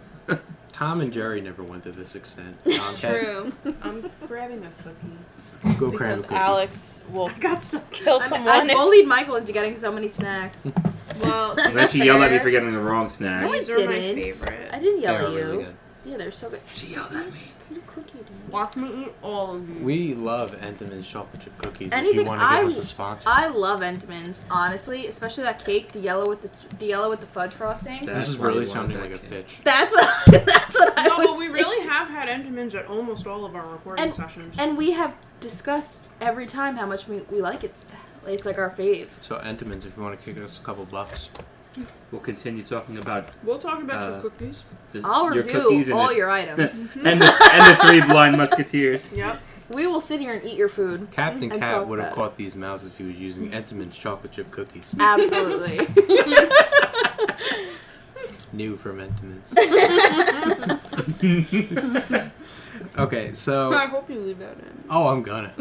Speaker 4: Tom and Jerry never went to this extent. Okay,
Speaker 2: True. I'm grabbing a cookie
Speaker 4: go grab a
Speaker 2: because
Speaker 4: cookie.
Speaker 2: Alex will
Speaker 5: Got so
Speaker 2: kill
Speaker 5: I'm-
Speaker 2: someone.
Speaker 5: I bullied Michael into getting so many snacks.
Speaker 2: well, to be
Speaker 3: Then she yelled at me
Speaker 2: fair-
Speaker 3: for getting the wrong snack.
Speaker 2: No,
Speaker 5: I
Speaker 2: These are my
Speaker 5: didn't.
Speaker 2: favorite.
Speaker 5: I didn't yell
Speaker 4: They
Speaker 5: at
Speaker 4: were
Speaker 5: you.
Speaker 4: really good.
Speaker 5: Yeah, they're so good. She yelled at me.
Speaker 2: Watch me eat all of you.
Speaker 4: We love Entenmann's chocolate chip cookies. if
Speaker 5: Anything
Speaker 4: you want to
Speaker 5: I-
Speaker 4: give us a sponsor,
Speaker 5: I love Entenmann's, honestly, especially that cake, the yellow with the the yellow with the fudge frosting.
Speaker 3: That-
Speaker 4: this
Speaker 3: That's
Speaker 4: is
Speaker 3: why
Speaker 4: really
Speaker 3: we want
Speaker 4: sounding
Speaker 3: that
Speaker 4: like a
Speaker 3: kid.
Speaker 4: bitch.
Speaker 5: That's what that's what I
Speaker 2: No,
Speaker 5: was
Speaker 2: but we really
Speaker 5: thinking.
Speaker 2: have had Entenmann's at almost all of our recording sessions.
Speaker 5: and we have discussed every time how much we, we like it. It's like our fave.
Speaker 4: So Entenmann's, if you want to kick us a couple bucks,
Speaker 3: We'll continue talking about
Speaker 2: we'll talk about
Speaker 3: uh,
Speaker 2: your cookies.
Speaker 3: the,
Speaker 5: I'll
Speaker 3: your
Speaker 5: review
Speaker 3: cookies and
Speaker 5: all
Speaker 3: the,
Speaker 5: your items.
Speaker 3: and, the, and the three blind musketeers.
Speaker 2: Yep.
Speaker 5: we will sit here and eat your food.
Speaker 4: Captain
Speaker 5: And
Speaker 4: Cat
Speaker 5: talk
Speaker 4: would have
Speaker 5: about it.
Speaker 4: caught these mouses if he was using Entenmann's chocolate chip cookies,
Speaker 5: Absolutely.
Speaker 4: new from Entenmann's. okay, so
Speaker 2: I hope you leave that in.
Speaker 4: oh, I'm gonna,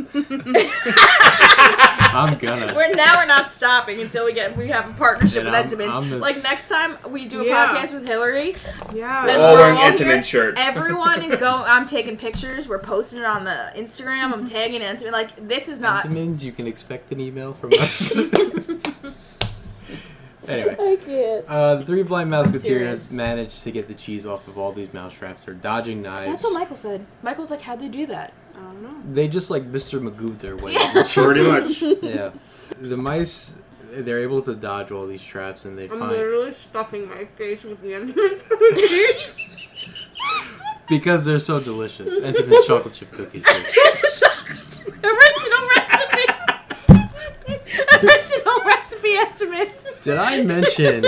Speaker 4: I'm gonna.
Speaker 5: we're now we're not stopping until we get we have a partnership
Speaker 4: And
Speaker 5: with
Speaker 4: I'm-
Speaker 5: Entenmann's.
Speaker 4: I'm the
Speaker 5: Like
Speaker 4: s-
Speaker 5: next time we do a
Speaker 2: Yeah.
Speaker 5: podcast with Hillary,
Speaker 2: Yeah.
Speaker 5: Then
Speaker 3: All
Speaker 5: we're
Speaker 3: wearing
Speaker 5: all here.
Speaker 3: Entenmann shirts.
Speaker 5: Everyone is going. I'm taking pictures. We're posting it on the Instagram. I'm tagging it. Into, like this is not.
Speaker 4: Entenmann's, you can expect an email from us. anyway.
Speaker 5: I can't.
Speaker 4: Uh, the three blind
Speaker 5: serious.
Speaker 4: mouseketeers managed to get the cheese off of all these mousetraps. They're dodging knives.
Speaker 5: That's what Michael said. Michael's like, how'd they do that?
Speaker 2: I don't know.
Speaker 4: they just like Mr. Magoo their way.
Speaker 5: Yeah.
Speaker 3: Pretty much.
Speaker 4: yeah. The mice, they're able to dodge all these traps and they
Speaker 2: I'm
Speaker 4: find.
Speaker 2: literally stuffing my face with the Entenmann's cookies.
Speaker 4: Because they're so delicious. Entenmann chocolate chip cookies.
Speaker 5: Original recipe. Original recipe estimates.
Speaker 4: Did I mention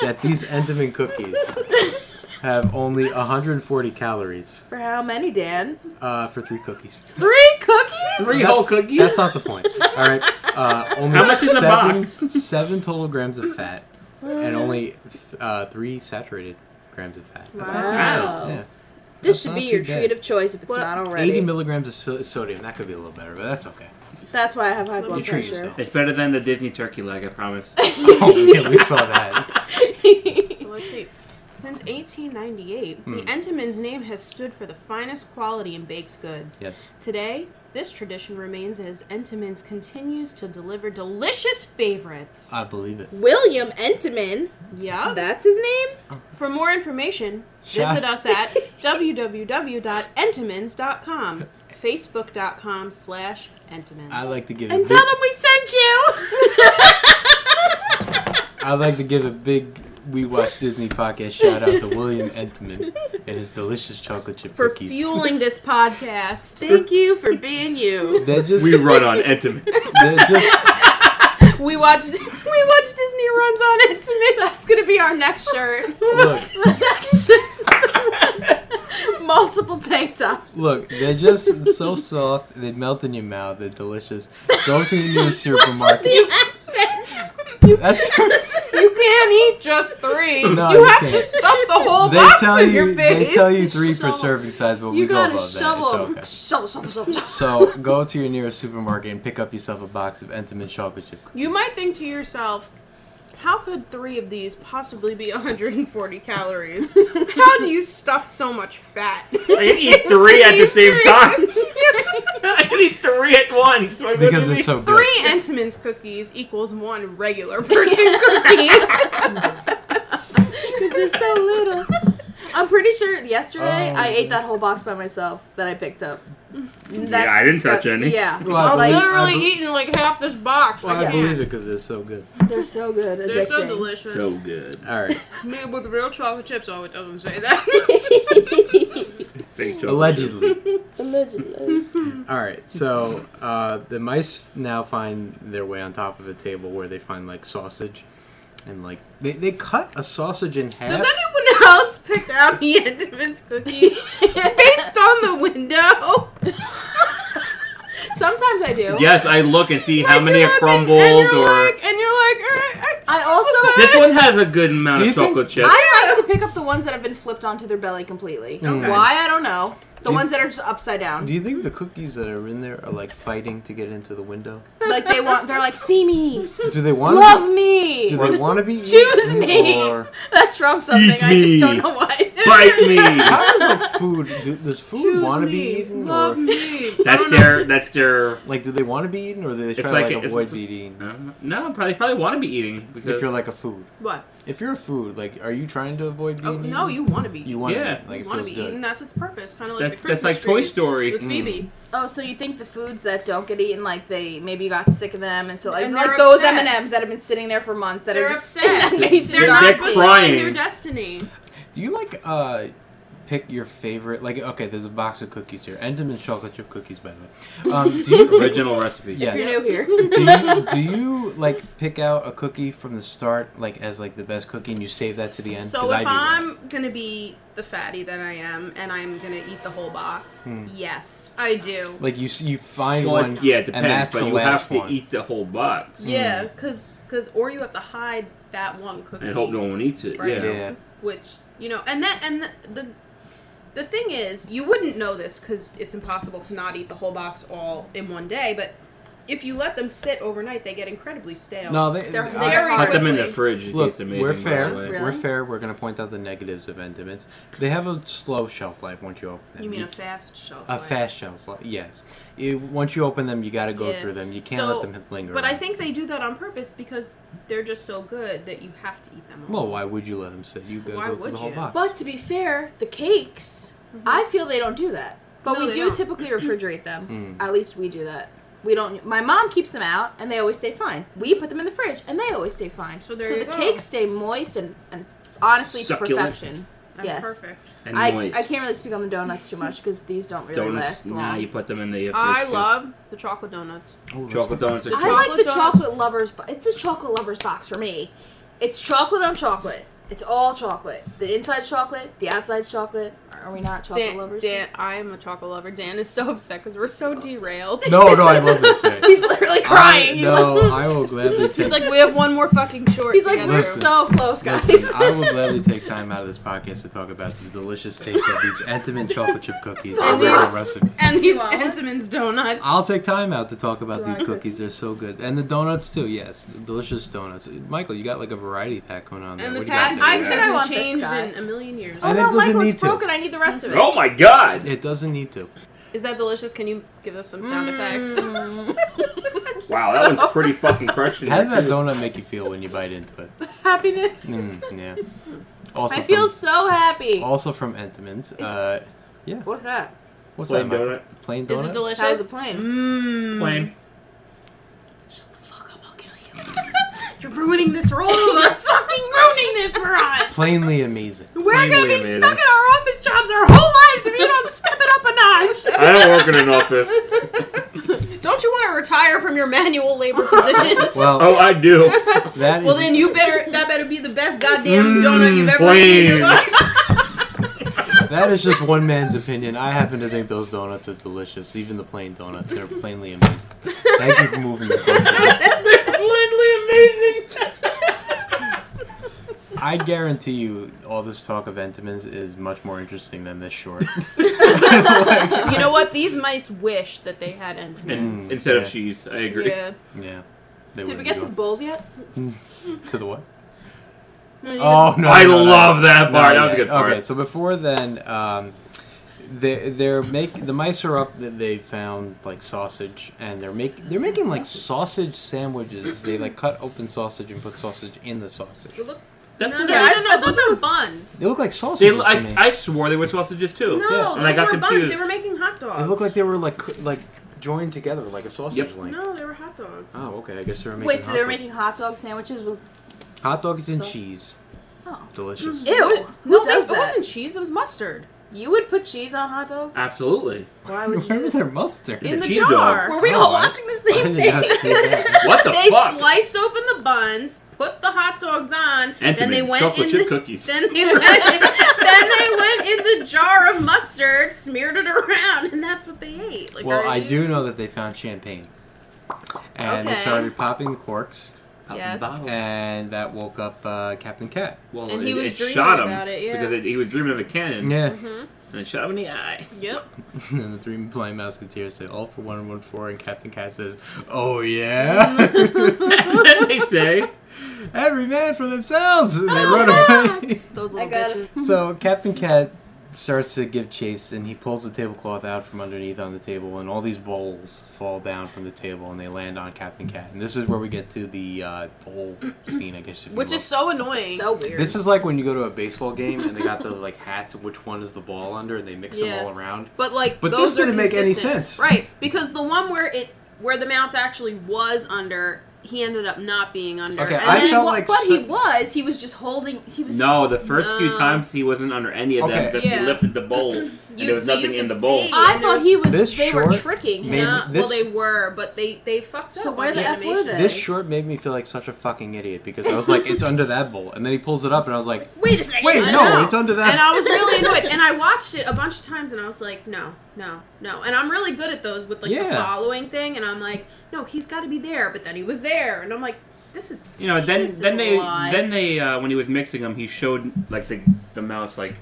Speaker 4: that these Entenmann cookies have only 140 calories
Speaker 5: For how many, Dan?
Speaker 4: uh, for three cookies?
Speaker 5: Three cookies.
Speaker 3: Three
Speaker 4: That's-
Speaker 3: whole cookies?
Speaker 4: That's not the point. All right. Uh, only
Speaker 3: How much is a
Speaker 4: seven,
Speaker 3: box?
Speaker 4: seven total grams of fat, and only th- uh, three saturated grams of fat. That's not too
Speaker 5: Wow.
Speaker 4: bad.
Speaker 5: This
Speaker 4: That's
Speaker 5: should
Speaker 4: not
Speaker 5: be
Speaker 4: too
Speaker 5: your
Speaker 4: bad.
Speaker 5: treat of choice if it's
Speaker 2: What-
Speaker 5: not
Speaker 4: Yeah. 80
Speaker 5: already.
Speaker 4: milligrams of so- sodium. That could be a little better, but that's okay.
Speaker 5: That's why I have high blood
Speaker 4: You treat
Speaker 5: pressure.
Speaker 4: yourself.
Speaker 3: It's better than the Disney turkey leg, I promise.
Speaker 4: oh, yeah, we saw that.
Speaker 2: Well, Let's see. Since 1898,
Speaker 4: Hmm.
Speaker 2: the Entenmann's name has stood for the finest quality in baked goods.
Speaker 4: Yes.
Speaker 2: Today, this tradition remains as Entenmann's continues to deliver delicious favorites.
Speaker 4: I believe it.
Speaker 5: William Entenmann.
Speaker 2: yeah.
Speaker 5: That's his name.
Speaker 2: Oh. For more information,
Speaker 4: Chef.
Speaker 2: visit us at www.entenmans.com, facebook.com slash Entenmann's.
Speaker 4: I like to give a
Speaker 5: And
Speaker 4: big,
Speaker 5: tell them we sent you.
Speaker 4: I like to give a big We Watch Disney podcast shout out to William Entman and his delicious chocolate chip
Speaker 2: for
Speaker 4: cookies.
Speaker 2: fueling this podcast. Thank you for being you.
Speaker 4: They're just,
Speaker 3: we run on Entenmann.
Speaker 4: they're just,
Speaker 2: We watched we watched Disney runs on Entenmann. That's gonna be our next shirt.
Speaker 4: look,
Speaker 5: Multiple tank tops.
Speaker 4: Look, they're just so soft. They melt in your mouth. They're delicious. Go to the nearest supermarket. That's
Speaker 2: You can't eat just three.
Speaker 4: No,
Speaker 2: you
Speaker 4: you
Speaker 2: have to
Speaker 4: can't.
Speaker 2: stuff the whole
Speaker 4: they
Speaker 2: box
Speaker 4: tell
Speaker 2: in your
Speaker 4: you.
Speaker 2: face.
Speaker 4: They tell you three per
Speaker 5: Shovel.
Speaker 4: serving size, but
Speaker 5: You
Speaker 4: we go
Speaker 5: gotta
Speaker 4: above that.
Speaker 5: shovel
Speaker 4: It's
Speaker 5: 'em.
Speaker 4: okay.
Speaker 5: Shovel, shovel, shovel, shovel.
Speaker 4: So go to your nearest supermarket and pick up yourself a box of Entenmann chocolate chip. cookies.
Speaker 2: You might think to yourself, how could three of these possibly be 140 calories? how do you stuff so much fat?
Speaker 3: I can eat three at the same
Speaker 2: Three.
Speaker 3: time. I can eat three at once. Why wouldn't
Speaker 4: Because
Speaker 3: you
Speaker 4: they're so good.
Speaker 2: Three Entenmann's cookies equals one regular person cookie.
Speaker 5: Because they're so little. I'm pretty sure yesterday I
Speaker 4: Oh.
Speaker 5: ate that whole box by myself that I picked up. That's
Speaker 3: I didn't touch
Speaker 5: disgust-
Speaker 3: any.
Speaker 5: Yeah.
Speaker 4: Well, I
Speaker 5: I'm
Speaker 4: believe-
Speaker 5: like,
Speaker 2: Literally
Speaker 4: I be-
Speaker 2: eating like half this box.
Speaker 4: Well, I
Speaker 2: I can't.
Speaker 4: believe it because they're so good.
Speaker 5: they're so good. Addicting.
Speaker 2: They're so delicious.
Speaker 3: So good.
Speaker 4: All right,
Speaker 2: Me with real chocolate chips. Oh, it doesn't say that.
Speaker 3: Fake chocolate chip.
Speaker 4: allegedly.
Speaker 5: Allegedly.
Speaker 4: All right, so uh, the mice now find their way on top of a table where they find like sausage, and like they, they cut a sausage in half.
Speaker 5: Does anyone else pick out the end of his cookie based on the window?
Speaker 2: Sometimes I do.
Speaker 3: Yes, I look and see how
Speaker 5: Like,
Speaker 3: many
Speaker 5: you
Speaker 3: are
Speaker 5: look and-
Speaker 3: crumbled
Speaker 5: and you're
Speaker 3: or.
Speaker 5: like, and you're like, "All right,
Speaker 2: I also
Speaker 3: this one has a good amount
Speaker 4: Do
Speaker 3: of
Speaker 4: you think-
Speaker 3: chocolate chip.
Speaker 2: I like to pick up the ones that have been flipped onto their belly completely.
Speaker 4: Mm. Okay.
Speaker 2: Why I don't know. The
Speaker 4: You-
Speaker 2: ones that are just upside down.
Speaker 4: Do you think the cookies that are in there are like fighting to get into the window?
Speaker 2: Like they want. They're like, see me,
Speaker 4: Do they want?
Speaker 2: love
Speaker 4: Do
Speaker 2: me.
Speaker 4: they want to be?
Speaker 5: Choose
Speaker 4: eaten,
Speaker 5: me!
Speaker 4: Or
Speaker 5: That's from something.
Speaker 3: Eat
Speaker 5: I just don't
Speaker 3: me.
Speaker 5: know why.
Speaker 3: Bite me.
Speaker 4: how does like food? Do, does food
Speaker 2: Choose
Speaker 4: want to be
Speaker 2: me,
Speaker 4: eaten?
Speaker 2: Love
Speaker 4: or,
Speaker 2: me.
Speaker 3: That's their. That's their.
Speaker 4: Like, do they want to be eaten, or do they try
Speaker 3: like a-
Speaker 4: to like
Speaker 3: it's-
Speaker 4: avoid being eaten?
Speaker 3: No, no, probably probably want to be eating
Speaker 4: If
Speaker 3: because
Speaker 4: you're like a food,
Speaker 2: What?
Speaker 4: if you're a food, like, are you trying to avoid being
Speaker 2: Oh
Speaker 4: eaten?
Speaker 2: no, you want to be.
Speaker 4: You want
Speaker 3: Yeah.
Speaker 4: to like
Speaker 2: you
Speaker 4: it
Speaker 2: want to
Speaker 4: feels
Speaker 2: be
Speaker 4: good.
Speaker 2: eaten. That's its purpose. Kind of like
Speaker 3: That's-
Speaker 2: the Christmas
Speaker 3: that's like Toy
Speaker 2: trees
Speaker 3: Story.
Speaker 2: with
Speaker 3: Mm.
Speaker 2: Phoebe.
Speaker 5: Oh, so you think the foods that don't get eaten, like they maybe got sick of them, and so like,
Speaker 2: And they're
Speaker 5: like those M
Speaker 2: upset.
Speaker 5: and M's that have been sitting there for months that
Speaker 2: They're
Speaker 5: are just
Speaker 2: upset.
Speaker 5: in that
Speaker 3: They're-
Speaker 5: nasty
Speaker 2: They're
Speaker 3: They're
Speaker 2: not
Speaker 5: box.
Speaker 3: dead
Speaker 2: fulfilling their
Speaker 3: crying.
Speaker 2: destiny.
Speaker 4: Do you like uh pick your favorite? Like, okay, there's a box of cookies here. Enderman chocolate chip cookies, by the way. Um, do you
Speaker 3: original recipe.
Speaker 4: Yeah.
Speaker 5: If you're new here,
Speaker 4: do you, do you like pick out a cookie from the start, like as like the best cookie, and you save that to the end?
Speaker 2: So
Speaker 4: 'Cause
Speaker 2: if
Speaker 4: I do that.
Speaker 2: I'm gonna be the fatty that I am, and I'm gonna eat the whole box,
Speaker 4: Hmm.
Speaker 2: yes, I do.
Speaker 4: like you, s- you find
Speaker 3: Well,
Speaker 4: one,
Speaker 3: it- yeah, it
Speaker 4: and
Speaker 3: depends,
Speaker 4: that's the
Speaker 3: but you
Speaker 4: last
Speaker 3: have to
Speaker 4: one.
Speaker 3: eat the whole box
Speaker 4: Hmm.
Speaker 2: Yeah, cause, cause, or you have to hide that one cookie,
Speaker 3: and hope no one eats it.
Speaker 2: Right.
Speaker 3: Yeah.
Speaker 4: Yeah,
Speaker 2: which you know, and that and the, the the thing is, you wouldn't know this because it's impossible to not eat the whole box all in one day. But if you let them sit overnight, they get incredibly stale.
Speaker 4: no, they,
Speaker 5: They're
Speaker 4: I-
Speaker 2: very
Speaker 3: Put them in the
Speaker 2: Quickly.
Speaker 3: fridge. It
Speaker 4: Look,
Speaker 3: tastes amazing.
Speaker 4: we're
Speaker 3: by the
Speaker 4: fair.
Speaker 3: way.
Speaker 5: Really?
Speaker 4: We're fair. We're gonna point out the negatives of Endimints. They have a slow shelf life once you open them.
Speaker 2: you mean a fast shelf?
Speaker 4: a
Speaker 2: life.
Speaker 4: Uh, fast shelf life? Yes. You- once you open them, you got to go
Speaker 2: Yeah.
Speaker 4: through them. You can't
Speaker 2: So-
Speaker 4: let them linger.
Speaker 2: But I
Speaker 4: around.
Speaker 2: think they do that on purpose because they're just so good that you have to eat them all.
Speaker 4: Well, why would you let them sit? You gotta
Speaker 2: Why
Speaker 4: go through
Speaker 2: would
Speaker 4: the whole
Speaker 2: you?
Speaker 4: box.
Speaker 5: but to be fair, the cakes, I feel they don't do that, but
Speaker 2: Mm-hmm. No,
Speaker 5: we
Speaker 2: they
Speaker 5: do
Speaker 2: don't.
Speaker 5: typically refrigerate them.
Speaker 4: Mm.
Speaker 5: At least we do that. We don't. My mom keeps them out, and they always stay fine. We put them in the fridge, and they always stay fine.
Speaker 2: So there
Speaker 5: so
Speaker 2: you
Speaker 5: the
Speaker 2: go.
Speaker 5: cakes stay moist and, and honestly
Speaker 3: Succulent.
Speaker 5: to perfection.
Speaker 2: They're
Speaker 5: yes.
Speaker 2: perfect.
Speaker 3: And
Speaker 5: I,
Speaker 3: moist.
Speaker 5: I can't really speak on the donuts too much because these don't really
Speaker 3: donuts.
Speaker 5: last long.
Speaker 3: Nah, you put them in the. uh,
Speaker 2: I
Speaker 3: fridge, too.
Speaker 2: love the chocolate donuts.
Speaker 4: Oh, that's
Speaker 3: chocolate
Speaker 4: what-
Speaker 3: donuts. Are
Speaker 5: I like the
Speaker 2: donuts.
Speaker 5: chocolate lovers. Bo- it's the chocolate lovers box for me. It's chocolate on chocolate. It's all chocolate. The inside's chocolate. The outside's chocolate. Are are we not chocolate
Speaker 2: Dan,
Speaker 5: lovers?
Speaker 2: Dan, I am a chocolate lover. Dan is so upset because we're so derailed.
Speaker 4: No, no, I love this. Thing.
Speaker 5: He's literally crying.
Speaker 4: I,
Speaker 5: he's,
Speaker 4: no,
Speaker 5: like,
Speaker 4: I will gladly take.
Speaker 2: He's like, we have one more fucking short.
Speaker 5: he's like,
Speaker 2: together.
Speaker 5: we're
Speaker 4: Listen.
Speaker 5: so close, guys.
Speaker 4: Listen, I will gladly take time out of this podcast to talk about the delicious taste of these Entenmann chocolate chip cookies.
Speaker 5: Smells
Speaker 4: and their
Speaker 5: gross.
Speaker 4: recipe.
Speaker 2: and these
Speaker 5: Well.
Speaker 2: Entenmann's donuts.
Speaker 4: I'll take time out to talk about these
Speaker 5: Right.
Speaker 4: cookies. They're so good, and the donuts too. Yes, delicious donuts. Michael, you got like a variety pack going on there.
Speaker 2: and the
Speaker 4: what do you got
Speaker 2: package
Speaker 4: there?
Speaker 5: I think I
Speaker 2: hasn't
Speaker 5: want this
Speaker 2: changed
Speaker 5: guy.
Speaker 2: in a million years.
Speaker 5: oh
Speaker 4: and it
Speaker 5: no,
Speaker 4: doesn't
Speaker 5: Michael,
Speaker 4: need
Speaker 5: it's
Speaker 4: to.
Speaker 5: broken. I need the rest of it.
Speaker 3: Oh my god!
Speaker 4: It doesn't need to.
Speaker 2: Is that delicious? Can you give us some
Speaker 5: Mm.
Speaker 2: sound effects?
Speaker 5: effects.
Speaker 3: Wow, that one's pretty fucking crushed. in
Speaker 4: How does
Speaker 3: there,
Speaker 4: that
Speaker 3: too.
Speaker 4: donut make you feel when you bite into it?
Speaker 5: happiness.
Speaker 4: Mm, yeah. Also,
Speaker 5: I
Speaker 4: from,
Speaker 5: feel so happy.
Speaker 4: also from Entenmann's. Uh,
Speaker 5: What's that?
Speaker 4: what's
Speaker 3: Plain
Speaker 4: that? Michael?
Speaker 3: donut.
Speaker 4: Plain donut.
Speaker 2: Is it
Speaker 5: That was a
Speaker 2: delicious?
Speaker 5: plane.
Speaker 2: Mmm.
Speaker 3: Plain.
Speaker 2: Shut the fuck up! I'll kill you. You're ruining this for all of us. fucking ruining this for us.
Speaker 4: Plainly amazing.
Speaker 2: We're gonna
Speaker 3: Plainly
Speaker 2: be
Speaker 3: amazing.
Speaker 2: stuck in our office jobs our whole lives if you don't step it up a notch.
Speaker 3: I don't work in an office.
Speaker 2: Don't you want to retire from your manual labor position?
Speaker 4: Well,
Speaker 3: Oh, I do.
Speaker 4: that is.
Speaker 2: well, then you better that better be the best goddamn
Speaker 3: Mm,
Speaker 2: donut you've ever eaten in your
Speaker 3: plain.
Speaker 2: life.
Speaker 4: That is just one man's opinion. I happen to think those donuts are delicious. Even the plain donuts, they're plainly amazing. Thank you for moving the question.
Speaker 2: Plainly amazing.
Speaker 4: I guarantee you, all this talk of Entenmann's is much more interesting than this short.
Speaker 2: You know what? These mice wish that they had Entenmann.
Speaker 3: And
Speaker 4: Mm,
Speaker 3: instead
Speaker 4: yeah.
Speaker 3: of cheese, I agree.
Speaker 2: Yeah.
Speaker 4: Yeah. They
Speaker 5: Did we
Speaker 4: wouldn't
Speaker 5: get
Speaker 4: go-
Speaker 5: to the bowls yet?
Speaker 4: to the what?
Speaker 5: No, you
Speaker 4: Oh no!
Speaker 3: I
Speaker 4: no, no.
Speaker 3: love that
Speaker 4: No,
Speaker 3: part. that
Speaker 4: yeah.
Speaker 3: was a good part.
Speaker 4: Okay, so before then, um, they they're make the mice are up that they found like sausage, and they're make they're making like sausage sandwiches. They like cut open sausage and put sausage in the sausage.
Speaker 2: You
Speaker 5: Mm.
Speaker 2: look-
Speaker 3: That's
Speaker 2: No,
Speaker 3: what
Speaker 2: no,
Speaker 3: I-
Speaker 2: I don't know. Those are buns.
Speaker 4: They look like
Speaker 3: They,
Speaker 4: sausages to me.
Speaker 3: I, I swore they were sausages too.
Speaker 4: Yeah.
Speaker 2: No, those
Speaker 3: Oh, And I got
Speaker 2: were buns.
Speaker 3: confused.
Speaker 2: They were making hot dogs.
Speaker 4: It looked like they were like co- like joined together like a sausage
Speaker 3: Yep.
Speaker 4: link.
Speaker 2: No, they were hot dogs.
Speaker 4: Oh, okay. I guess they were making.
Speaker 5: Wait, so
Speaker 4: hot
Speaker 5: they're
Speaker 4: dog.
Speaker 5: making hot dog sandwiches with.
Speaker 4: hot dogs and
Speaker 5: Saus-
Speaker 4: cheese.
Speaker 5: Oh. Mm,
Speaker 4: Delicious.
Speaker 5: Ew!
Speaker 2: No,
Speaker 5: Who does
Speaker 2: they,
Speaker 5: that?
Speaker 2: it wasn't cheese. It was mustard.
Speaker 5: You would put cheese on hot dogs?
Speaker 3: Absolutely.
Speaker 5: Why would you?
Speaker 4: Where
Speaker 5: do
Speaker 4: was
Speaker 5: that?
Speaker 4: their mustard?
Speaker 3: It's
Speaker 5: In
Speaker 3: a
Speaker 5: the
Speaker 3: cheese dog.
Speaker 5: jar. Were we all watching the
Speaker 4: I
Speaker 5: same
Speaker 4: did
Speaker 5: thing?
Speaker 4: not see that.
Speaker 3: What the
Speaker 5: they
Speaker 3: fuck?
Speaker 5: sliced open the buns, put the hot dogs on,
Speaker 3: And to
Speaker 5: then they
Speaker 3: make
Speaker 5: went
Speaker 3: chocolate
Speaker 5: in
Speaker 3: chip
Speaker 5: the,
Speaker 3: cookies.
Speaker 5: Then they went, then they went in the jar of mustard, smeared it around, and that's what they ate. Like,
Speaker 4: Well,
Speaker 5: are
Speaker 4: I do
Speaker 5: you-
Speaker 4: know that they found champagne. And they
Speaker 5: Okay.
Speaker 4: started popping the corks,
Speaker 3: Out the
Speaker 5: Yes.
Speaker 3: bottle.
Speaker 4: and that woke up uh, Captain Cat.
Speaker 3: Well,
Speaker 5: And he
Speaker 3: it,
Speaker 5: was
Speaker 3: it
Speaker 5: dreaming
Speaker 3: shot him
Speaker 5: about it, yeah.
Speaker 3: because it, he was dreaming of a cannon,
Speaker 4: Yeah.
Speaker 2: Mm-hmm.
Speaker 3: and it shot him in the eye.
Speaker 5: Yep.
Speaker 4: And the three flying musketeers say, all for one and one for, and Captain Cat says, oh yeah?
Speaker 2: Mm-hmm.
Speaker 3: and then they say,
Speaker 4: Every man for themselves! And
Speaker 2: Oh,
Speaker 4: they run away.
Speaker 2: Those
Speaker 5: I
Speaker 2: little
Speaker 5: got
Speaker 2: bitches.
Speaker 5: it.
Speaker 4: so Captain Cat starts to give chase, and he pulls the tablecloth out from underneath on the table, and all these bowls fall down from the table, and they land on Captain Cat. And this is where we get to the uh, bowl scene, I guess. If you
Speaker 2: Which
Speaker 4: will.
Speaker 2: is so annoying.
Speaker 5: So weird.
Speaker 4: This is like when you go to a baseball game and they got the like hats of which one is the ball under, and they mix
Speaker 5: Yeah.
Speaker 4: them all around.
Speaker 5: But like,
Speaker 4: But
Speaker 5: those
Speaker 4: this didn't
Speaker 5: are
Speaker 4: make any
Speaker 5: consistent.
Speaker 4: sense.
Speaker 2: right, because the one where it where the mouse actually was under, he ended up not being under.
Speaker 4: Okay,
Speaker 2: and
Speaker 4: I
Speaker 5: And
Speaker 2: then
Speaker 4: felt
Speaker 5: wha-
Speaker 4: like
Speaker 5: but he
Speaker 4: so-
Speaker 5: was. He was just holding. He was.
Speaker 3: "No." The first few
Speaker 5: No.
Speaker 3: times he wasn't under any of them
Speaker 4: Okay.
Speaker 3: because
Speaker 5: Yeah.
Speaker 3: he lifted the bowl and
Speaker 5: You-
Speaker 3: there was
Speaker 5: so you
Speaker 3: nothing in
Speaker 5: could
Speaker 3: the bowl.
Speaker 5: see. I thought he was.
Speaker 4: This
Speaker 5: they were
Speaker 4: short
Speaker 5: tricking him.
Speaker 4: made-
Speaker 2: Nah,
Speaker 4: this-
Speaker 2: well, they were, but they they fucked up.
Speaker 5: So where
Speaker 2: on
Speaker 5: the F were
Speaker 2: animation.
Speaker 5: they?
Speaker 4: This short made me feel like such a fucking idiot because I was like, it's under that bowl, and then he pulls it up, and I was like,
Speaker 5: Wait a second.
Speaker 4: wait,
Speaker 5: I
Speaker 4: no,
Speaker 5: know.
Speaker 4: it's under that.
Speaker 2: And I was really annoyed, and I watched it a bunch of times, and I was like, no, no, no. And I'm really good at those with like the
Speaker 4: Yeah.
Speaker 2: following thing, and I'm like, no, he's got to be there, but then he was there, and I'm like, this is
Speaker 3: You know, then
Speaker 5: Jesus
Speaker 3: then they
Speaker 5: Lord.
Speaker 3: then they uh, when he was mixing them, he showed like the the mouse like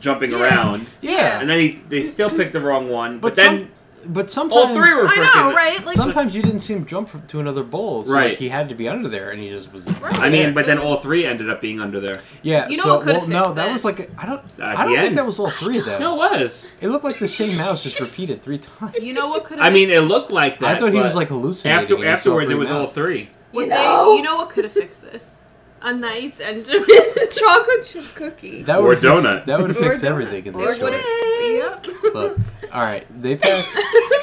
Speaker 3: jumping
Speaker 2: Yeah.
Speaker 3: around,
Speaker 4: yeah,
Speaker 3: and then he they still picked the wrong one. But,
Speaker 4: but
Speaker 3: then
Speaker 4: some, but sometimes
Speaker 3: all three were.
Speaker 2: I know,
Speaker 3: freaking-
Speaker 2: right? Like
Speaker 4: sometimes you didn't see him jump from- to another bowl, so
Speaker 3: Right.
Speaker 4: like, he had to be under there, and he just was.
Speaker 2: Right.
Speaker 3: I mean, but
Speaker 2: It
Speaker 3: then all
Speaker 2: was-
Speaker 3: three ended up being under there.
Speaker 4: Yeah,
Speaker 2: You know
Speaker 4: so
Speaker 2: what could've
Speaker 4: well, no,
Speaker 2: fixed
Speaker 4: that was like
Speaker 2: this?
Speaker 4: I don't,
Speaker 3: At
Speaker 4: I don't
Speaker 3: the
Speaker 4: think
Speaker 3: end.
Speaker 4: that was all three though.
Speaker 3: No, it was.
Speaker 4: It looked like the same mouse just repeated three times.
Speaker 2: You know what could have?
Speaker 3: I mean, it looked like that.
Speaker 4: I thought he
Speaker 3: but
Speaker 4: was like hallucinating. and
Speaker 3: after
Speaker 4: he saw
Speaker 3: afterward
Speaker 4: three
Speaker 3: there was all
Speaker 4: mouths.
Speaker 3: three.
Speaker 2: you
Speaker 5: know?
Speaker 2: know, you know what could have fixed this? A nice Enderman's chocolate chip cookie.
Speaker 4: That
Speaker 3: Or
Speaker 4: would fix-
Speaker 3: donut.
Speaker 4: That would
Speaker 5: Or
Speaker 4: fix
Speaker 5: donut.
Speaker 4: everything in
Speaker 5: Or
Speaker 4: this story.
Speaker 2: Yep.
Speaker 4: Look, all right, they packed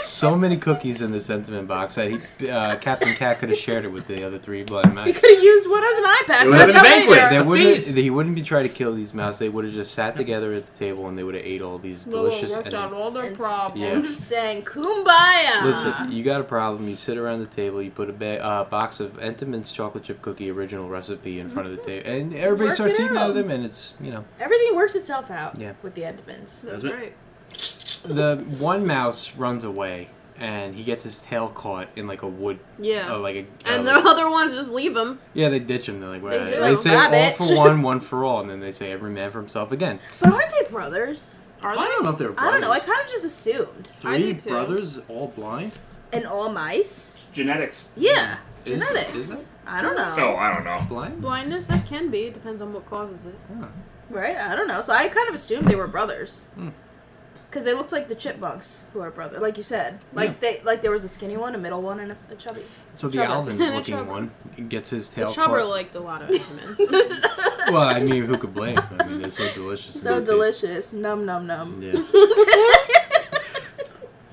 Speaker 4: so many cookies in the sentiment box that he, uh, Captain Cat could have shared it with the other three blind
Speaker 2: He
Speaker 4: mice.
Speaker 2: could have used one as an eye patch.
Speaker 3: It would've
Speaker 2: That's
Speaker 3: been
Speaker 2: how
Speaker 3: a
Speaker 2: many
Speaker 3: banquet.
Speaker 2: there
Speaker 4: They
Speaker 2: are.
Speaker 3: That-
Speaker 4: wouldn't.
Speaker 3: feast.
Speaker 4: He wouldn't be trying to kill these mice. They would have just sat together at the table and they would have ate all these
Speaker 2: Well, it
Speaker 4: delicious.
Speaker 2: worked
Speaker 4: and-
Speaker 2: out all their
Speaker 5: It's-
Speaker 4: Yeah.
Speaker 5: I'm
Speaker 2: problems.
Speaker 5: just saying, kumbaya.
Speaker 4: Listen, you got a problem. You sit around the table. You put a ba- uh, box of Entenmann's chocolate chip cookie original recipe in front of the table, and everybody
Speaker 5: Work
Speaker 4: starts
Speaker 5: it
Speaker 4: eating out
Speaker 5: out.
Speaker 4: of them. And it's you know
Speaker 5: Everything works itself out
Speaker 4: Yeah.
Speaker 5: with the Entenmann's.
Speaker 3: That's
Speaker 2: That's
Speaker 3: it.
Speaker 2: right.
Speaker 4: the one mouse runs away and he gets his tail caught in like a wood,
Speaker 2: Yeah.
Speaker 4: uh, like a
Speaker 2: and
Speaker 4: uh,
Speaker 2: the other ones just leave him.
Speaker 4: Yeah, they ditch him. They're like,
Speaker 5: They
Speaker 4: well, they,
Speaker 5: do.
Speaker 4: say
Speaker 5: Bye,
Speaker 4: all
Speaker 5: bitch.
Speaker 4: for one, one for all, and then they say every man for himself again.
Speaker 5: But aren't they brothers?
Speaker 2: Are
Speaker 4: I don't know if they're brothers.
Speaker 5: I don't know. I kind of just
Speaker 2: I
Speaker 5: assumed.
Speaker 4: Three
Speaker 2: do too.
Speaker 4: brothers, all blind.
Speaker 5: And all mice?
Speaker 3: Genetics.
Speaker 5: Yeah.
Speaker 4: Is-
Speaker 5: Genetics.
Speaker 4: is
Speaker 5: I don't know.
Speaker 3: Oh, I don't know.
Speaker 4: Blind?
Speaker 2: Blindness? That can be. It depends on what causes it.
Speaker 5: Right? I don't know. So I kind of assumed they were brothers.
Speaker 4: Hmm.
Speaker 5: Because they looked like the chipmunks who are brothers, like you said. Like they, like there was a skinny one, a middle one, and a, a chubby.
Speaker 4: So the
Speaker 5: Chubber.
Speaker 4: Alvin-looking
Speaker 2: Chubber.
Speaker 4: one gets his
Speaker 2: The
Speaker 4: tail
Speaker 2: chubber
Speaker 4: caught.
Speaker 2: liked a lot of vitamins.
Speaker 4: Well, I mean, who could blame? I mean, they're so delicious. and
Speaker 5: So
Speaker 4: they taste-
Speaker 5: delicious. Num num num.
Speaker 4: Yeah.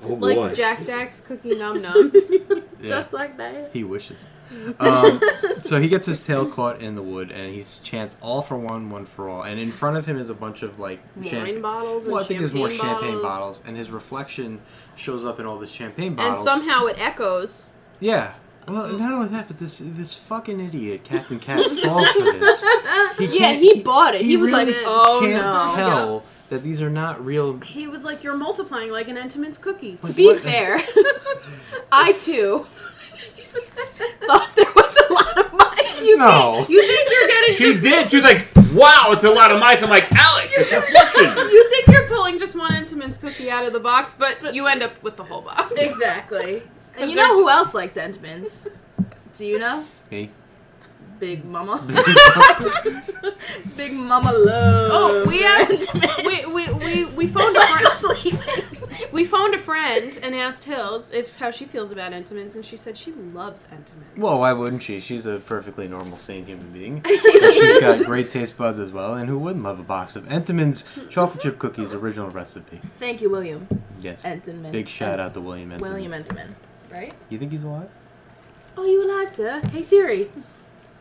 Speaker 3: Oh
Speaker 2: like Jack Jack's cookie num nums.
Speaker 4: yeah.
Speaker 2: Just like that.
Speaker 4: He wishes. Um, so he gets his tail caught in the wood, and he's chants all for one, one for all. And in front of him is a bunch of like
Speaker 2: Wine bottles and
Speaker 4: Well, I think there's more
Speaker 2: champagne
Speaker 4: champagne
Speaker 2: bottles.
Speaker 4: bottles, and his reflection shows up in all the champagne
Speaker 2: And
Speaker 4: bottles.
Speaker 2: somehow it echoes.
Speaker 4: yeah. Well,
Speaker 5: Mm.
Speaker 4: not only that, but this this fucking idiot Captain Cat falls for this. He
Speaker 5: Yeah,
Speaker 4: can't-
Speaker 5: he bought it. He, was
Speaker 4: really
Speaker 5: like, oh
Speaker 4: can't
Speaker 5: no.
Speaker 4: tell that these are not real.
Speaker 2: He was like, You're multiplying like an Entenmann's cookie.
Speaker 5: To
Speaker 4: Like,
Speaker 5: be
Speaker 4: what is-
Speaker 5: fair, I too thought there was a lot of mice. You
Speaker 4: No.
Speaker 5: think you think you're getting
Speaker 3: She did. She was like, "Wow, it's a lot of mice." I'm like, "Alex, it's reflection."
Speaker 2: You think you're pulling just one Entenmann's cookie out of the box, but you end up with the whole box.
Speaker 5: exactly. And you
Speaker 2: they're
Speaker 5: know who else likes Entenmann's? Do you know?
Speaker 4: Me.
Speaker 5: Big Mama. Big Mama loves.
Speaker 2: Oh, we asked.
Speaker 5: Entenmann's.
Speaker 2: We, we, we, we phoned a friend.
Speaker 5: Michael's leaving.
Speaker 2: We phoned a friend and asked Hills if how she feels about Entenmann's, and she said she loves Entenmann's.
Speaker 4: Well, why wouldn't she? She's a perfectly normal, sane human being. And she's got great taste buds as well, and who wouldn't love a box of Entenmann's chocolate chip cookies original recipe?
Speaker 5: Thank you, William
Speaker 4: Yes.
Speaker 5: Entenmann.
Speaker 4: Big shout out to William Entenmann.
Speaker 5: William Entenmann. Right?
Speaker 4: You think he's alive?
Speaker 5: Are Oh, you alive, sir? Hey Siri.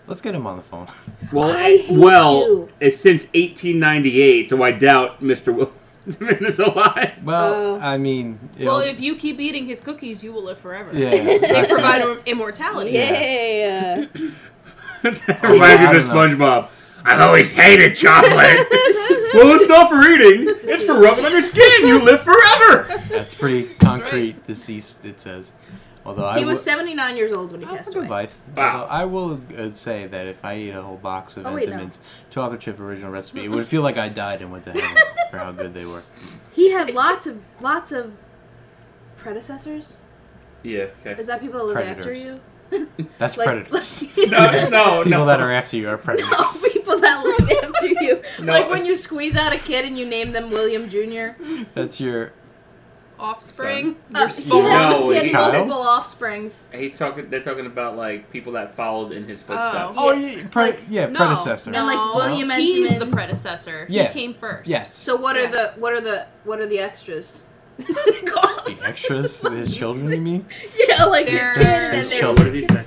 Speaker 4: Let's get him on the phone.
Speaker 3: Well,
Speaker 5: I hate
Speaker 3: well,
Speaker 5: you.
Speaker 3: it's since 1898, so I doubt Mr. Will. Diminished alive.
Speaker 4: Well,
Speaker 2: Oh.
Speaker 4: I mean, you
Speaker 6: Well,
Speaker 4: know,
Speaker 6: if you keep eating his cookies, you will live forever.
Speaker 4: yeah,
Speaker 6: They
Speaker 4: that's-
Speaker 6: provide im- immortality.
Speaker 2: Yeah.
Speaker 3: that reminds me
Speaker 4: I
Speaker 3: of
Speaker 4: don't know.
Speaker 3: SpongeBob. I've always hated chocolate. well, it's not for eating. It's for rubbing on your skin. You live forever.
Speaker 4: that's pretty concrete. Deceased, it says. Although I
Speaker 2: He was
Speaker 4: will,
Speaker 2: 79 years old when he
Speaker 4: that's a
Speaker 2: passed
Speaker 4: good
Speaker 2: away.
Speaker 4: life.
Speaker 3: Wow.
Speaker 4: Although I will uh, say that if I eat a whole box of
Speaker 2: Oh, wait, no.
Speaker 4: Entenmann's chocolate chip original recipe, it would feel like I died and went to heaven for how good they were.
Speaker 2: He had lots of lots of predecessors.
Speaker 3: Yeah. Okay.
Speaker 2: Is that people that live after
Speaker 4: Predators.
Speaker 2: you?
Speaker 4: That's
Speaker 2: Like
Speaker 4: predators.
Speaker 3: No, no,
Speaker 4: People
Speaker 3: Oh, no.
Speaker 4: that are after you are predators.
Speaker 2: No, people that live after you.
Speaker 3: No.
Speaker 2: Like when you squeeze out a kid and you name them William Jr.
Speaker 4: That's your
Speaker 6: Offspring.
Speaker 2: Uh,
Speaker 3: small.
Speaker 2: He had,
Speaker 3: No,
Speaker 2: he had
Speaker 3: it's-
Speaker 2: multiple offsprings.
Speaker 3: He's talking. They're talking about like people that followed in his footsteps.
Speaker 4: oh
Speaker 2: Yeah,
Speaker 4: yeah, pre-
Speaker 2: like,
Speaker 4: yeah
Speaker 6: no,
Speaker 4: predecessor.
Speaker 2: And like
Speaker 6: No.
Speaker 2: William
Speaker 6: He's
Speaker 2: Entenmann.
Speaker 6: the predecessor. He
Speaker 4: Yeah.
Speaker 6: came first.
Speaker 4: Yes.
Speaker 2: So what are
Speaker 6: Yeah.
Speaker 2: the what are the what are the extras?
Speaker 4: the extras, his children, you mean?
Speaker 2: yeah, like
Speaker 6: They're-
Speaker 2: his kid
Speaker 6: His-
Speaker 2: and
Speaker 4: his
Speaker 2: their
Speaker 4: children.
Speaker 3: What did he say?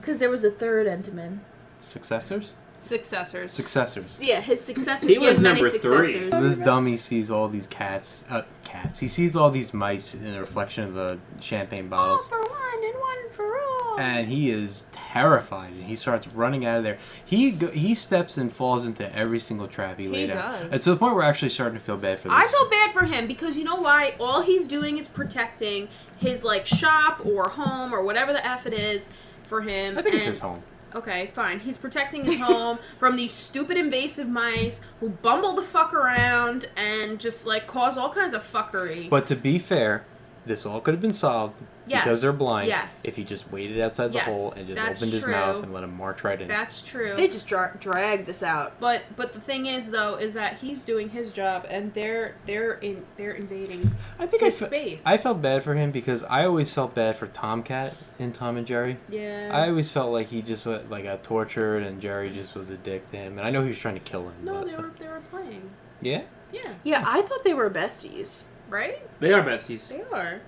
Speaker 2: Because there was a third Entenmann.
Speaker 4: Successors?
Speaker 6: Successors.
Speaker 4: Successors.
Speaker 2: Yeah, his successors.
Speaker 3: He
Speaker 2: He, had
Speaker 3: was
Speaker 2: many
Speaker 3: number three.
Speaker 2: successors.
Speaker 4: So this dummy sees all these cats, uh, cats. He sees all these mice in the reflection of the champagne bottles,
Speaker 2: for one and one for all.
Speaker 4: and he is terrified. And he starts running out of there. He go- he steps and falls into every single trap he laid
Speaker 6: does.
Speaker 4: out. And to the point we're actually starting to feel bad for this.
Speaker 2: I feel bad for him because you know why? All he's doing is protecting his like shop or home or whatever the f it is for him.
Speaker 4: I think it's
Speaker 2: and-
Speaker 4: his home.
Speaker 2: Okay, fine. He's protecting his home from these stupid invasive mice who bumble the fuck around and just like cause all kinds of fuckery.
Speaker 4: But to be fair, this all could have been solved
Speaker 2: Yes.
Speaker 4: because they're blind.
Speaker 2: Yes.
Speaker 4: If he just waited outside the
Speaker 2: Yes.
Speaker 4: hole and just
Speaker 2: That's
Speaker 4: opened his
Speaker 2: true.
Speaker 4: mouth and let him march right in.
Speaker 2: That's true.
Speaker 5: They just dra- drag this out.
Speaker 2: But but the thing is though is that he's doing his job and they're they're in they're invading.
Speaker 4: I think
Speaker 2: his
Speaker 4: I, fe-
Speaker 2: space.
Speaker 4: I felt bad for him because I always felt bad for Tomcat in Tom and Jerry.
Speaker 2: Yeah.
Speaker 4: I always felt like he just uh, like got tortured and Jerry just was a dick to him. And I know he was trying to kill him.
Speaker 2: no,
Speaker 4: but-
Speaker 2: they were they were playing.
Speaker 4: Yeah.
Speaker 2: Yeah,
Speaker 5: Yeah, I thought they were besties.
Speaker 2: right?
Speaker 3: They are besties.
Speaker 2: They are.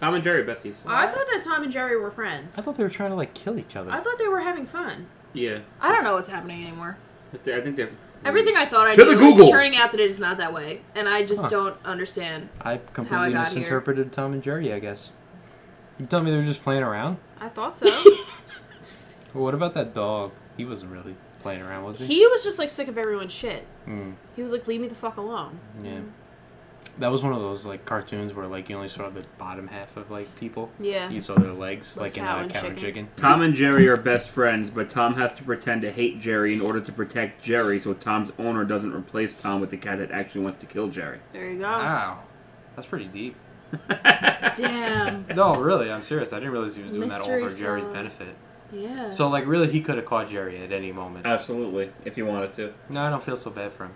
Speaker 3: Tom and Jerry besties.
Speaker 2: I thought that Tom and Jerry were friends.
Speaker 4: I thought they were trying to like kill each other.
Speaker 2: I thought they were having fun.
Speaker 3: Yeah.
Speaker 5: I don't know what's happening anymore.
Speaker 3: But they- I think they're.
Speaker 5: Everything I thought I
Speaker 3: To
Speaker 5: knew
Speaker 3: the
Speaker 5: is
Speaker 3: Googles.
Speaker 5: turning out that it is not that way, and I just
Speaker 4: Huh.
Speaker 5: don't understand.
Speaker 4: I completely
Speaker 5: got here.
Speaker 4: misinterpreted Tom and Jerry. I guess. You tell me they were just playing around.
Speaker 2: I thought so.
Speaker 4: Well, what about that dog? He wasn't really playing around, was he?
Speaker 2: he was just like sick of everyone's shit.
Speaker 4: Mm,
Speaker 2: He was like, "Leave me the fuck alone."
Speaker 4: yeah. That was one of those like cartoons where like you only saw the bottom half of like people.
Speaker 2: Yeah.
Speaker 4: You saw their legs, like,
Speaker 2: Like
Speaker 4: in
Speaker 2: cow
Speaker 4: uh,
Speaker 2: and
Speaker 4: cow and
Speaker 2: chicken.
Speaker 4: chicken.
Speaker 3: Tom and Jerry are best friends, but Tom has to pretend to hate Jerry in order to protect Jerry, so Tom's owner doesn't replace Tom with the cat that actually wants to kill Jerry.
Speaker 2: There you go.
Speaker 4: Wow, that's pretty deep.
Speaker 2: Damn.
Speaker 4: No, really, I'm serious. I didn't realize he was doing that all
Speaker 2: Mystery
Speaker 4: for Jerry's
Speaker 2: solved.
Speaker 4: benefit.
Speaker 2: Yeah.
Speaker 4: So, like, really, he could have caught Jerry at any moment.
Speaker 3: Absolutely, if you wanted to.
Speaker 4: No, I don't feel so bad for him.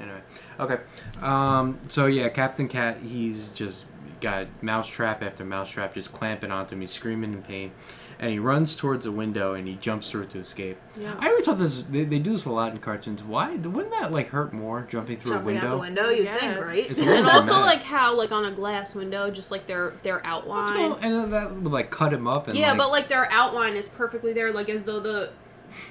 Speaker 4: Anyway, okay. Um, so yeah, Captain Cat, he's just got mousetrap after mousetrap just clamping onto me, screaming in pain, and he runs towards a window and he jumps through it to escape.
Speaker 2: Yeah.
Speaker 4: I always thought this they, they do this a lot in cartoons. Why wouldn't that like hurt more jumping through
Speaker 5: Jumping
Speaker 4: a
Speaker 5: out the
Speaker 4: window?
Speaker 5: window, you
Speaker 2: Yes.
Speaker 5: think, right?
Speaker 4: It's a
Speaker 2: and
Speaker 4: little
Speaker 2: also
Speaker 4: dramatic.
Speaker 2: like how like on a glass window, just like their their outline.
Speaker 4: What's going on? And then that would like cut him up and
Speaker 2: yeah,
Speaker 4: like,
Speaker 2: but like their outline is perfectly there, like as though the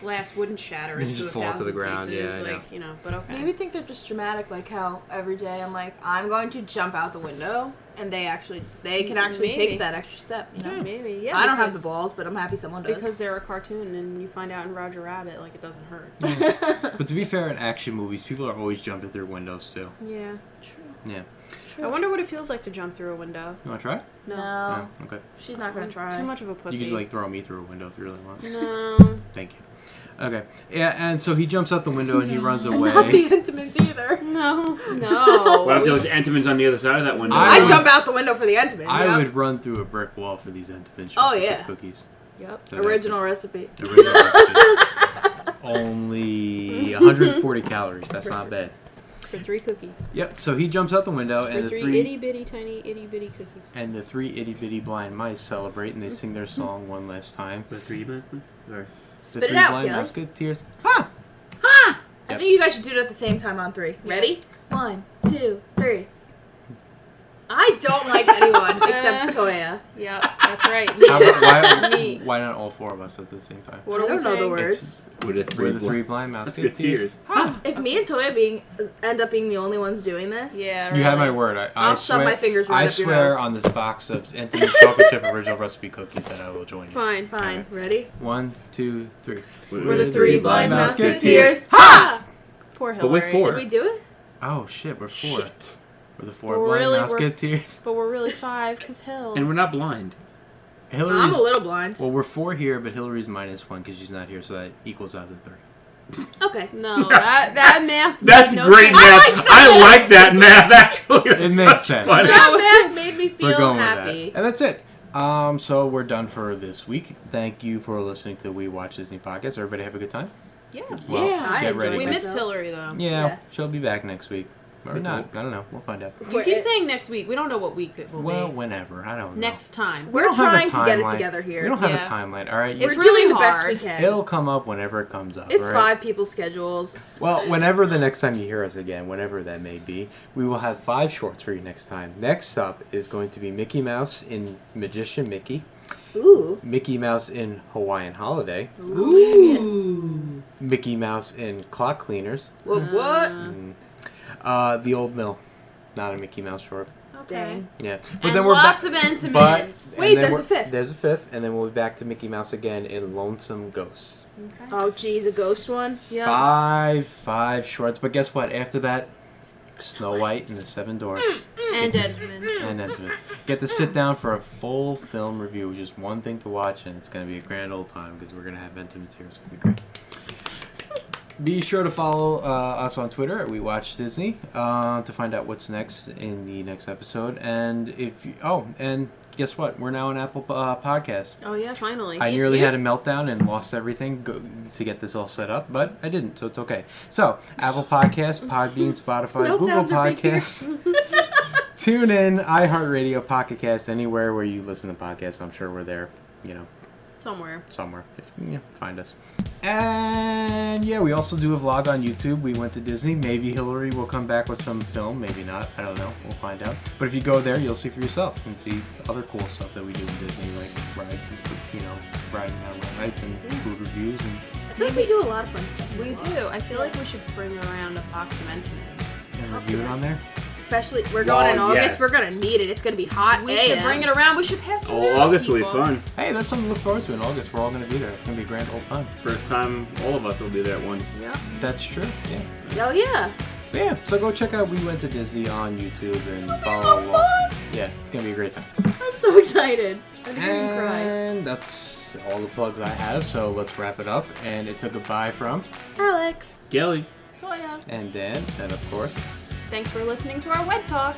Speaker 2: glass wouldn't shatter
Speaker 4: You
Speaker 2: into
Speaker 4: just
Speaker 2: a
Speaker 4: fall to
Speaker 2: thousand
Speaker 4: the ground,
Speaker 2: pieces.
Speaker 4: yeah, I know.
Speaker 2: like you know, but okay.
Speaker 5: Maybe think they're just dramatic, like how every day I'm like, I'm going to jump out the window, and they actually, they can actually
Speaker 2: Maybe.
Speaker 5: take that extra step. You know,
Speaker 2: maybe. Yeah.
Speaker 5: I don't have the
Speaker 2: because-
Speaker 5: balls, but I'm happy someone does.
Speaker 2: because they're a cartoon, and you find out in Roger Rabbit, like it doesn't hurt.
Speaker 4: but to be fair, in action movies, people are always jumping through windows too.
Speaker 2: yeah.
Speaker 4: Yeah,
Speaker 2: I wonder what it feels like to jump through a window.
Speaker 4: you want to try? it?
Speaker 2: No.
Speaker 5: no,
Speaker 4: No? Okay.
Speaker 5: she's not gonna
Speaker 2: I'm
Speaker 5: try.
Speaker 2: Too much of a pussy.
Speaker 4: You could like throw me through a window if you really want.
Speaker 2: no.
Speaker 4: Thank you. Okay. Yeah, and so he jumps out the window
Speaker 2: Mm-hmm.
Speaker 4: and he runs
Speaker 5: Not the
Speaker 4: away.
Speaker 5: Entenmann's either.
Speaker 2: No.
Speaker 5: No,
Speaker 3: What if there was Entenmann's on the other side of that window?
Speaker 4: I
Speaker 5: I
Speaker 4: would-
Speaker 5: jump out the window for the Entenmann's.
Speaker 4: I
Speaker 5: yep.
Speaker 4: would run through a brick wall for these Entenmann's
Speaker 5: Oh,
Speaker 4: chocolate chip
Speaker 5: yeah.
Speaker 4: cookies.
Speaker 2: Yep.
Speaker 4: So that-
Speaker 5: Original recipe.
Speaker 4: original recipe. Only 140 calories. That's not bad.
Speaker 2: For three cookies.
Speaker 4: Yep. So he jumps out the window
Speaker 2: For
Speaker 4: and the
Speaker 2: three,
Speaker 4: three
Speaker 2: itty bitty tiny itty bitty cookies. Mm-hmm.
Speaker 4: and the three itty bitty blind mice celebrate and they sing their song one last time.
Speaker 3: The three announcements? Sorry.
Speaker 4: the
Speaker 5: Spit
Speaker 4: three
Speaker 5: it out,
Speaker 4: blind
Speaker 5: Kelly.
Speaker 4: mice tears. Ha!
Speaker 5: I
Speaker 4: Yep.
Speaker 5: think you guys should do it at the same time on three. Ready? One, two, three. I don't like anyone except Toya.
Speaker 2: Yep, that's right.
Speaker 4: How about- why,
Speaker 2: Me.
Speaker 4: why not all four of us at the same time?
Speaker 5: What
Speaker 7: I
Speaker 5: are we
Speaker 7: don't know the
Speaker 5: saying?
Speaker 7: words.
Speaker 4: It's
Speaker 3: With a
Speaker 4: we're
Speaker 3: three,
Speaker 4: the three blind mouths.
Speaker 3: musketeers.
Speaker 5: If me and Toya being end up being the only ones doing this,
Speaker 2: Yeah,
Speaker 4: You have my
Speaker 2: really.
Speaker 4: word. I, I
Speaker 5: I'll
Speaker 4: swear,
Speaker 5: shove my fingers
Speaker 4: I
Speaker 5: right up your
Speaker 4: swear
Speaker 5: nose.
Speaker 4: on this box of Anthony's chocolate chip original recipe cookies that I will join you.
Speaker 5: Fine, fine. Ready?
Speaker 4: One, two, three.
Speaker 3: We're,
Speaker 2: the three blind
Speaker 5: Musketeers. Ha!
Speaker 2: Poor
Speaker 3: But with
Speaker 2: Hillary.
Speaker 3: four.
Speaker 5: Did we do it?
Speaker 4: Oh shit, we're four.
Speaker 5: Shit.
Speaker 4: We're the 4
Speaker 2: We're
Speaker 4: blind
Speaker 2: really- we're-
Speaker 4: musketeers.
Speaker 2: But we're really five because Hills.
Speaker 3: And we're not blind.
Speaker 4: Hillary's
Speaker 5: I'm a little blind.
Speaker 4: well, we're four here, but Hillary's minus one because she's not here, so that equals out to three.
Speaker 5: Okay.
Speaker 2: No, that, that math.
Speaker 3: That's
Speaker 2: made no
Speaker 3: great
Speaker 2: sense.
Speaker 3: math. I like that math actually.
Speaker 4: It makes
Speaker 3: That's
Speaker 4: sense.
Speaker 3: funny.
Speaker 5: That math made me feel
Speaker 4: we're going
Speaker 5: happy.
Speaker 4: with that, and that's it. Um, so we're done for this week. Thank you for listening to the We Watch Disney podcast. Everybody have a good time.
Speaker 2: Yeah.
Speaker 4: Well,
Speaker 5: Yeah, I
Speaker 4: get
Speaker 5: enjoyed
Speaker 4: ready.
Speaker 2: We
Speaker 5: myself.
Speaker 2: missed Hillary though.
Speaker 4: Yeah,
Speaker 5: Yes.
Speaker 4: she'll be back next week. Or
Speaker 3: Mhm.
Speaker 4: not. I don't know. We'll find out.
Speaker 2: You keep saying next week. We don't know what week it will
Speaker 4: Well,
Speaker 2: be.
Speaker 4: whenever. I don't
Speaker 2: Next time.
Speaker 4: know. We
Speaker 5: We're
Speaker 4: don't have a
Speaker 5: trying to get it
Speaker 4: timeline.
Speaker 5: together here.
Speaker 4: We don't have
Speaker 2: Yeah.
Speaker 4: a timeline. All right.
Speaker 2: It's
Speaker 5: We're
Speaker 4: You-
Speaker 2: really
Speaker 5: doing the best we
Speaker 2: hard.
Speaker 5: can.
Speaker 4: It'll come up whenever it comes up.
Speaker 5: it's
Speaker 4: all right?
Speaker 5: five people's schedules.
Speaker 4: Well, whenever the next time you hear us again, whenever that may be, we will have five shorts for you next time. Next up is going to be Mickey Mouse in Magician Mickey,
Speaker 5: Ooh.
Speaker 4: Mickey Mouse in Hawaiian Holiday, Mickey Mouse in Clock Cleaners,
Speaker 5: What?
Speaker 2: Mm.
Speaker 5: What?
Speaker 4: uh, The Old Mill. Not a Mickey Mouse short.
Speaker 5: Dang.
Speaker 4: Yeah. But
Speaker 2: and
Speaker 4: then we're back.
Speaker 2: lots of intimates.
Speaker 4: and
Speaker 5: Wait,
Speaker 4: then
Speaker 5: there's
Speaker 4: we're-
Speaker 5: a fifth.
Speaker 4: There's a fifth, and then we'll be back to Mickey Mouse again in Lonesome Ghosts.
Speaker 5: Oh, geez, a ghost one.
Speaker 2: Yeah.
Speaker 4: Five, five shorts. But guess what? After that, Snow White and the Seven Dwarfs
Speaker 2: and Edmonds.
Speaker 4: and Edmonds get to sit down for a full film review, which is one thing to watch, and it's going to be a grand old time because we're going to have Edmonds here. It's going to be great. Be sure to follow uh, us on Twitter at We Watch Disney uh, to find out what's next in the next episode. And if you, oh, and guess what? We're now on Apple uh, Podcast.
Speaker 2: Oh yeah, finally.
Speaker 4: I nearly had a meltdown and lost everything go- to get this all set up, but I didn't, so it's okay. So, Apple Podcasts, Podbean, Spotify, Google
Speaker 2: Meltdowns are big here.
Speaker 4: Podcasts, tune in, iHeartRadio, Pocket Cast, anywhere where you listen to podcasts. I'm sure we're there, you know,
Speaker 2: somewhere.
Speaker 4: somewhere. If you know, find us. And yeah, we also do a vlog on YouTube. We went to Disney. Maybe Hillary will come back with some film. Maybe not. I don't know. We'll find out. But if you go there, you'll see for yourself and see other cool stuff that we do in Disney, like ride, you know, riding on rides and food reviews. And
Speaker 5: I feel like we do a lot of fun stuff.
Speaker 2: We do. I feel like we should bring around a box of intimates.
Speaker 4: and review it on there.
Speaker 5: Especially, we're going in
Speaker 3: Oh,
Speaker 5: August.
Speaker 3: yes.
Speaker 5: We're gonna need it. It's gonna be hot.
Speaker 2: We should bring it around. We should pass it
Speaker 3: Oh,
Speaker 2: around.
Speaker 3: August will be
Speaker 2: people.
Speaker 3: fun.
Speaker 4: Hey, that's something to look forward to in August. We're all going to be there. It's going to be a grand old time.
Speaker 3: First time all of us will be there at once.
Speaker 4: That's true. Yeah.
Speaker 5: Oh yeah.
Speaker 4: But yeah. So go check out We Went to Disney on YouTube and follow along. Yeah, it's going to be a great time.
Speaker 5: I'm so excited. I'm gonna cry.
Speaker 4: And that's all the plugs I have, so let's wrap it up. And it's a goodbye from
Speaker 5: Alex.
Speaker 3: Gelly.
Speaker 2: Toya.
Speaker 4: and Dan, and of course,
Speaker 2: Thanks for listening to our web talk.